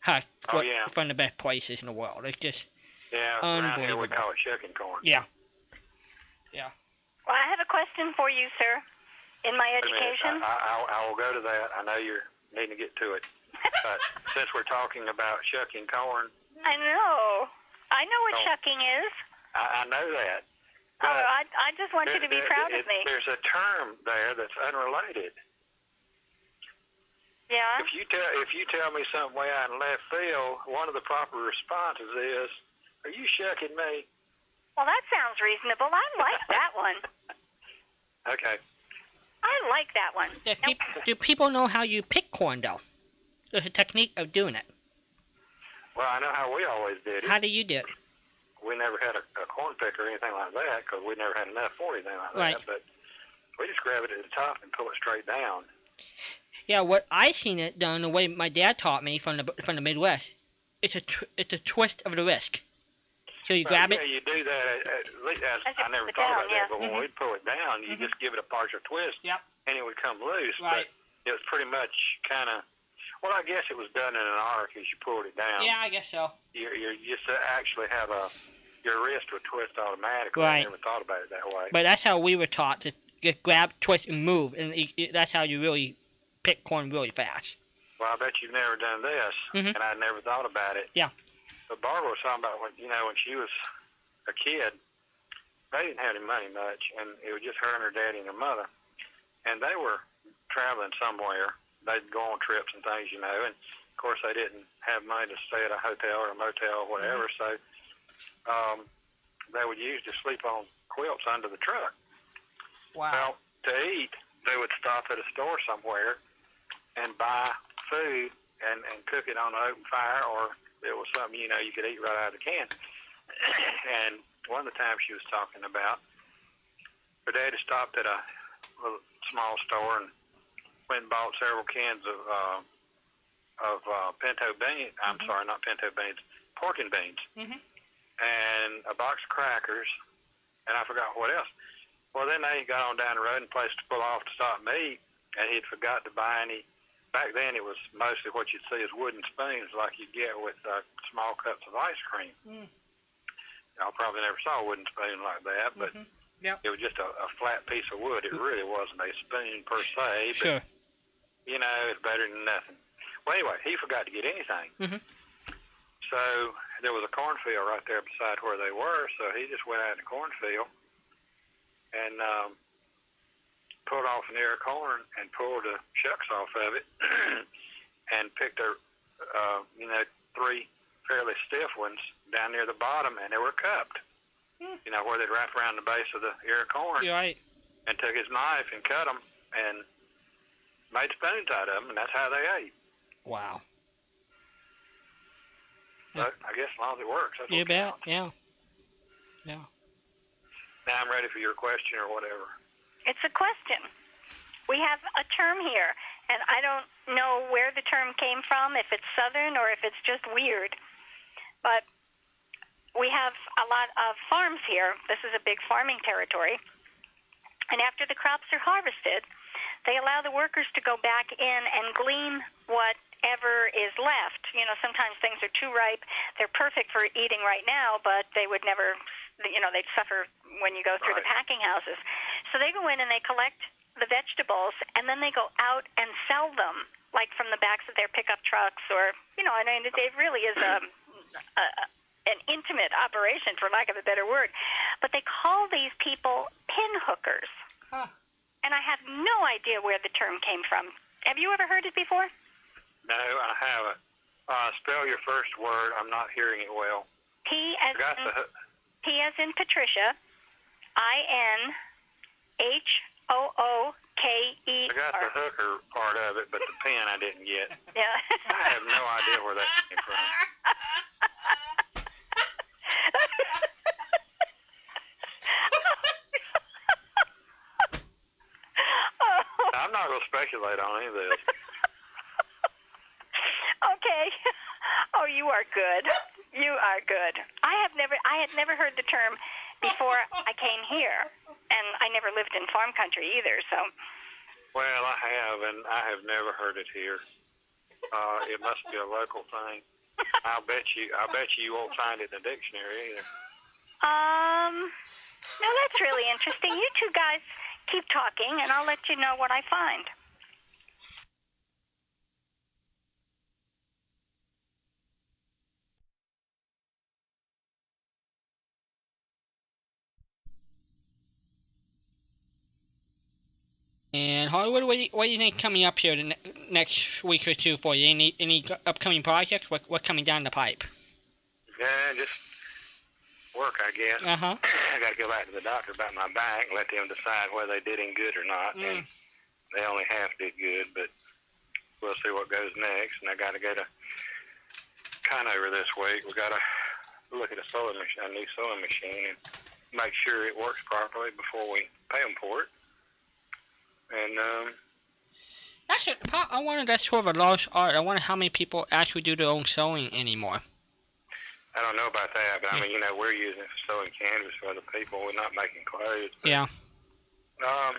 [SPEAKER 6] husked
[SPEAKER 12] Oh,
[SPEAKER 6] fro-
[SPEAKER 12] yeah.
[SPEAKER 6] from the best places in the world. It's just,
[SPEAKER 12] Yeah. Around here we
[SPEAKER 6] Unbelievable.
[SPEAKER 12] call it shucking corn.
[SPEAKER 6] yeah.
[SPEAKER 7] Well, I have a question for you, sir. In my
[SPEAKER 12] Wait a minute. uh,
[SPEAKER 7] education,
[SPEAKER 12] I, I, I'll- I will go to that. I know you're needing to get to it. But since we're talking about shucking corn,
[SPEAKER 7] I know. I know what
[SPEAKER 12] Oh.
[SPEAKER 7] shucking is.
[SPEAKER 12] I, I know that.
[SPEAKER 7] Oh, I, I just want you
[SPEAKER 12] There-
[SPEAKER 7] to be
[SPEAKER 12] there-
[SPEAKER 7] proud
[SPEAKER 12] it-
[SPEAKER 7] of me.
[SPEAKER 12] There's a term there that's unrelated.
[SPEAKER 7] Yeah.
[SPEAKER 12] If you tell if you tell me something way out in left field, one of the proper responses is, "Are you shucking me?"
[SPEAKER 7] Well, that sounds reasonable. I like that one.
[SPEAKER 12] Okay.
[SPEAKER 7] I like that one.
[SPEAKER 6] Do, peop do people know how you pick corn, though? There's a technique of doing it.
[SPEAKER 12] Well, I know how we always did it.
[SPEAKER 6] How do you do it?
[SPEAKER 12] we never had a, a corn pick or anything like that because we never had enough for anything like
[SPEAKER 6] Right.
[SPEAKER 12] that. But we just grab it at the top and pull it straight down.
[SPEAKER 6] Yeah, what I seen it done the way my dad taught me from the from the Midwest, it's a tw- it's a twist of the wrist. So you
[SPEAKER 12] Well,
[SPEAKER 6] grab
[SPEAKER 12] yeah,
[SPEAKER 6] it.
[SPEAKER 12] you do that. At, at least as,
[SPEAKER 6] As you
[SPEAKER 12] I never
[SPEAKER 6] put it
[SPEAKER 12] thought
[SPEAKER 6] down,
[SPEAKER 12] about that,
[SPEAKER 6] yeah.
[SPEAKER 12] but when
[SPEAKER 6] Mhm.
[SPEAKER 12] we pull it down, you just give it a partial twist,
[SPEAKER 6] Yep.
[SPEAKER 12] and it would come loose.
[SPEAKER 6] Right.
[SPEAKER 12] But it was pretty much kind of. Well, I guess it was done in an arc as you pulled it down.
[SPEAKER 6] Yeah, I guess so.
[SPEAKER 12] You you just actually have a your wrist would twist automatically.
[SPEAKER 6] Right.
[SPEAKER 12] I never thought about it that way.
[SPEAKER 6] But that's how we were taught to just grab, twist, and move, and it, it- that's how you really pick corn really fast.
[SPEAKER 12] Well, I bet you've never done this,
[SPEAKER 6] Mhm.
[SPEAKER 12] and I never thought about it.
[SPEAKER 6] Yeah.
[SPEAKER 12] But Barbara was talking about when you know when she was a kid, they didn't have any money much, and it was just her and her daddy and her mother, and they were traveling somewhere. They'd go on trips and things, you know, and of course they didn't have money to stay at a hotel or a motel or whatever, so um, they would usually sleep on quilts under the truck.
[SPEAKER 6] Wow.
[SPEAKER 12] Well, to eat, they would stop at a store somewhere and buy food and, and cook it on an open fire, or it was something you know you could eat right out of the can. and one of the times she was talking about, her daddy stopped at a little small store and went and bought several cans of uh, of uh, pinto beans. I'm sorry, not pinto beans, pork and beans
[SPEAKER 6] Mhm.
[SPEAKER 12] and a box of crackers, and I forgot what else. Well, then they got on down the road and placed to pull off to stop and eat, and he'd forgot to buy any Back then, it was mostly what you'd see as wooden spoons, like you get with uh, small cups of ice cream.
[SPEAKER 6] Mm.
[SPEAKER 12] Y'all probably never saw a wooden spoon like that, but
[SPEAKER 6] Mhm. Yep.
[SPEAKER 12] it was just a, a flat piece of wood. It really wasn't a spoon per se, but
[SPEAKER 6] Sure.
[SPEAKER 12] you know, it's better than nothing. Well, anyway, he forgot to get anything.
[SPEAKER 6] Mhm.
[SPEAKER 12] So there was a cornfield right there beside where they were, so he just went out in the cornfield and um, pulled off an ear of corn and pulled the shucks off of it and picked a, uh, you know, three fairly stiff ones down near the bottom, and they were cupped. You know, where they'd wrap around the base of the ear of corn
[SPEAKER 6] You're right.
[SPEAKER 12] and took his knife and cut them and made spoons out of them, and that's how they ate.
[SPEAKER 6] Wow.
[SPEAKER 12] But I guess as long as it works, that's
[SPEAKER 6] You
[SPEAKER 12] okay.
[SPEAKER 6] bet. Yeah. Yeah.
[SPEAKER 12] Now I'm ready for your question or whatever.
[SPEAKER 7] It's a question. We have a term here, and I don't know where the term came from, if it's Southern or if it's just weird. But we have a lot of farms here. This is a big farming territory. And after the crops are harvested, they allow the workers to go back in and glean whatever is left. You know, sometimes things are too ripe. They're perfect for eating right now, but they would never, you know, they'd suffer when you go through the packing houses. So they go in and they collect the vegetables, and then they go out and sell them, like from the backs of their pickup trucks, or you know, I mean, it it really is a, a uh, an intimate operation, for lack of a better word. But they call these people pin hookers, and I have no idea where the term came from. Have you ever heard it before?
[SPEAKER 12] No, I haven't. Uh, spell your first word. I'm not hearing it well.
[SPEAKER 7] P as
[SPEAKER 12] Got
[SPEAKER 7] in,
[SPEAKER 12] the
[SPEAKER 7] P as in Patricia, I N H O O K E
[SPEAKER 12] I got the
[SPEAKER 7] R.
[SPEAKER 12] hooker part of it, but the pen I didn't get.
[SPEAKER 7] Yeah.
[SPEAKER 12] I have no idea where that came from.
[SPEAKER 7] Oh,
[SPEAKER 12] I'm not gonna speculate on any of this.
[SPEAKER 7] Okay. Oh, you are good. You are good. I have never I had never heard the term before I came here. And I never lived in farm country either, so
[SPEAKER 12] Well, I have, and I have never heard it here. Uh, it must be a local thing. I'll bet you. I'll bet you you won't find it in the dictionary either.
[SPEAKER 7] um no, that's really interesting. You two guys keep talking and I'll let you know what I find.
[SPEAKER 6] And Hollywood, what do you, what do you think coming up here the ne- next week or two for you? Any any g- upcoming projects? What what coming down the pipe?
[SPEAKER 12] Yeah, just work, I guess.
[SPEAKER 6] Uh-huh.
[SPEAKER 12] I got to go back to the doctor about my back and let them decide whether they did him good or not.
[SPEAKER 6] Mm.
[SPEAKER 12] And they only half did good, but we'll see what goes next. And I got to go to Conover this week. We got to look at a sewing machine, a new sewing machine, and make sure it works properly before we pay them for it. And um,
[SPEAKER 6] Actually, pro- I wonder that's sort of a lost art. I wonder how many people actually do their own sewing anymore.
[SPEAKER 12] I don't know about that, but I mean, you know, we're using it for sewing canvas for other people. We're not making clothes.
[SPEAKER 6] Yeah.
[SPEAKER 12] Um,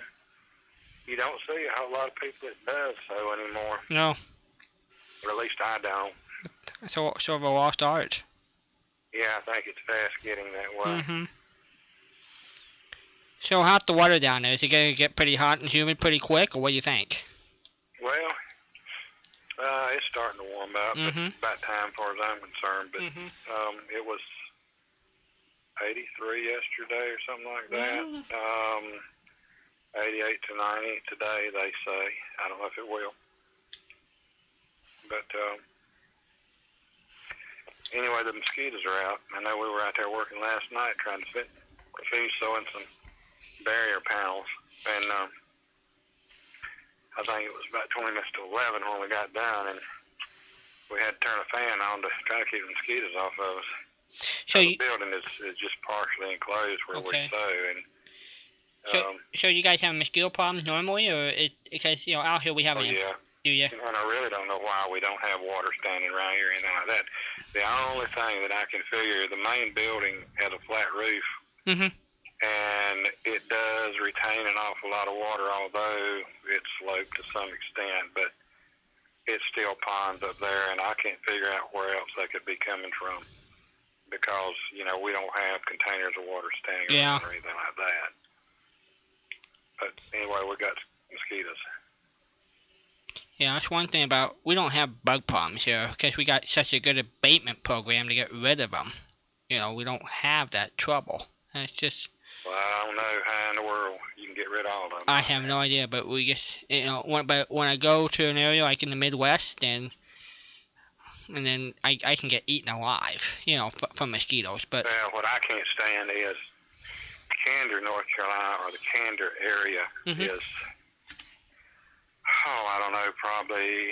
[SPEAKER 12] you don't see a whole lot of people that does so anymore,
[SPEAKER 6] No.
[SPEAKER 12] or at least I don't.
[SPEAKER 6] So sort of a lost art.
[SPEAKER 12] Yeah, I think it's fast getting that way.
[SPEAKER 6] hmm So how's the water down there? Is it gonna get pretty hot and humid pretty quick, or what do you think?
[SPEAKER 12] Well, uh, it's starting to warm up.
[SPEAKER 6] Mhm.
[SPEAKER 12] It's about time, as far as I'm concerned. But
[SPEAKER 6] Mhm.
[SPEAKER 12] um, it was 83 yesterday or something like
[SPEAKER 5] Mm-hmm.
[SPEAKER 12] that. Um, 88 to 90 today, they say. I don't know if it will. But um, anyway, the mosquitoes are out. I know we were out there working last night trying to fit, finish sewing some barrier panels. And um, I think it was about 20 minutes to 11 when we got down, and we had to turn a fan on to try to keep the mosquitoes off of us.
[SPEAKER 6] So
[SPEAKER 12] the building is, is just partially enclosed where we
[SPEAKER 6] Okay.
[SPEAKER 12] sew, and
[SPEAKER 6] So
[SPEAKER 12] um,
[SPEAKER 6] so you guys have mosquito problems normally, or it because you know out here we have
[SPEAKER 12] oh
[SPEAKER 6] not
[SPEAKER 12] yeah,
[SPEAKER 6] do you?
[SPEAKER 12] and I really don't know why we don't have water standing around here or anything like that. The only thing that I can figure, the main building has a flat roof,
[SPEAKER 6] Mm-hmm.
[SPEAKER 12] and it does retain an awful lot of water, although it's sloped to some extent. But it's still ponds up there, and I can't figure out where else they could be coming from because you know we don't have containers of water standing
[SPEAKER 6] Yeah.
[SPEAKER 12] around or anything like that. But anyway, we got mosquitoes.
[SPEAKER 6] Yeah, that's one thing about we don't have bug problems here because we got such a good abatement program to get rid of them. You know, we don't have that trouble. And it's just
[SPEAKER 12] Well, I don't know how in the world you can get rid of all of them.
[SPEAKER 6] I have no idea, but we just you know when but when I go to an area like in the Midwest, then and then I I can get eaten alive, you know, f- from mosquitoes. But
[SPEAKER 12] Now, what I can't stand is Candor, North Carolina, or the Candor area
[SPEAKER 6] Mhm.
[SPEAKER 12] is, oh, I don't know, probably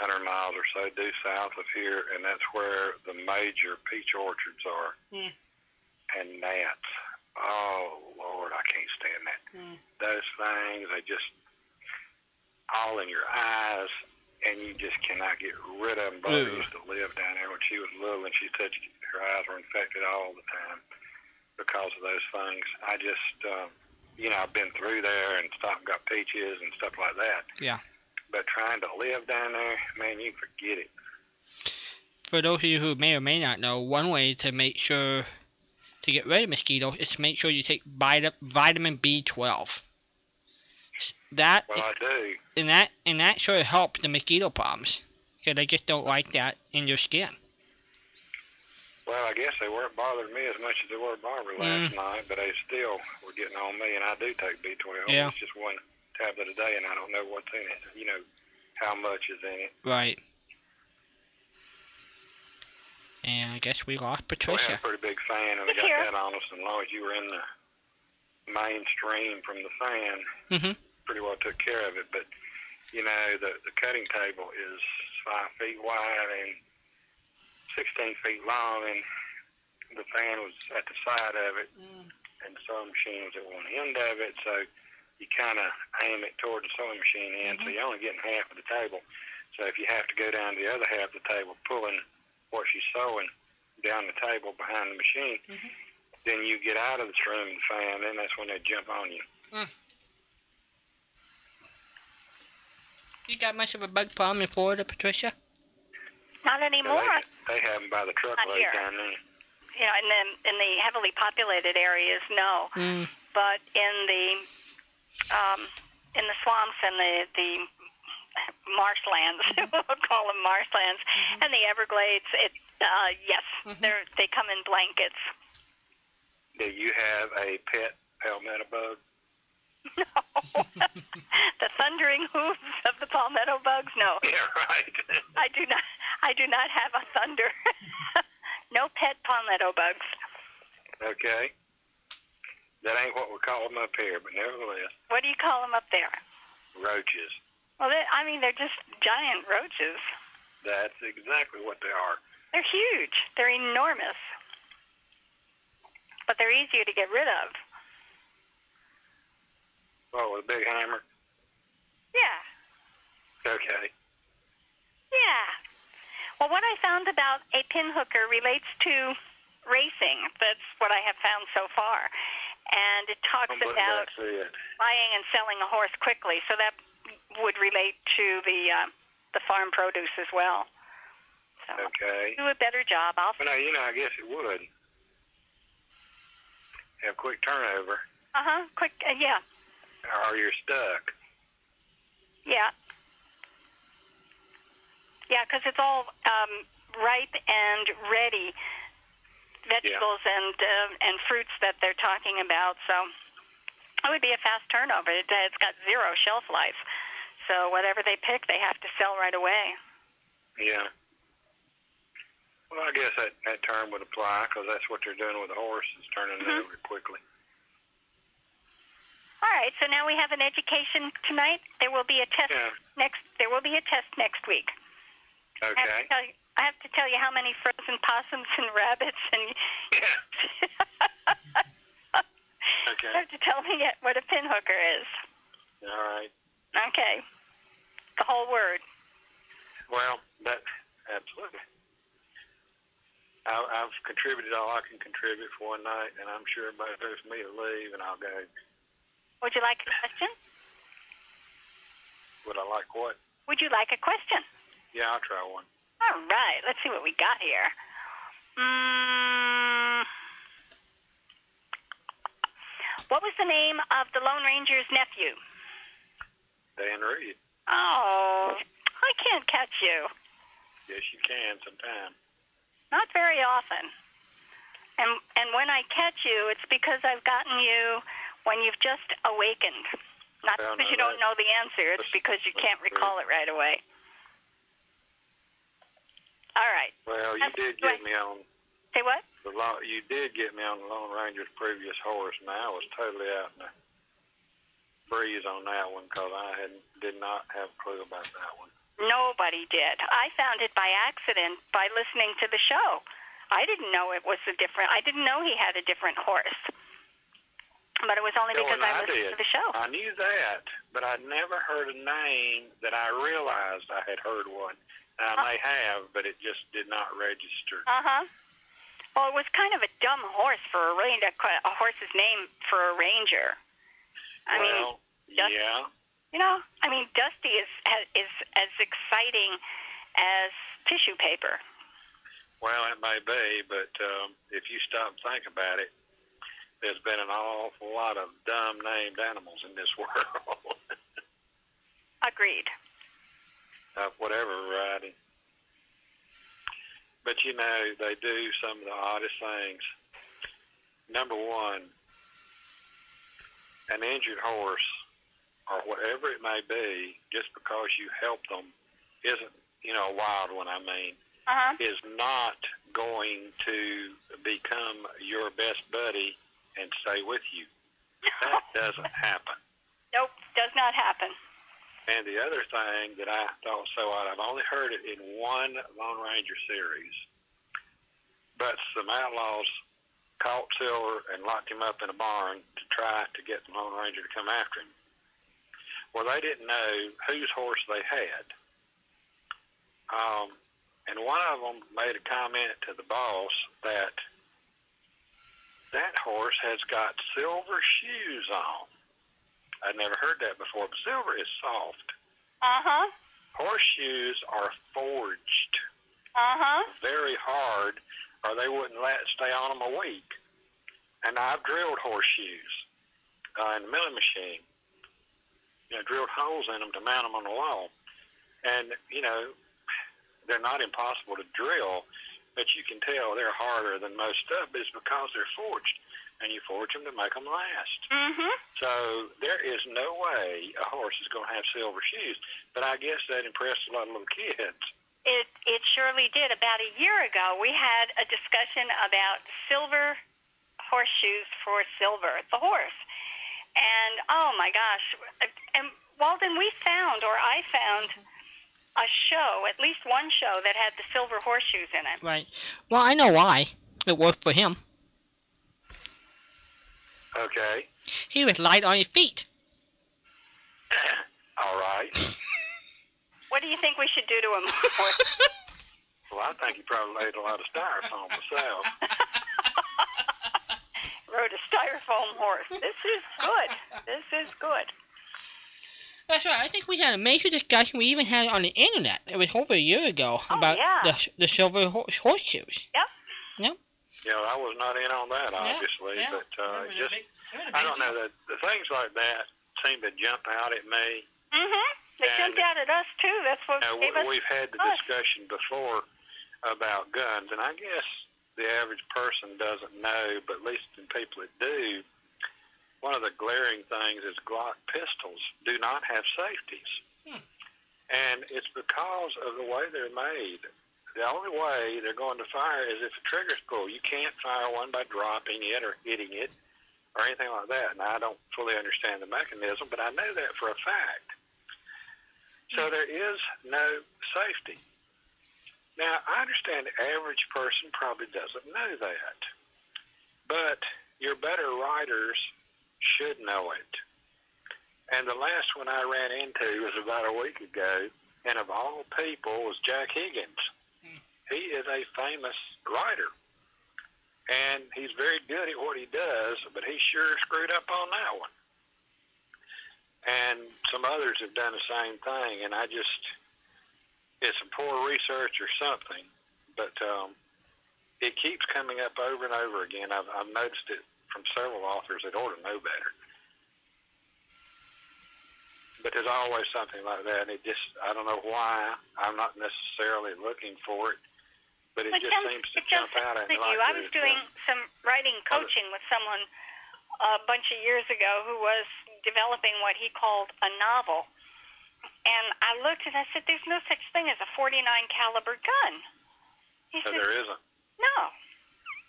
[SPEAKER 12] 100 miles or so due south of here, and that's where the major peach orchards are
[SPEAKER 6] Yeah.
[SPEAKER 12] and gnats. Oh, Lord, I can't stand that. Those things, they just all in your eyes, and you just cannot get rid of them. Barbara
[SPEAKER 13] Ugh.
[SPEAKER 12] used to live down there when she was little, and she said she, her eyes were infected all the time because of those things. I just, um, you know, I've been through there and stopped and got peaches and stuff like that.
[SPEAKER 6] yeah,
[SPEAKER 12] But trying to live down there, man, you forget it.
[SPEAKER 6] for those of you who may or may not know, one way to make sure to get rid of mosquitoes is to make sure you take vita- vitamin B12. S- That
[SPEAKER 12] Well, I do.
[SPEAKER 6] and that and that sure helps the mosquito problems because they just don't like that in your skin.
[SPEAKER 12] Well, I guess they weren't bothering me as much as they were Barbara last
[SPEAKER 6] Mm.
[SPEAKER 12] night, but they still were getting on me, and I do take B12.
[SPEAKER 6] Yeah.
[SPEAKER 12] It's just one tablet a day, and I don't know what's in it. You know, how much is in it.
[SPEAKER 6] Right. And I guess we lost
[SPEAKER 12] I'm
[SPEAKER 6] Patricia.
[SPEAKER 12] a pretty big fan, and I got that on us, and as long as you were in the mainstream from the fan,
[SPEAKER 6] Mhm.
[SPEAKER 12] pretty well took care of it. But, you know, the, the cutting table is five feet wide and 16 feet long, and the fan was at the side of it. and sewing machine was at one end of it, so you kind of aim it toward the sewing machine end, so you're only getting half of the table. So if you have to go down to the other half of the table, pulling what she's sewing down the table behind the machine, then you get out of the room and fan, and that's when they jump on you.
[SPEAKER 6] You got much of a bug problem in Florida, Patricia?
[SPEAKER 7] Not anymore.
[SPEAKER 12] They have them by the truckload
[SPEAKER 7] here.
[SPEAKER 12] down there.
[SPEAKER 7] You know, in the in the heavily populated areas, no.
[SPEAKER 6] Mm.
[SPEAKER 7] But in the um, in the swamps and the the marshlands, we'll call them marshlands, and the Everglades, it uh, yes, they're they come in blankets.
[SPEAKER 12] Do you have a pet palmetto bug?
[SPEAKER 7] the thundering hooves of the palmetto bugs? No.
[SPEAKER 12] Yeah, right.
[SPEAKER 7] I do not. I do not have a thunder. no pet palmetto bugs.
[SPEAKER 12] Okay. That ain't what we call them up here, but nevertheless,
[SPEAKER 7] What do you call them up there?
[SPEAKER 12] roaches.
[SPEAKER 7] Well, they, I mean, they're just giant roaches.
[SPEAKER 12] That's exactly what they are.
[SPEAKER 7] They're huge. They're enormous. But they're easier to get rid of.
[SPEAKER 12] Oh, with a big hammer.
[SPEAKER 7] Yeah.
[SPEAKER 12] Okay.
[SPEAKER 7] Yeah. Well, what I found about a pinhooker relates to racing. That's what I have found so far. And it talks about
[SPEAKER 12] That's it.
[SPEAKER 7] buying and selling a horse quickly. So that would relate to the uh, the farm produce as well.
[SPEAKER 12] Okay.
[SPEAKER 7] Do a better job. I'll.
[SPEAKER 12] Well, no, you know, I guess it would. Have quick turnover,
[SPEAKER 7] Uh huh. Quick. Uh, yeah.
[SPEAKER 12] or you're stuck.
[SPEAKER 7] Yeah. Yeah, because it's all um, ripe and ready vegetables and uh, and fruits that they're talking about. So it would be a fast turnover. It, it's got zero shelf life. So whatever they pick, they have to sell right away.
[SPEAKER 12] Yeah. Well, I guess that, that term would apply because that's what they're doing with the horse is turning it
[SPEAKER 7] Mm-hmm.
[SPEAKER 12] over quickly.
[SPEAKER 7] All right. So now we have an education tonight. There will be a test
[SPEAKER 12] Yeah.
[SPEAKER 7] next. There will be a test next week. I have
[SPEAKER 12] Okay.
[SPEAKER 7] to tell you, I have to tell you how many frozen possums and rabbits and. You
[SPEAKER 12] Okay.
[SPEAKER 7] have to tell me yet what a pinhooker is.
[SPEAKER 12] All right.
[SPEAKER 7] Okay. The whole word.
[SPEAKER 12] Well, that absolutely. I, I've contributed all I can contribute for one night, and I'm sure everybody expects me to leave, and I'll go.
[SPEAKER 7] Would you like a question?
[SPEAKER 12] Would I like what?
[SPEAKER 7] Would you like a question?
[SPEAKER 12] Yeah, I'll try one.
[SPEAKER 7] All right, let's see what we got here. Mm, what was the name of the Lone Ranger's nephew?
[SPEAKER 12] Dan Reed.
[SPEAKER 7] Oh, I can't catch you.
[SPEAKER 12] Yes, you can sometime.
[SPEAKER 7] Not very often. And and when I catch you, it's because I've gotten you when you've just awakened. Not
[SPEAKER 12] Oh,
[SPEAKER 7] because
[SPEAKER 12] no,
[SPEAKER 7] you
[SPEAKER 12] that-
[SPEAKER 7] don't know the answer, it's because you can't recall it right away. All right.
[SPEAKER 12] Well, you did get me on
[SPEAKER 7] Say what?
[SPEAKER 12] the law. You did get me on the Lone Ranger's previous horse, and I was totally out in the breeze on that one because I had did not have a clue about that one.
[SPEAKER 7] Nobody did. I found it by accident by listening to the show. I didn't know it was a different. I didn't know he had a different horse. But it was only
[SPEAKER 12] Yeah,
[SPEAKER 7] because
[SPEAKER 12] well,
[SPEAKER 7] I
[SPEAKER 12] I
[SPEAKER 7] listened
[SPEAKER 12] did.
[SPEAKER 7] to the show.
[SPEAKER 12] I knew that, but I never heard a name that I realized I had heard one. I may have, but it just did not register.
[SPEAKER 7] Uh huh. Well, it was kind of a dumb horse for a ranger. A horse's name for a ranger. I mean,
[SPEAKER 12] well, yeah.
[SPEAKER 7] you know, I mean, Dusty is is as exciting as tissue paper.
[SPEAKER 12] Well, it may be, but um, if you stop and think about it, there's been an awful lot of dumb named animals in this world
[SPEAKER 7] Agreed.
[SPEAKER 12] of whatever variety. But you know, they do some of the oddest things. Number one, an injured horse or whatever it may be, just because you help them, isn't, you know, a wild one, I mean,
[SPEAKER 7] Uh huh.
[SPEAKER 12] is not going to become your best buddy and stay with you. That doesn't happen.
[SPEAKER 7] Nope, does not happen.
[SPEAKER 12] And the other thing that I thought so odd, I've only heard it in one Lone Ranger series, but some outlaws caught Silver and locked him up in a barn to try to get the Lone Ranger to come after him. Well, they didn't know whose horse they had. Um, and one of them made a comment to the boss that that horse has got silver shoes on. I'd never heard that before, but silver is soft.
[SPEAKER 7] Uh huh.
[SPEAKER 12] Horseshoes are forged
[SPEAKER 7] Uh huh.
[SPEAKER 12] very hard, or they wouldn't let it stay on them a week. And I've drilled horseshoes uh, in the milling machine. You know, drilled holes in them to mount them on the wall. And you know, they're not impossible to drill, but you can tell they're harder than most stuff. But it's because they're forged, and you forge them to make them last.
[SPEAKER 7] Mhm.
[SPEAKER 12] So there is no way a horse is going to have silver shoes. But I guess that impressed a lot of little kids.
[SPEAKER 7] It it surely did. About a year ago, we had a discussion about silver horseshoes for silver, the horse, and oh my gosh! And Walden, we found, or I found, a show, at least one show that had the silver horseshoes in it.
[SPEAKER 6] Right. Well, I know why. It worked for him.
[SPEAKER 12] Okay.
[SPEAKER 6] He was light on his feet.
[SPEAKER 12] All right.
[SPEAKER 7] What do you think we should do to him?
[SPEAKER 12] Well, I think he probably laid a lot of styrofoam myself.
[SPEAKER 7] Rode a styrofoam horse. This is good. This is good.
[SPEAKER 6] That's right. I think we had a major discussion. We even had it on the internet. It was over a year ago about
[SPEAKER 7] yeah.
[SPEAKER 6] the the silver horse, horseshoes.
[SPEAKER 12] You know, I was not in on that, obviously,
[SPEAKER 6] yeah.
[SPEAKER 12] but uh,
[SPEAKER 6] Remember that
[SPEAKER 12] just
[SPEAKER 6] big-
[SPEAKER 12] I
[SPEAKER 6] remember that big
[SPEAKER 12] don't know that the things like that seem to jump out at me.
[SPEAKER 7] Mhm. They jumped out at us too. That's what
[SPEAKER 12] Now,
[SPEAKER 7] gave us.
[SPEAKER 12] Mm-hmm. we, we've had the
[SPEAKER 7] Us.
[SPEAKER 12] discussion before about guns, and I guess the average person doesn't know, but at least in people that do, one of the glaring things is Glock pistols do not have safeties.
[SPEAKER 6] Hmm.
[SPEAKER 12] And it's because of the way they're made. The only way they're going to fire is if the trigger's pulled. You can't fire one by dropping it or hitting it or anything like that. And I don't fully understand the mechanism, but I know that for a fact. So there is no safety. Now, I understand the average person probably doesn't know that, but your better writers should know it. And the last one I ran into was about a week ago, and of all people was Jack Higgins. He is a famous writer, and he's very good at what he does, but he sure screwed up on that one. And some others have done the same thing. And I just, it's a poor research or something, but um, it keeps coming up over and over again. I've, I've noticed it from several authors that ought to know better. But there's always something like that. And it just, I don't know why. I'm not necessarily looking for it, but it
[SPEAKER 7] Well, it
[SPEAKER 12] just
[SPEAKER 7] comes-
[SPEAKER 12] seems to
[SPEAKER 7] it
[SPEAKER 12] jump out at
[SPEAKER 7] Thank
[SPEAKER 12] me. Like
[SPEAKER 7] you. I was
[SPEAKER 12] this.
[SPEAKER 7] doing some writing coaching with someone a bunch of years ago who was developing what he called a novel. And I looked and I said, "There's no such thing as a 49 caliber gun." He
[SPEAKER 12] No,
[SPEAKER 7] said,
[SPEAKER 12] Oh, there isn't.
[SPEAKER 7] "No."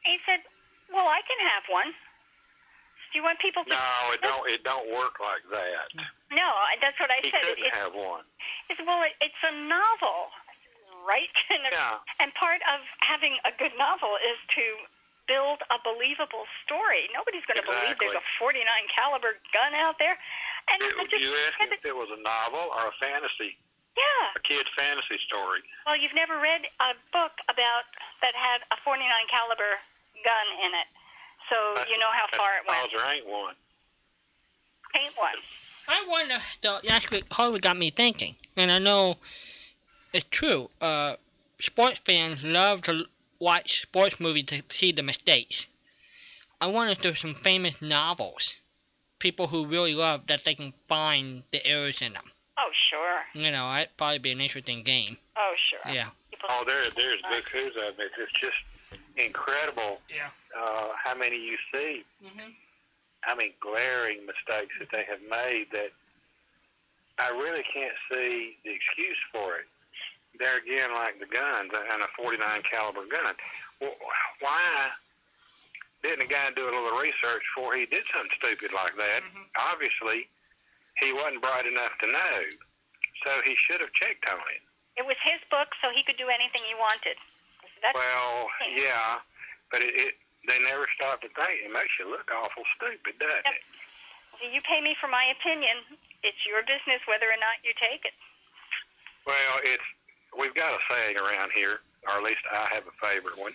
[SPEAKER 7] He said, "Well, I can have one." Do you want people to?
[SPEAKER 12] No, Oh, it don't. It don't work like that.
[SPEAKER 7] No, I- that's what I
[SPEAKER 12] He
[SPEAKER 7] said. It,
[SPEAKER 12] couldn't
[SPEAKER 7] it's,
[SPEAKER 12] have one.
[SPEAKER 7] it's well, it, it's a novel, right? And, a-
[SPEAKER 12] Yeah.
[SPEAKER 7] and part of having a good novel is to build a believable story. Nobody's going to believe there's a 49 caliber gun out there. And I just,
[SPEAKER 12] You asked me if it was a novel or a fantasy,
[SPEAKER 7] yeah.
[SPEAKER 12] a kid's fantasy story.
[SPEAKER 7] Well, you've never read a book about that had a 49 caliber gun in it, so you know how far it went.
[SPEAKER 12] Cause there ain't one.
[SPEAKER 7] Paint one.
[SPEAKER 6] I wonder, though, actually, Harley got me thinking, and I know it's true. Uh, sports fans love to l- watch sports movies to see the mistakes. I wonder if there's some famous novels, people who really love that they can find the errors in them.
[SPEAKER 7] Oh sure.
[SPEAKER 6] You know, that'd probably be an interesting game.
[SPEAKER 7] Oh sure.
[SPEAKER 6] Yeah.
[SPEAKER 12] Oh, there, there's bukus of it. It's just incredible.
[SPEAKER 6] Yeah.
[SPEAKER 12] Uh, how many you see? I mean, glaring mistakes that they have made that I really can't see the excuse for it. There again, like the guns and a 49 caliber gun. Well, why didn't the guy do a little research before he did something stupid like that? Obviously, he wasn't bright enough to know, so he should have checked on it.
[SPEAKER 7] It was his book, so he could do anything he wanted. That's
[SPEAKER 12] Well, yeah, but it, it they never stop to think. It makes you look awful stupid, doesn't it?
[SPEAKER 7] you pay me for my opinion. It's your business whether or not you take it.
[SPEAKER 12] Well, it's we've got a saying around here, or at least I have a favorite one,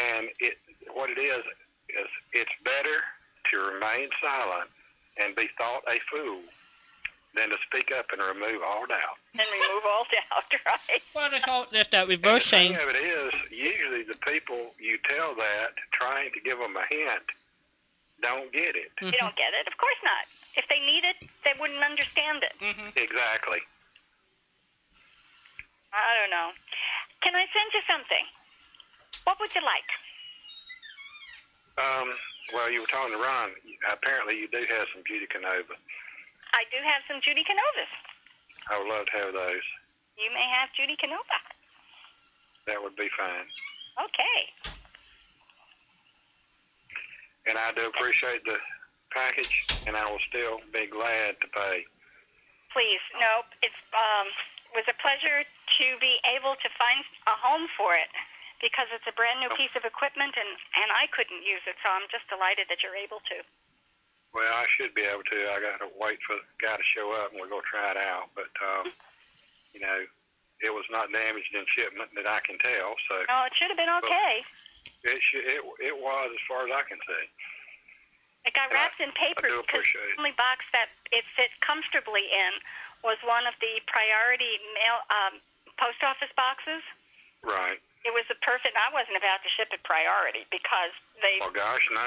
[SPEAKER 12] and it what it is is it's better to remain silent and be thought a fool than to speak up and remove all doubt.
[SPEAKER 7] And remove all doubt, right?
[SPEAKER 6] Well, there's, all, there's that reverse
[SPEAKER 12] Thing
[SPEAKER 6] thing.
[SPEAKER 12] of it is, usually the people you tell that, trying to give them a hint, don't get it.
[SPEAKER 6] Mm-hmm.
[SPEAKER 7] They don't get it. Of course not. If they need it, they wouldn't understand it.
[SPEAKER 12] Mm-hmm. Exactly.
[SPEAKER 7] I don't know. Can I send you something? What would you like?
[SPEAKER 12] Um, well, you were talking to Ron. Apparently, you do have some Judy Canova.
[SPEAKER 7] I do have some Judy Canovas.
[SPEAKER 12] I would love to have those.
[SPEAKER 7] You may have Judy Canova.
[SPEAKER 12] That would be fine.
[SPEAKER 7] Okay.
[SPEAKER 12] And I do appreciate the package, and I will still be glad to pay.
[SPEAKER 7] Please, nope. It's um was a pleasure to be able to find a home for it because it's a brand new piece of equipment and and I couldn't use it, so I'm just delighted that you're able to.
[SPEAKER 12] Well, I should be able to. I got to wait for the guy to show up, and we're gonna try it out. But um, you know, it was not damaged in shipment that I can tell. So
[SPEAKER 7] No, it should have been okay.
[SPEAKER 12] it should, it it was as far as I can see.
[SPEAKER 7] It got wrapped in paper because
[SPEAKER 12] appreciate
[SPEAKER 7] the only box that it fit comfortably in was one of the priority mail um, post office boxes.
[SPEAKER 12] Right.
[SPEAKER 7] It was the perfect. I wasn't about to ship it priority because they
[SPEAKER 12] Well, gosh, no.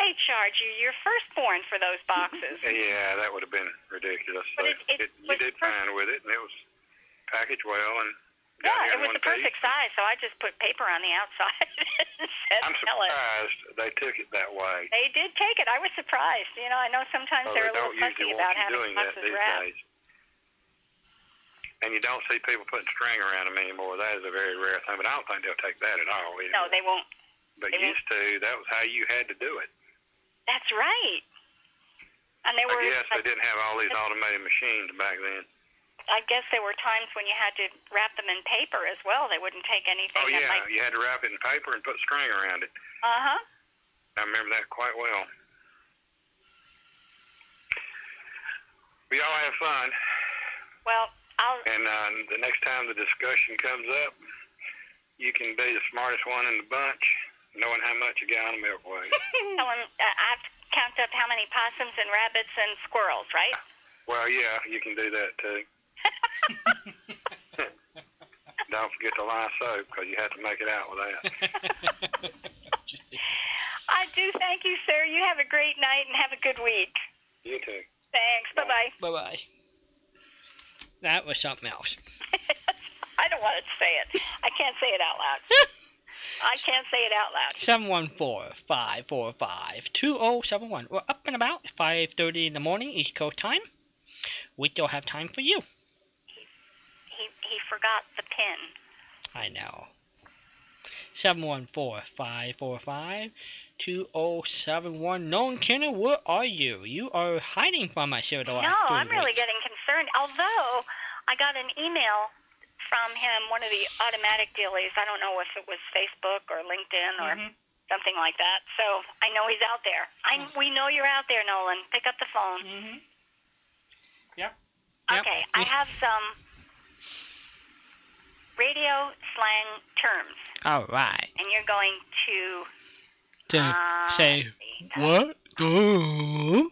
[SPEAKER 7] they charge you your firstborn for those boxes.
[SPEAKER 12] Yeah, that would have been ridiculous.
[SPEAKER 7] But it, it,
[SPEAKER 12] You did fine with it, and it was packaged well, and got
[SPEAKER 7] yeah,
[SPEAKER 12] here
[SPEAKER 7] it
[SPEAKER 12] in one
[SPEAKER 7] was the perfect
[SPEAKER 12] piece.
[SPEAKER 7] size, so I just put paper on the outside and said,
[SPEAKER 12] I'm
[SPEAKER 7] "Sell it."
[SPEAKER 12] surprised they took it that way.
[SPEAKER 7] They did take it. I was surprised. You know, I know sometimes
[SPEAKER 12] Oh,
[SPEAKER 7] they're
[SPEAKER 12] they
[SPEAKER 7] a little
[SPEAKER 12] don't
[SPEAKER 7] fussy
[SPEAKER 12] usually
[SPEAKER 7] about
[SPEAKER 12] want you
[SPEAKER 7] having
[SPEAKER 12] doing that
[SPEAKER 7] boxes
[SPEAKER 12] these
[SPEAKER 7] wrapped.
[SPEAKER 12] days. And you don't see people putting string around them anymore. That is a very rare thing, but I don't think they'll take that at all. Either.
[SPEAKER 7] No, they won't.
[SPEAKER 12] but
[SPEAKER 7] they won't.
[SPEAKER 12] used to, that was how you had to do it.
[SPEAKER 7] That's right. And they were.
[SPEAKER 12] I guess they didn't have all these automated machines back then.
[SPEAKER 7] I guess there were times when you had to wrap them in paper as well. They wouldn't take anything.
[SPEAKER 12] Oh
[SPEAKER 7] that
[SPEAKER 12] yeah,
[SPEAKER 7] might...
[SPEAKER 12] you had to wrap it in paper and put string around it.
[SPEAKER 7] Uh huh.
[SPEAKER 12] I remember that quite well. We all have fun,
[SPEAKER 7] Well, I'll.
[SPEAKER 12] and uh, the next time the discussion comes up, you can be the smartest one in the bunch, knowing how much a gallon of milk weighs.
[SPEAKER 7] Tell 'em, uh, I have to count up how many possums and rabbits and squirrels, right?
[SPEAKER 12] Well, yeah, you can do that too. Don't forget the lye soap because you have to make it out with that.
[SPEAKER 7] I do thank you, sir. You have a great night and have a good week.
[SPEAKER 12] You too.
[SPEAKER 7] Thanks. Bye bye.
[SPEAKER 6] Bye bye. That was something else.
[SPEAKER 7] I don't want to say it. I can't say it out loud. I can't say it out loud.
[SPEAKER 6] 714-545-2071. We're up and about 5:30 in the morning East Coast time. We still have time for you.
[SPEAKER 7] He he forgot the pin.
[SPEAKER 6] I know. 714-545-2071. Known Kenner, where are you? You are hiding from us here the last
[SPEAKER 7] no,
[SPEAKER 6] three
[SPEAKER 7] I'm really
[SPEAKER 6] weeks.
[SPEAKER 7] getting concerned. Although I got an email from him, one of the automatic dealies. I don't know if it was Facebook or LinkedIn or
[SPEAKER 6] Mm-hmm.
[SPEAKER 7] something like that. So I know he's out there. I we know you're out there, Nolan. Pick up the phone.
[SPEAKER 6] Mm-hmm. Yep.
[SPEAKER 7] Okay, I have some radio slang terms,
[SPEAKER 6] All right.
[SPEAKER 7] and you're going to
[SPEAKER 6] To
[SPEAKER 7] Uh,
[SPEAKER 6] say what? Do?
[SPEAKER 7] radio.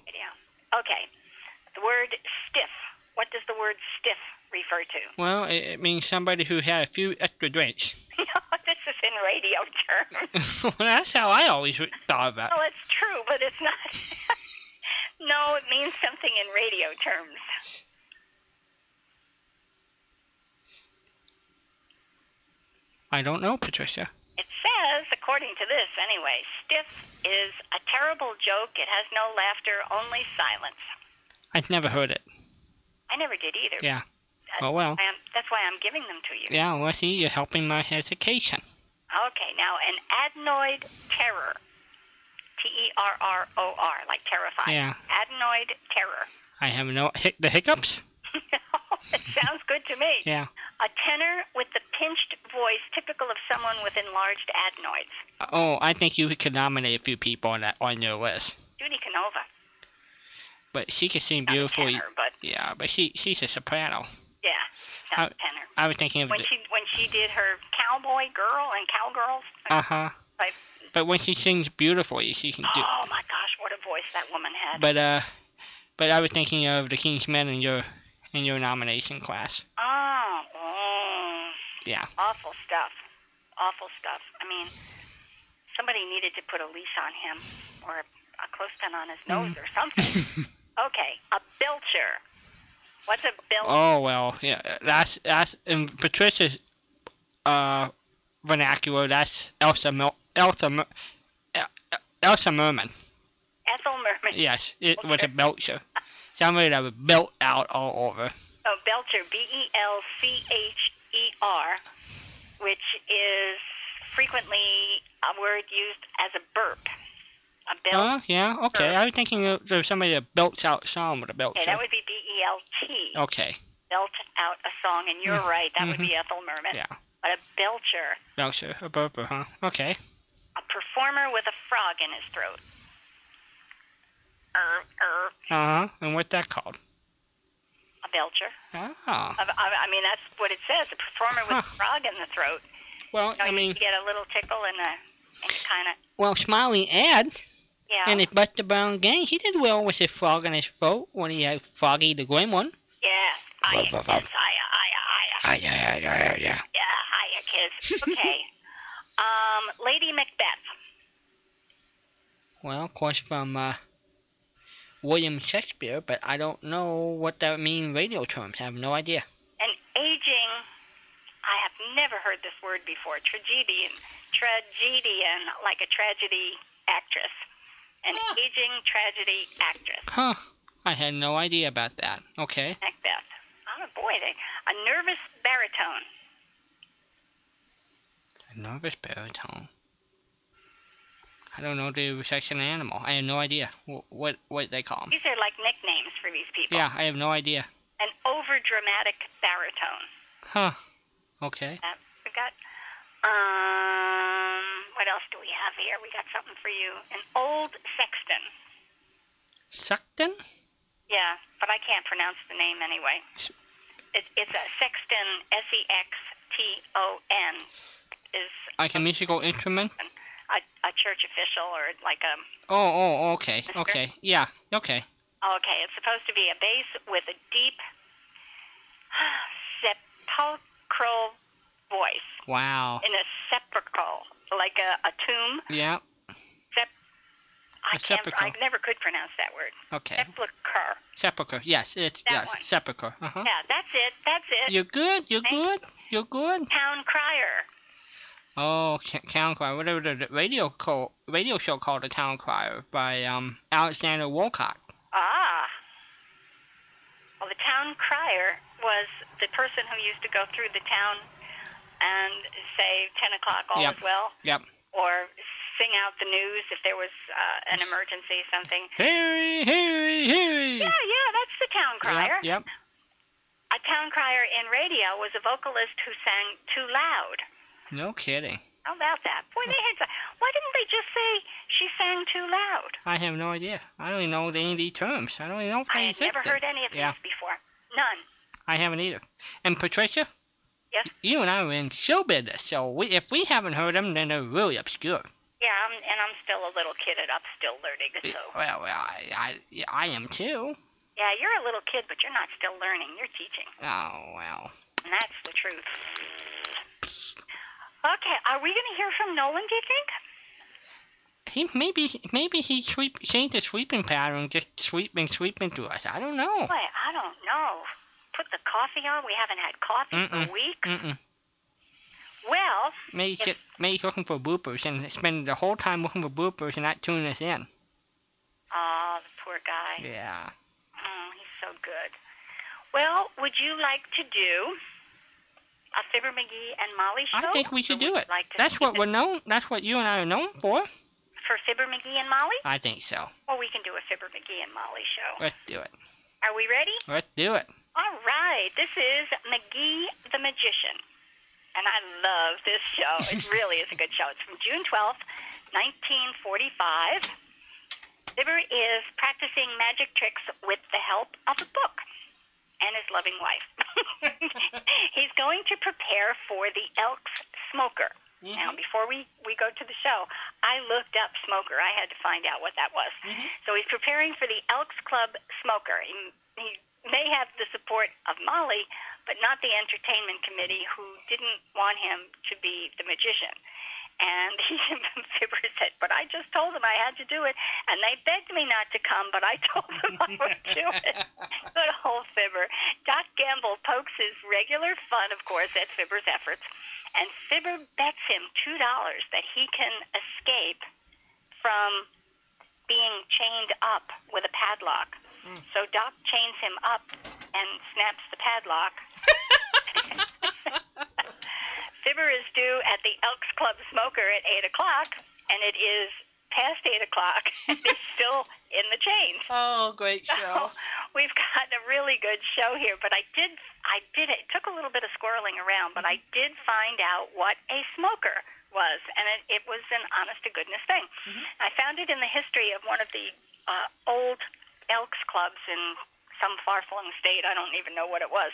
[SPEAKER 7] Okay, the word stiff. What does the word stiff refer to?
[SPEAKER 6] Well, it, it means somebody who had a few extra drinks.
[SPEAKER 7] no, this is in radio terms.
[SPEAKER 6] well, that's how I always thought about.
[SPEAKER 7] Well, it's true, but it's not. no, it means something in radio terms.
[SPEAKER 6] I don't know, Patricia.
[SPEAKER 7] It says, according to this anyway, stiff is a terrible joke. It has no laughter, only silence.
[SPEAKER 6] I've never heard it.
[SPEAKER 7] I never did either.
[SPEAKER 6] Yeah.
[SPEAKER 7] That's
[SPEAKER 6] Oh well.
[SPEAKER 7] why I'm, that's why I'm giving them to you.
[SPEAKER 6] Yeah, well, see, you're helping my hesitation.
[SPEAKER 7] Okay, now an adenoid terror. T E R R O R, like terrified.
[SPEAKER 6] Yeah.
[SPEAKER 7] Adenoid terror.
[SPEAKER 6] I have no hic- the hiccups.
[SPEAKER 7] it sounds good to me.
[SPEAKER 6] Yeah.
[SPEAKER 7] A tenor with the pinched voice typical of someone with enlarged adenoids.
[SPEAKER 6] Oh, I think you could nominate a few people on that on your list.
[SPEAKER 7] Judy Canova.
[SPEAKER 6] But she could sing beautifully.
[SPEAKER 7] tenor, but-
[SPEAKER 6] Yeah, but she she's a soprano.
[SPEAKER 7] Yeah,
[SPEAKER 6] I,
[SPEAKER 7] not a tenor.
[SPEAKER 6] I was thinking of
[SPEAKER 7] When
[SPEAKER 6] the,
[SPEAKER 7] she when she did her cowboy girl and cowgirls,
[SPEAKER 6] uh huh.
[SPEAKER 7] like
[SPEAKER 6] But when she sings beautifully, she can do.
[SPEAKER 7] oh my gosh, what a voice that woman had.
[SPEAKER 6] But uh, but I was thinking of the King's Men in your in your nomination class.
[SPEAKER 7] oh, oh,
[SPEAKER 6] Yeah.
[SPEAKER 7] awful stuff, awful stuff. I mean, somebody needed to put a leash on him or a, a clothespin on his nose or something. okay, a belcher. What's a belcher?
[SPEAKER 6] Mm. Oh well, yeah. That's that's in Patricia's uh vernacular. That's Elsa Mer- Elsa Mer- El- El- Elsa Merman.
[SPEAKER 7] Ethel Merman.
[SPEAKER 6] Yes, it was a belcher. Somebody that was built out all over.
[SPEAKER 7] Oh, Belcher, B E L C H E R, which is frequently a word used as a burp. A belch.
[SPEAKER 6] Oh, yeah, okay. I was thinking of- there was somebody that belts out some with a belcher.
[SPEAKER 7] Okay, that would be B E L T.
[SPEAKER 6] Okay,
[SPEAKER 7] Belt out a song, and you're
[SPEAKER 6] Mm,
[SPEAKER 7] right. That would be
[SPEAKER 6] mhm.
[SPEAKER 7] Ethel Merman.
[SPEAKER 6] yeah.
[SPEAKER 7] But a belcher,
[SPEAKER 6] Belcher, a burper, huh? Okay.
[SPEAKER 7] a performer with a frog in his throat. Er, er,
[SPEAKER 6] Uh huh. And what's that called?
[SPEAKER 7] a belcher.
[SPEAKER 6] Ah.
[SPEAKER 7] I, I, I mean, that's what it says. A performer with a frog in the throat.
[SPEAKER 6] Well,
[SPEAKER 7] you
[SPEAKER 6] I mean,
[SPEAKER 7] you get a little tickle and a, and kind of,
[SPEAKER 6] well, Smiling Ed
[SPEAKER 7] yeah.
[SPEAKER 6] and his Buster Brown gang, he did well with his frog in his throat when he had Froggy the Gremlin.
[SPEAKER 7] Yeah. Hiya,
[SPEAKER 6] Vroom,
[SPEAKER 7] kids.
[SPEAKER 6] vroom, vroom.
[SPEAKER 7] Hiya, hiya, hiya.
[SPEAKER 6] yeah, yeah, yeah.
[SPEAKER 7] Yeah, hiya, kids. Okay. um, Lady Macbeth.
[SPEAKER 6] Well, of course, from uh, William Shakespeare, but I don't know what that would mean in radio terms. I have no idea.
[SPEAKER 7] And aging. I have never heard this word before. Tragedian. Tragedian, like a tragedy actress. An aging tragedy actress.
[SPEAKER 6] Huh. I had no idea about that. Okay.
[SPEAKER 7] Macbeth. Oh, boy. They, a nervous baritone.
[SPEAKER 6] A nervous baritone. I don't know the section animal. I have no idea what what, what they call them.
[SPEAKER 7] These are like nicknames for these people.
[SPEAKER 6] Um. Yeah, I have no idea.
[SPEAKER 7] An overdramatic baritone.
[SPEAKER 6] Huh. Okay.
[SPEAKER 7] that we got. Um, what else do we have here? We got something for you. An old sexton.
[SPEAKER 6] Suckton?
[SPEAKER 7] Yeah, but I can't pronounce the name anyway. It, it's a sexton. S E X T O N is
[SPEAKER 6] Like a musical instrument?
[SPEAKER 7] a, a church official or like a
[SPEAKER 6] Oh, oh, okay, okay. Yeah, okay.
[SPEAKER 7] Okay, it's supposed to be a bass with a deep sepulchral voice.
[SPEAKER 6] Wow.
[SPEAKER 7] In a sepulchral, like a, a tomb.
[SPEAKER 6] Yeah.
[SPEAKER 7] I
[SPEAKER 6] A
[SPEAKER 7] can't. I
[SPEAKER 6] sepulchral.
[SPEAKER 7] never could pronounce that word.
[SPEAKER 6] Okay.
[SPEAKER 7] Sepulchre.
[SPEAKER 6] Sepulcher. Yes, it's
[SPEAKER 7] That
[SPEAKER 6] yes.
[SPEAKER 7] one.
[SPEAKER 6] Sepulcher. Uh huh.
[SPEAKER 7] Yeah, that's it. That's it.
[SPEAKER 6] You're good. You're good. You're good.
[SPEAKER 7] Town crier.
[SPEAKER 6] Oh, Ca- Town Crier, whatever the the radio call, radio show called The Town Crier by um, Alexander Wolcott.
[SPEAKER 7] Ah. Well, the town crier was the person who used to go through the town and say 10 o'clock all
[SPEAKER 6] Yep.
[SPEAKER 7] is well,
[SPEAKER 6] Yep.
[SPEAKER 7] or sing out the news if there was uh, an emergency, something.
[SPEAKER 6] Harry, Harry, Harry.
[SPEAKER 7] Yeah, yeah, that's the town crier.
[SPEAKER 6] Yep. yep.
[SPEAKER 7] A town crier in radio was a vocalist who sang too loud.
[SPEAKER 6] No kidding.
[SPEAKER 7] How about that? Boy, they had. Why didn't they just say she sang too loud?
[SPEAKER 6] I have no idea. I don't even know any of these terms. I don't even know if
[SPEAKER 7] I
[SPEAKER 6] they
[SPEAKER 7] had
[SPEAKER 6] exist.
[SPEAKER 7] never heard any of
[SPEAKER 6] yeah,
[SPEAKER 7] these before. None.
[SPEAKER 6] I haven't either. And Patricia,
[SPEAKER 7] Yes.
[SPEAKER 6] you and I were in show business, so we, if we haven't heard them, then they're really obscure.
[SPEAKER 7] Yeah, I'm, and I'm still a little kidded up, still learning. So.
[SPEAKER 6] Well, well, I, I, yeah, I am too.
[SPEAKER 7] Yeah, you're a little kid, but you're not still learning. You're teaching,
[SPEAKER 6] Oh well.
[SPEAKER 7] and that's the truth. Okay, are we going to hear from Nolan, do you think?
[SPEAKER 6] He maybe maybe he sweep changed his sleeping pattern, just sweeping sweeping to us. I don't know.
[SPEAKER 7] Boy, I don't know. Put the coffee on. We haven't had coffee for a week.
[SPEAKER 6] Mm-mm.
[SPEAKER 7] Well,
[SPEAKER 6] Maybe he's,
[SPEAKER 7] if-
[SPEAKER 6] just, maybe he's looking for bloopers and spending the whole time looking for bloopers and not tuning us in.
[SPEAKER 7] oh, the poor guy.
[SPEAKER 6] Yeah.
[SPEAKER 7] Oh, he's so good. Well, would you like to do a Fibber McGee and Molly show?
[SPEAKER 6] I think we should do it.
[SPEAKER 7] like to
[SPEAKER 6] That's what we're known. That's what you and I are known for.
[SPEAKER 7] For Fibber McGee and Molly?
[SPEAKER 6] I think so.
[SPEAKER 7] Well, we can do a Fibber McGee and Molly show.
[SPEAKER 6] Uh. Let's do it.
[SPEAKER 7] Are we ready?
[SPEAKER 6] Let's do it.
[SPEAKER 7] All right. This is McGee the Magician. And I love this show. It really is a good show. It's from June 12th, 1945. Fibber is practicing magic tricks with the help of a book and his loving wife. He's going to prepare for the Elks Smoker. Now, before we, we go to the show, I looked up smoker. I had to find out what that was.
[SPEAKER 6] Mm.
[SPEAKER 7] So he's preparing for the Elks Club smoker. He, he may have the support of Molly, but not the entertainment committee, who didn't want him to be the magician. And he Fibber said, "But I just told them I had to do it, and they begged me not to come, but I told them I would do it." Good old Fibber. Doc Gamble pokes his regular fun, of course, at Fibber's efforts, and Fibber bets him two dollars that he can escape from being chained up with a padlock. So Doc chains him up and snaps the padlock. Fibber is due at the Elks Club Smoker at 8 o'clock, and it is past 8 o'clock, and he's still in the chains.
[SPEAKER 6] Oh, great
[SPEAKER 7] show. we've got a really good show here, but I did, I did, it took a little bit of squirreling around, but I
[SPEAKER 6] Mm-hmm.
[SPEAKER 7] did find out what a smoker was, and it, it was an honest to goodness thing. I found it in the history of one of the uh, old Elks clubs in some far flung state. I don't even know what it was.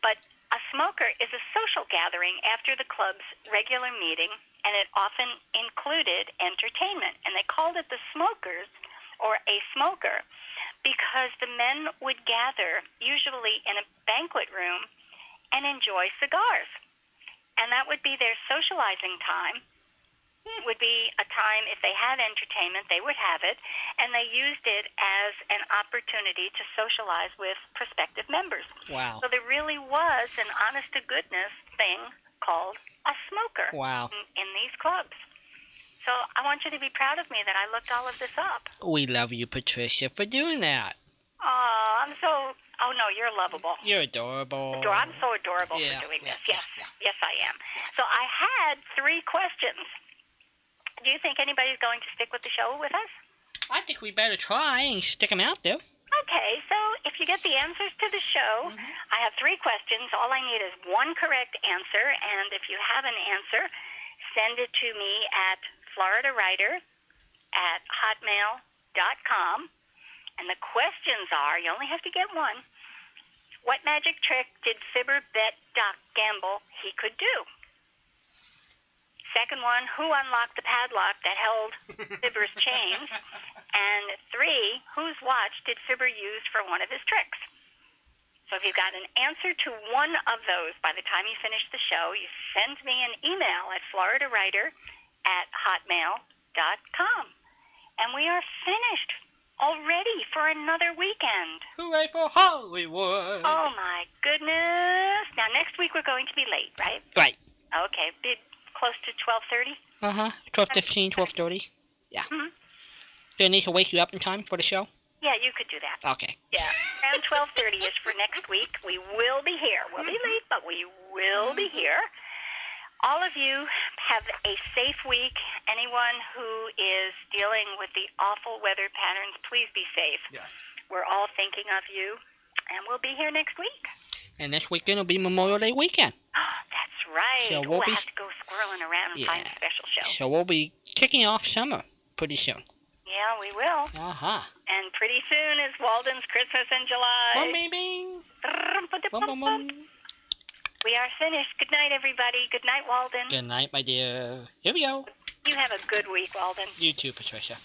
[SPEAKER 7] But a smoker is a social gathering after the club's regular meeting, and it often included entertainment. And they called it the smokers or a smoker because the men would gather, usually in a banquet room, and enjoy cigars. And that would be their socializing time would be a time if they had entertainment, they would have it, and they used it as an opportunity to socialize with prospective members.
[SPEAKER 6] Wow.
[SPEAKER 7] So there really was an honest to goodness thing called a smoker
[SPEAKER 6] Wow.
[SPEAKER 7] in, in these clubs. So I want you to be proud of me that I looked all of this up.
[SPEAKER 6] We love you, Patricia, for doing that.
[SPEAKER 7] Oh, I'm so. Oh no, you're lovable.
[SPEAKER 6] You're adorable.
[SPEAKER 7] Ador- I'm so adorable
[SPEAKER 6] Yeah,
[SPEAKER 7] for doing this. Yes, yes, I am. So I had three questions. Do you think anybody's going to stick with the show with us?
[SPEAKER 6] I think we better try and stick 'em out there.
[SPEAKER 7] Okay, so if you get the answers to the show, I have three questions. All I need is one correct answer, and if you have an answer, send it to me at floridawriter at hotmail dot com. And the questions are you only have to get one. What magic trick did Fibber bet Doc Gamble he could do? Second one, who unlocked the padlock that held Fibber's chains? And three, whose watch did Fibber use for one of his tricks? So if you've got an answer to one of those by the time you finish the show, you send me an email at floridawriter at hotmail.com. And we are finished already for another weekend.
[SPEAKER 6] Hooray for Hollywood!
[SPEAKER 7] Oh my goodness. Now next week we're going to be late, right?
[SPEAKER 6] Right.
[SPEAKER 7] Okay, be close to 12:30.
[SPEAKER 6] Uh huh. 12:15, 12:30. Yeah.
[SPEAKER 7] Mhm.
[SPEAKER 6] Do I need to wake you up in time for the show?
[SPEAKER 7] Yeah, you could do that.
[SPEAKER 6] Okay.
[SPEAKER 7] Yeah. Around 12:30 is for next week. We will be here. We'll be
[SPEAKER 6] Mm-hmm.
[SPEAKER 7] late, but we will be here. All of you have a safe week. Anyone who is dealing with the awful weather patterns, please be safe.
[SPEAKER 6] Yes.
[SPEAKER 7] We're all thinking of you, and we'll be here next week.
[SPEAKER 6] And this weekend will be Memorial Day weekend.
[SPEAKER 7] That's right.
[SPEAKER 6] So we'll
[SPEAKER 7] Ooh, I
[SPEAKER 6] be-
[SPEAKER 7] have to go squirreling around and find a
[SPEAKER 6] Yeah.
[SPEAKER 7] special show.
[SPEAKER 6] So we'll be kicking off summer pretty soon.
[SPEAKER 7] Yeah, we will.
[SPEAKER 6] Uh huh.
[SPEAKER 7] And pretty soon is Walden's Christmas in July.
[SPEAKER 6] Bum, bing, bing.
[SPEAKER 7] We are finished. Good night, everybody. Good night, Walden.
[SPEAKER 6] Good night, my dear. Here we go.
[SPEAKER 7] You have a good week, Walden.
[SPEAKER 6] You too, Patricia.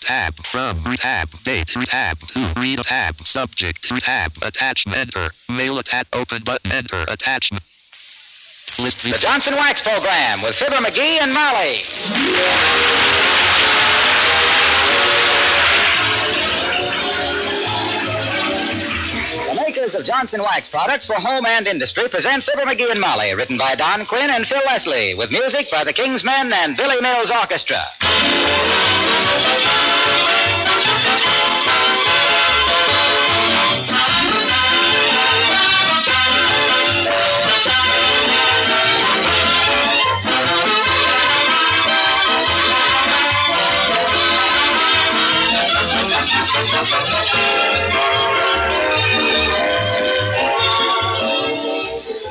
[SPEAKER 13] Tab from tab date tab to read tab subject tab attachment enter mail attach open button enter attachment list
[SPEAKER 14] The Johnson Wax Program with Fibber McGee and Molly. The makers of Johnson Wax products for home and industry present Fibber McGee and Molly, written by Don Quinn and Phil Leslie, with music by the Kingsmen and Billy Mills Orchestra.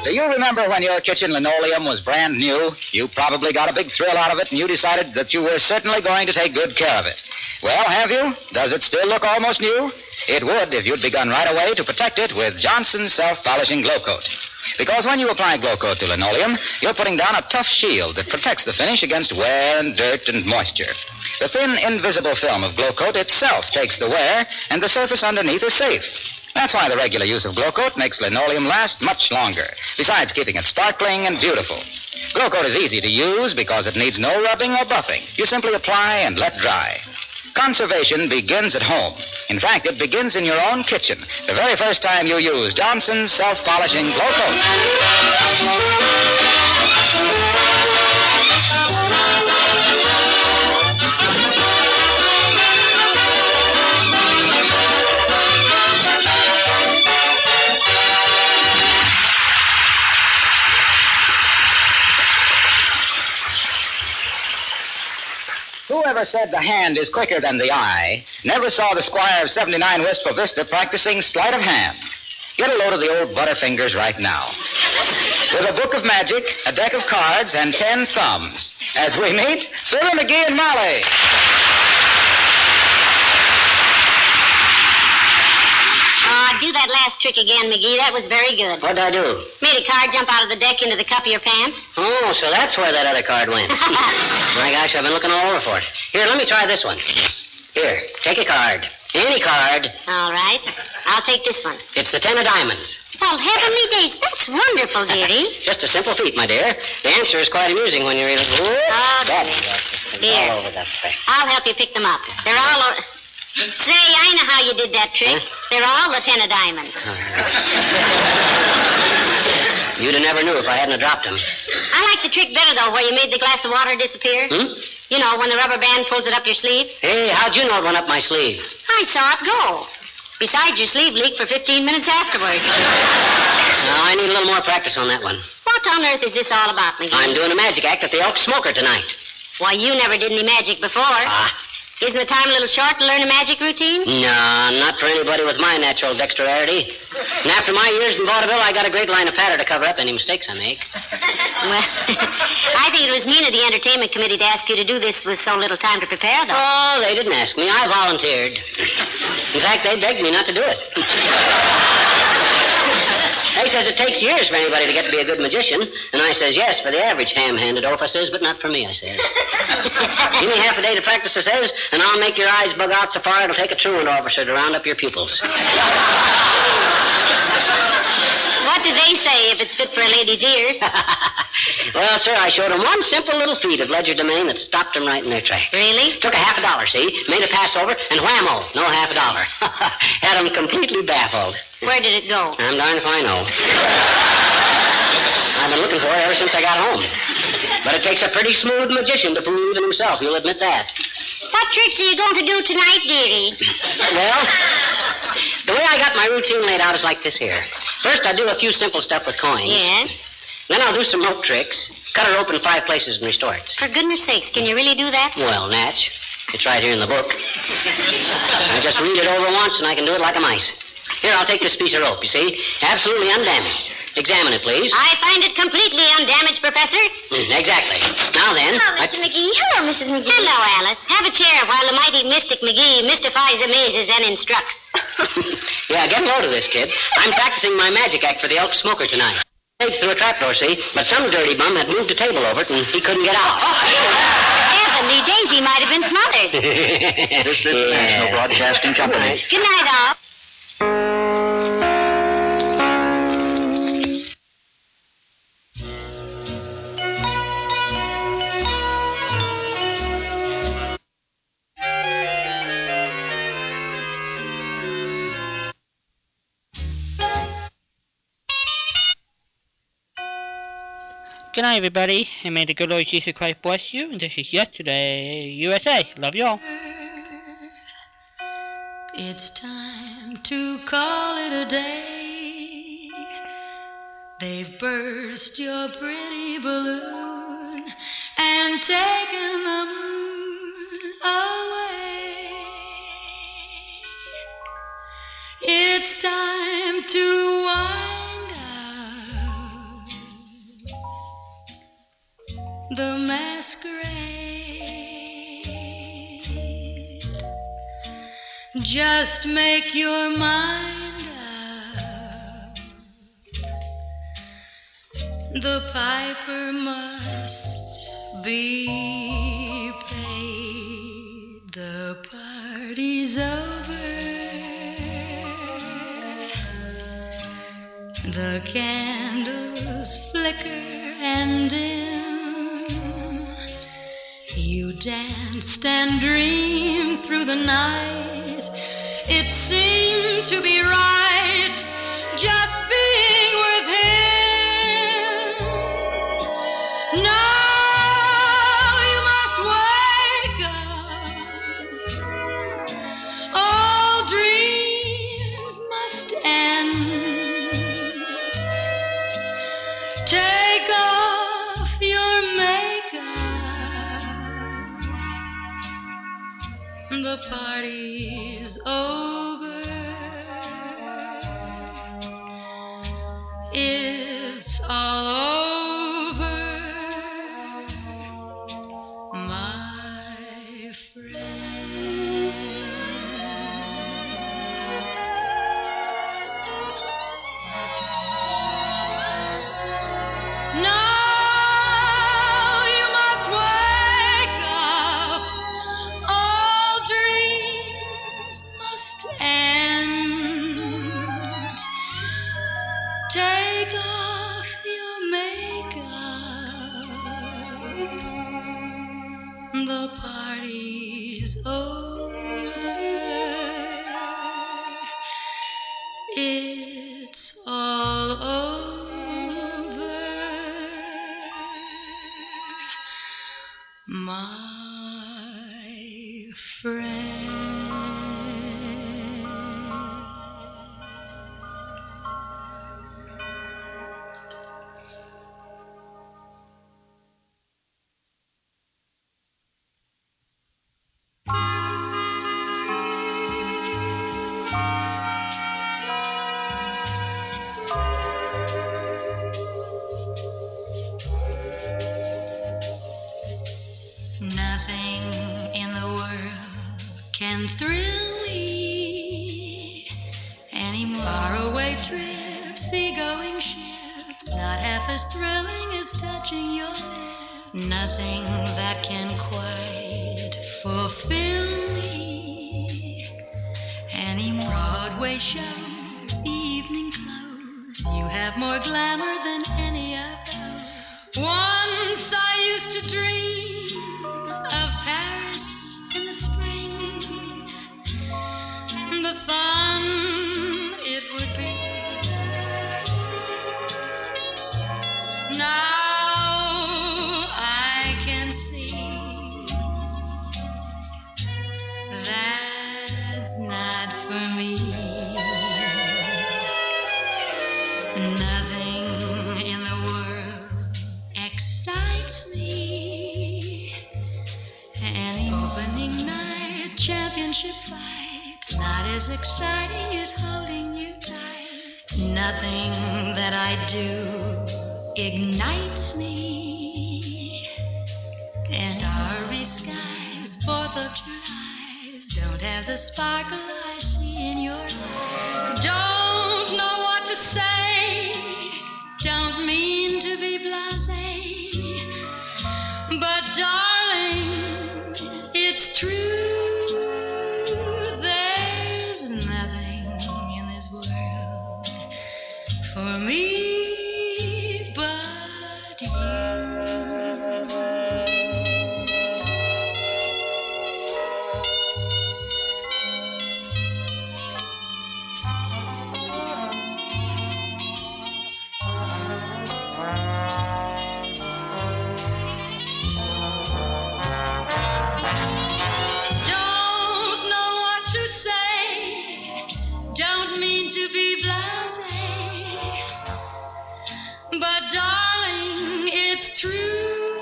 [SPEAKER 14] Do you remember when your kitchen linoleum was brand new? You probably got a big thrill out of it, and you decided that you were certainly going to take good care of it. Well, have you? Does it still look almost new? It would if you'd begun right away to protect it with Johnson's self-polishing glow coat. Because when you apply glow coat to linoleum, you're putting down a tough shield that protects the finish against wear and dirt and moisture. The thin, invisible film of glow coat itself takes the wear, and the surface underneath is safe. That's why the regular use of glow coat makes linoleum last much longer, besides keeping it sparkling and beautiful. Glow coat is easy to use because it needs no rubbing or buffing. You simply apply and let dry. Conservation begins at home. In fact, it begins in your own kitchen the very first time you use Johnson's self-polishing glow coat. Whoever said the hand is quicker than the eye never saw the squire of 79 Wistful Vista practicing sleight of hand. Get a load of the old Butterfingers right now. With a book of magic, a deck of cards, and ten thumbs. As we meet, Phil McGee and Molly.
[SPEAKER 15] Aw, Ah, do that last trick again, McGee. That was very good.
[SPEAKER 14] What'd I do?
[SPEAKER 15] Made a car jump out of the deck into the cup of your pants.
[SPEAKER 14] Oh, so that's where that other card went. My gosh, I've been looking all over for it. Here, let me try this one. Here, take a card. Any card.
[SPEAKER 15] All right. I'll take this one.
[SPEAKER 14] It's the ten of diamonds.
[SPEAKER 15] Well, heavenly days. That's wonderful, dearie.
[SPEAKER 14] Just a simple feat, my dear. The answer is quite amusing when you read it. Oh,
[SPEAKER 15] Here.
[SPEAKER 14] all over the place.
[SPEAKER 15] I'll help you pick them up. They're all. O- Say, I know how you did that trick. They're all the ten of diamonds.
[SPEAKER 14] You'd have never knew if I hadn't have dropped them.
[SPEAKER 15] I like the trick better, though, where you made the glass of water disappear.
[SPEAKER 14] Hmm?
[SPEAKER 15] You know, when the rubber band pulls it up your sleeve.
[SPEAKER 14] Hey, how'd you know it went up my sleeve?
[SPEAKER 15] I saw it go. Besides, your sleeve leaked for 15 minutes afterwards.
[SPEAKER 14] No, I need a little more practice on that one.
[SPEAKER 15] What on earth is this all about, McGee?
[SPEAKER 14] I'm doing a magic act at the Elk Smoker tonight.
[SPEAKER 15] Why, you never did any magic before.
[SPEAKER 14] Ah.
[SPEAKER 15] Isn't the time a little short to learn a magic routine?
[SPEAKER 16] Uh,
[SPEAKER 14] No, not for anybody with my natural dexterity. And after my years in vaudeville, I got a great line of patter to cover up any mistakes I make.
[SPEAKER 15] Well, I think it was mean of the entertainment committee to ask you to do this with so little time to prepare, though.
[SPEAKER 14] Oh, they didn't ask me. I volunteered. In fact, they begged me not to do it.
[SPEAKER 16] They says it takes years for anybody to get to be a good magician. And I says, yes, for the average ham-handed oaf, I says, but not for me, I says. Give me half a day to practice, I says, and I'll make your eyes bug out so far it'll take a truant officer to round up your pupils.
[SPEAKER 15] What do they say if it's fit for a lady's ears?
[SPEAKER 16] Well, sir, I showed 'em one simple little feat of legerdemain that stopped 'em right in their tracks. Really? Took a half a dollar, see? Made a pass over, and whammo, no half a dollar. Had 'em completely baffled.
[SPEAKER 15] Where did it go?
[SPEAKER 16] I'm darned if I know. I've been looking for it ever since I got home. But it takes a pretty smooth magician to fool even himself, you'll admit that.
[SPEAKER 15] What tricks are you going to do tonight, dearie?
[SPEAKER 16] Well, the way I got my routine laid out is like this here. First, I do a few simple stuff with coins. Yes. Then I'll do some rope tricks, cut a rope in five places and restore it.
[SPEAKER 15] For goodness sakes, can you really do that?
[SPEAKER 16] Well, Natch, it's right here in the book. I just read it over once and I can do it like a mice. Here, I'll take this piece of rope, you see? Absolutely undamaged. Examine it, please.
[SPEAKER 15] I find it completely undamaged, Professor.
[SPEAKER 16] Mm, exactly. Now then.
[SPEAKER 15] Hello, Mr. McGee. Hello, Mrs. McGee. Hello, Alice. Have a chair while the mighty Mystic McGee mystifies, amazes, and instructs.
[SPEAKER 16] Yeah, get a load of this, kid. I'm practicing my magic act for the elk smoker tonight. Eggs through a trapdoor, see? But some dirty bum had moved a table over it and he couldn't get out.
[SPEAKER 15] Heavenly Daisy might have been smothered.
[SPEAKER 16] this is National Broadcasting Company.
[SPEAKER 15] Good night, all.
[SPEAKER 6] Good night, everybody, and may the good Lord Jesus Christ bless you. And this is Yesterday USA. Love you all.
[SPEAKER 5] It's time to call it a day. They've burst your pretty balloon and taken the moon away. It's time to wind up the masquerade. Just make your mind up. The piper must be paid. The party's over. The candles flicker and dim. You danced and dreamed through the night. It seemed to be right just being with him. Now you must wake up. All dreams must end. Take off your makeup. The party's over. It's all over, my friend. Now you must wake up. All dreams must end. Take off your makeup. The party's over. It's all over. My friend. Nothing in the world can thrill me anymore. Faraway trips seagoing ships, not half as thrilling as touching your lips. Nothing that can quite fulfill me anymore. Broadway shows, evening clothes, you have more glamour than any of those. Once I used to dream of Paris in the spring and the fun it would be. Now I can see that's not for me. Nothing in the world excites me. An opening night championship fight, not as exciting as holding you tight. Nothing that I do ignites me. And starry skies, Fourth of July's, don't have the sparkle I see in your eyes. Don't know what to say. Don't mean to be blasé, but darling, it's true. There's nothing in this world for me but you. Don't know what to say. Don't mean to be blasé. But darling, it's true.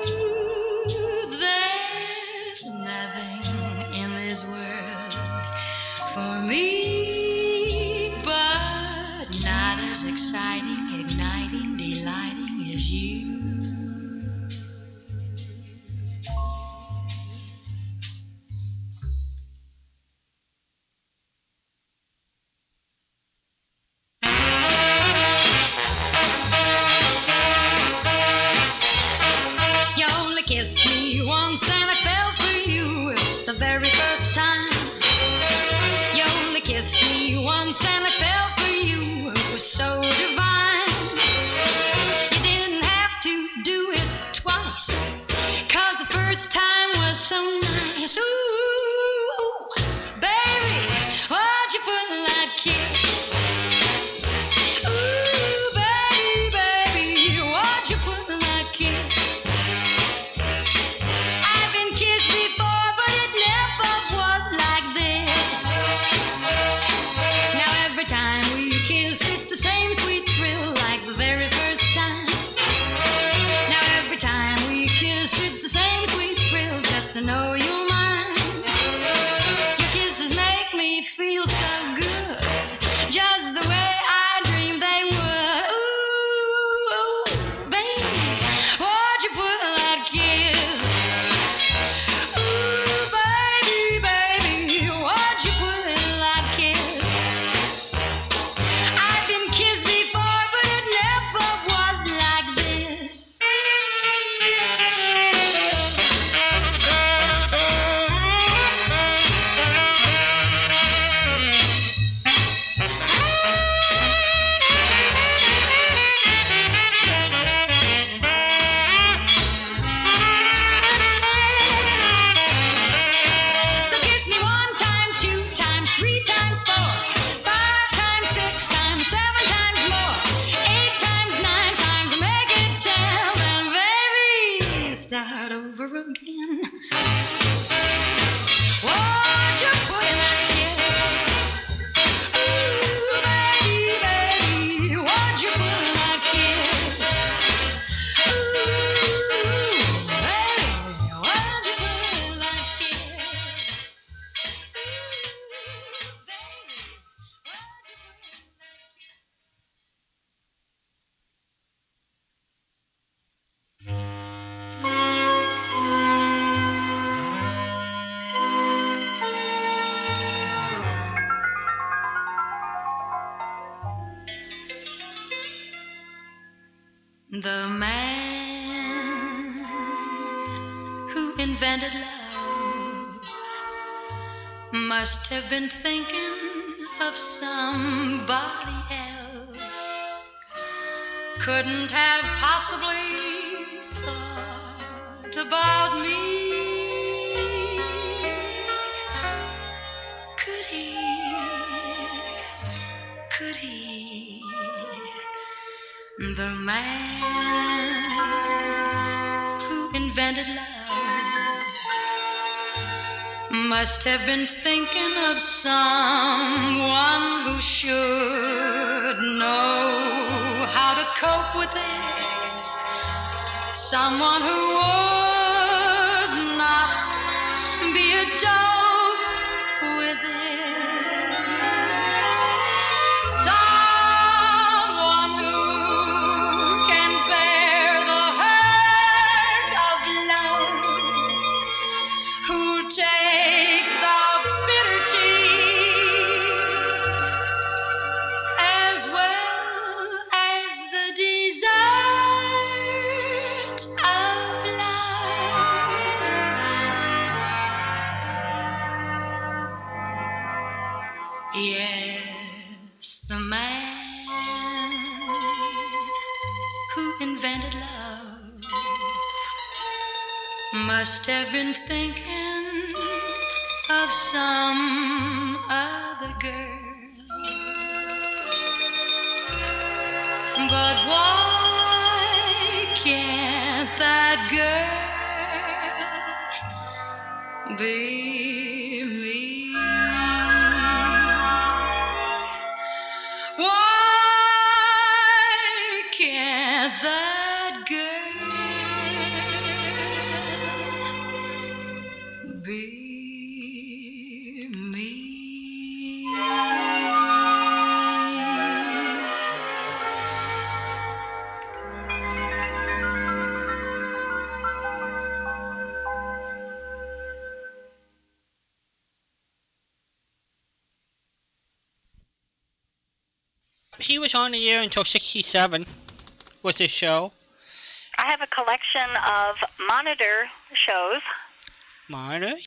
[SPEAKER 5] There's nothing in this world for me but not as exciting, igniting, delighting as you. You only kissed me once and I fell for you the very first time. You only kissed me once and I fell for you. It was so divine. You didn't have to do it twice. Cause the first time was so nice. Ooh, baby, why'd you put that kiss? Ooh, baby, baby, why'd you put that kiss? I've been kissed before, but it never was like this. Now every time we kiss, it's the same sweet thrill like the very first time. Now every time we kiss, it's the same sweet thrill just to know you're mine. The man who invented love must have been thinking of somebody else. Couldn't have possibly thought about me. Could he? Could he? The man who invented love must have been thinking of someone who should know how to cope with it. Someone who would not be a dope with it. Someone who can bear the hurt of love, who take the bitter tea as well as the desert of love. Yes, the man who invented love must have been thinking of some other girl. But why can't that girl be me? Why can't that girl be me?
[SPEAKER 6] She was on the air until 67 with this show.
[SPEAKER 7] I have a collection of monitor shows.
[SPEAKER 6] Monitor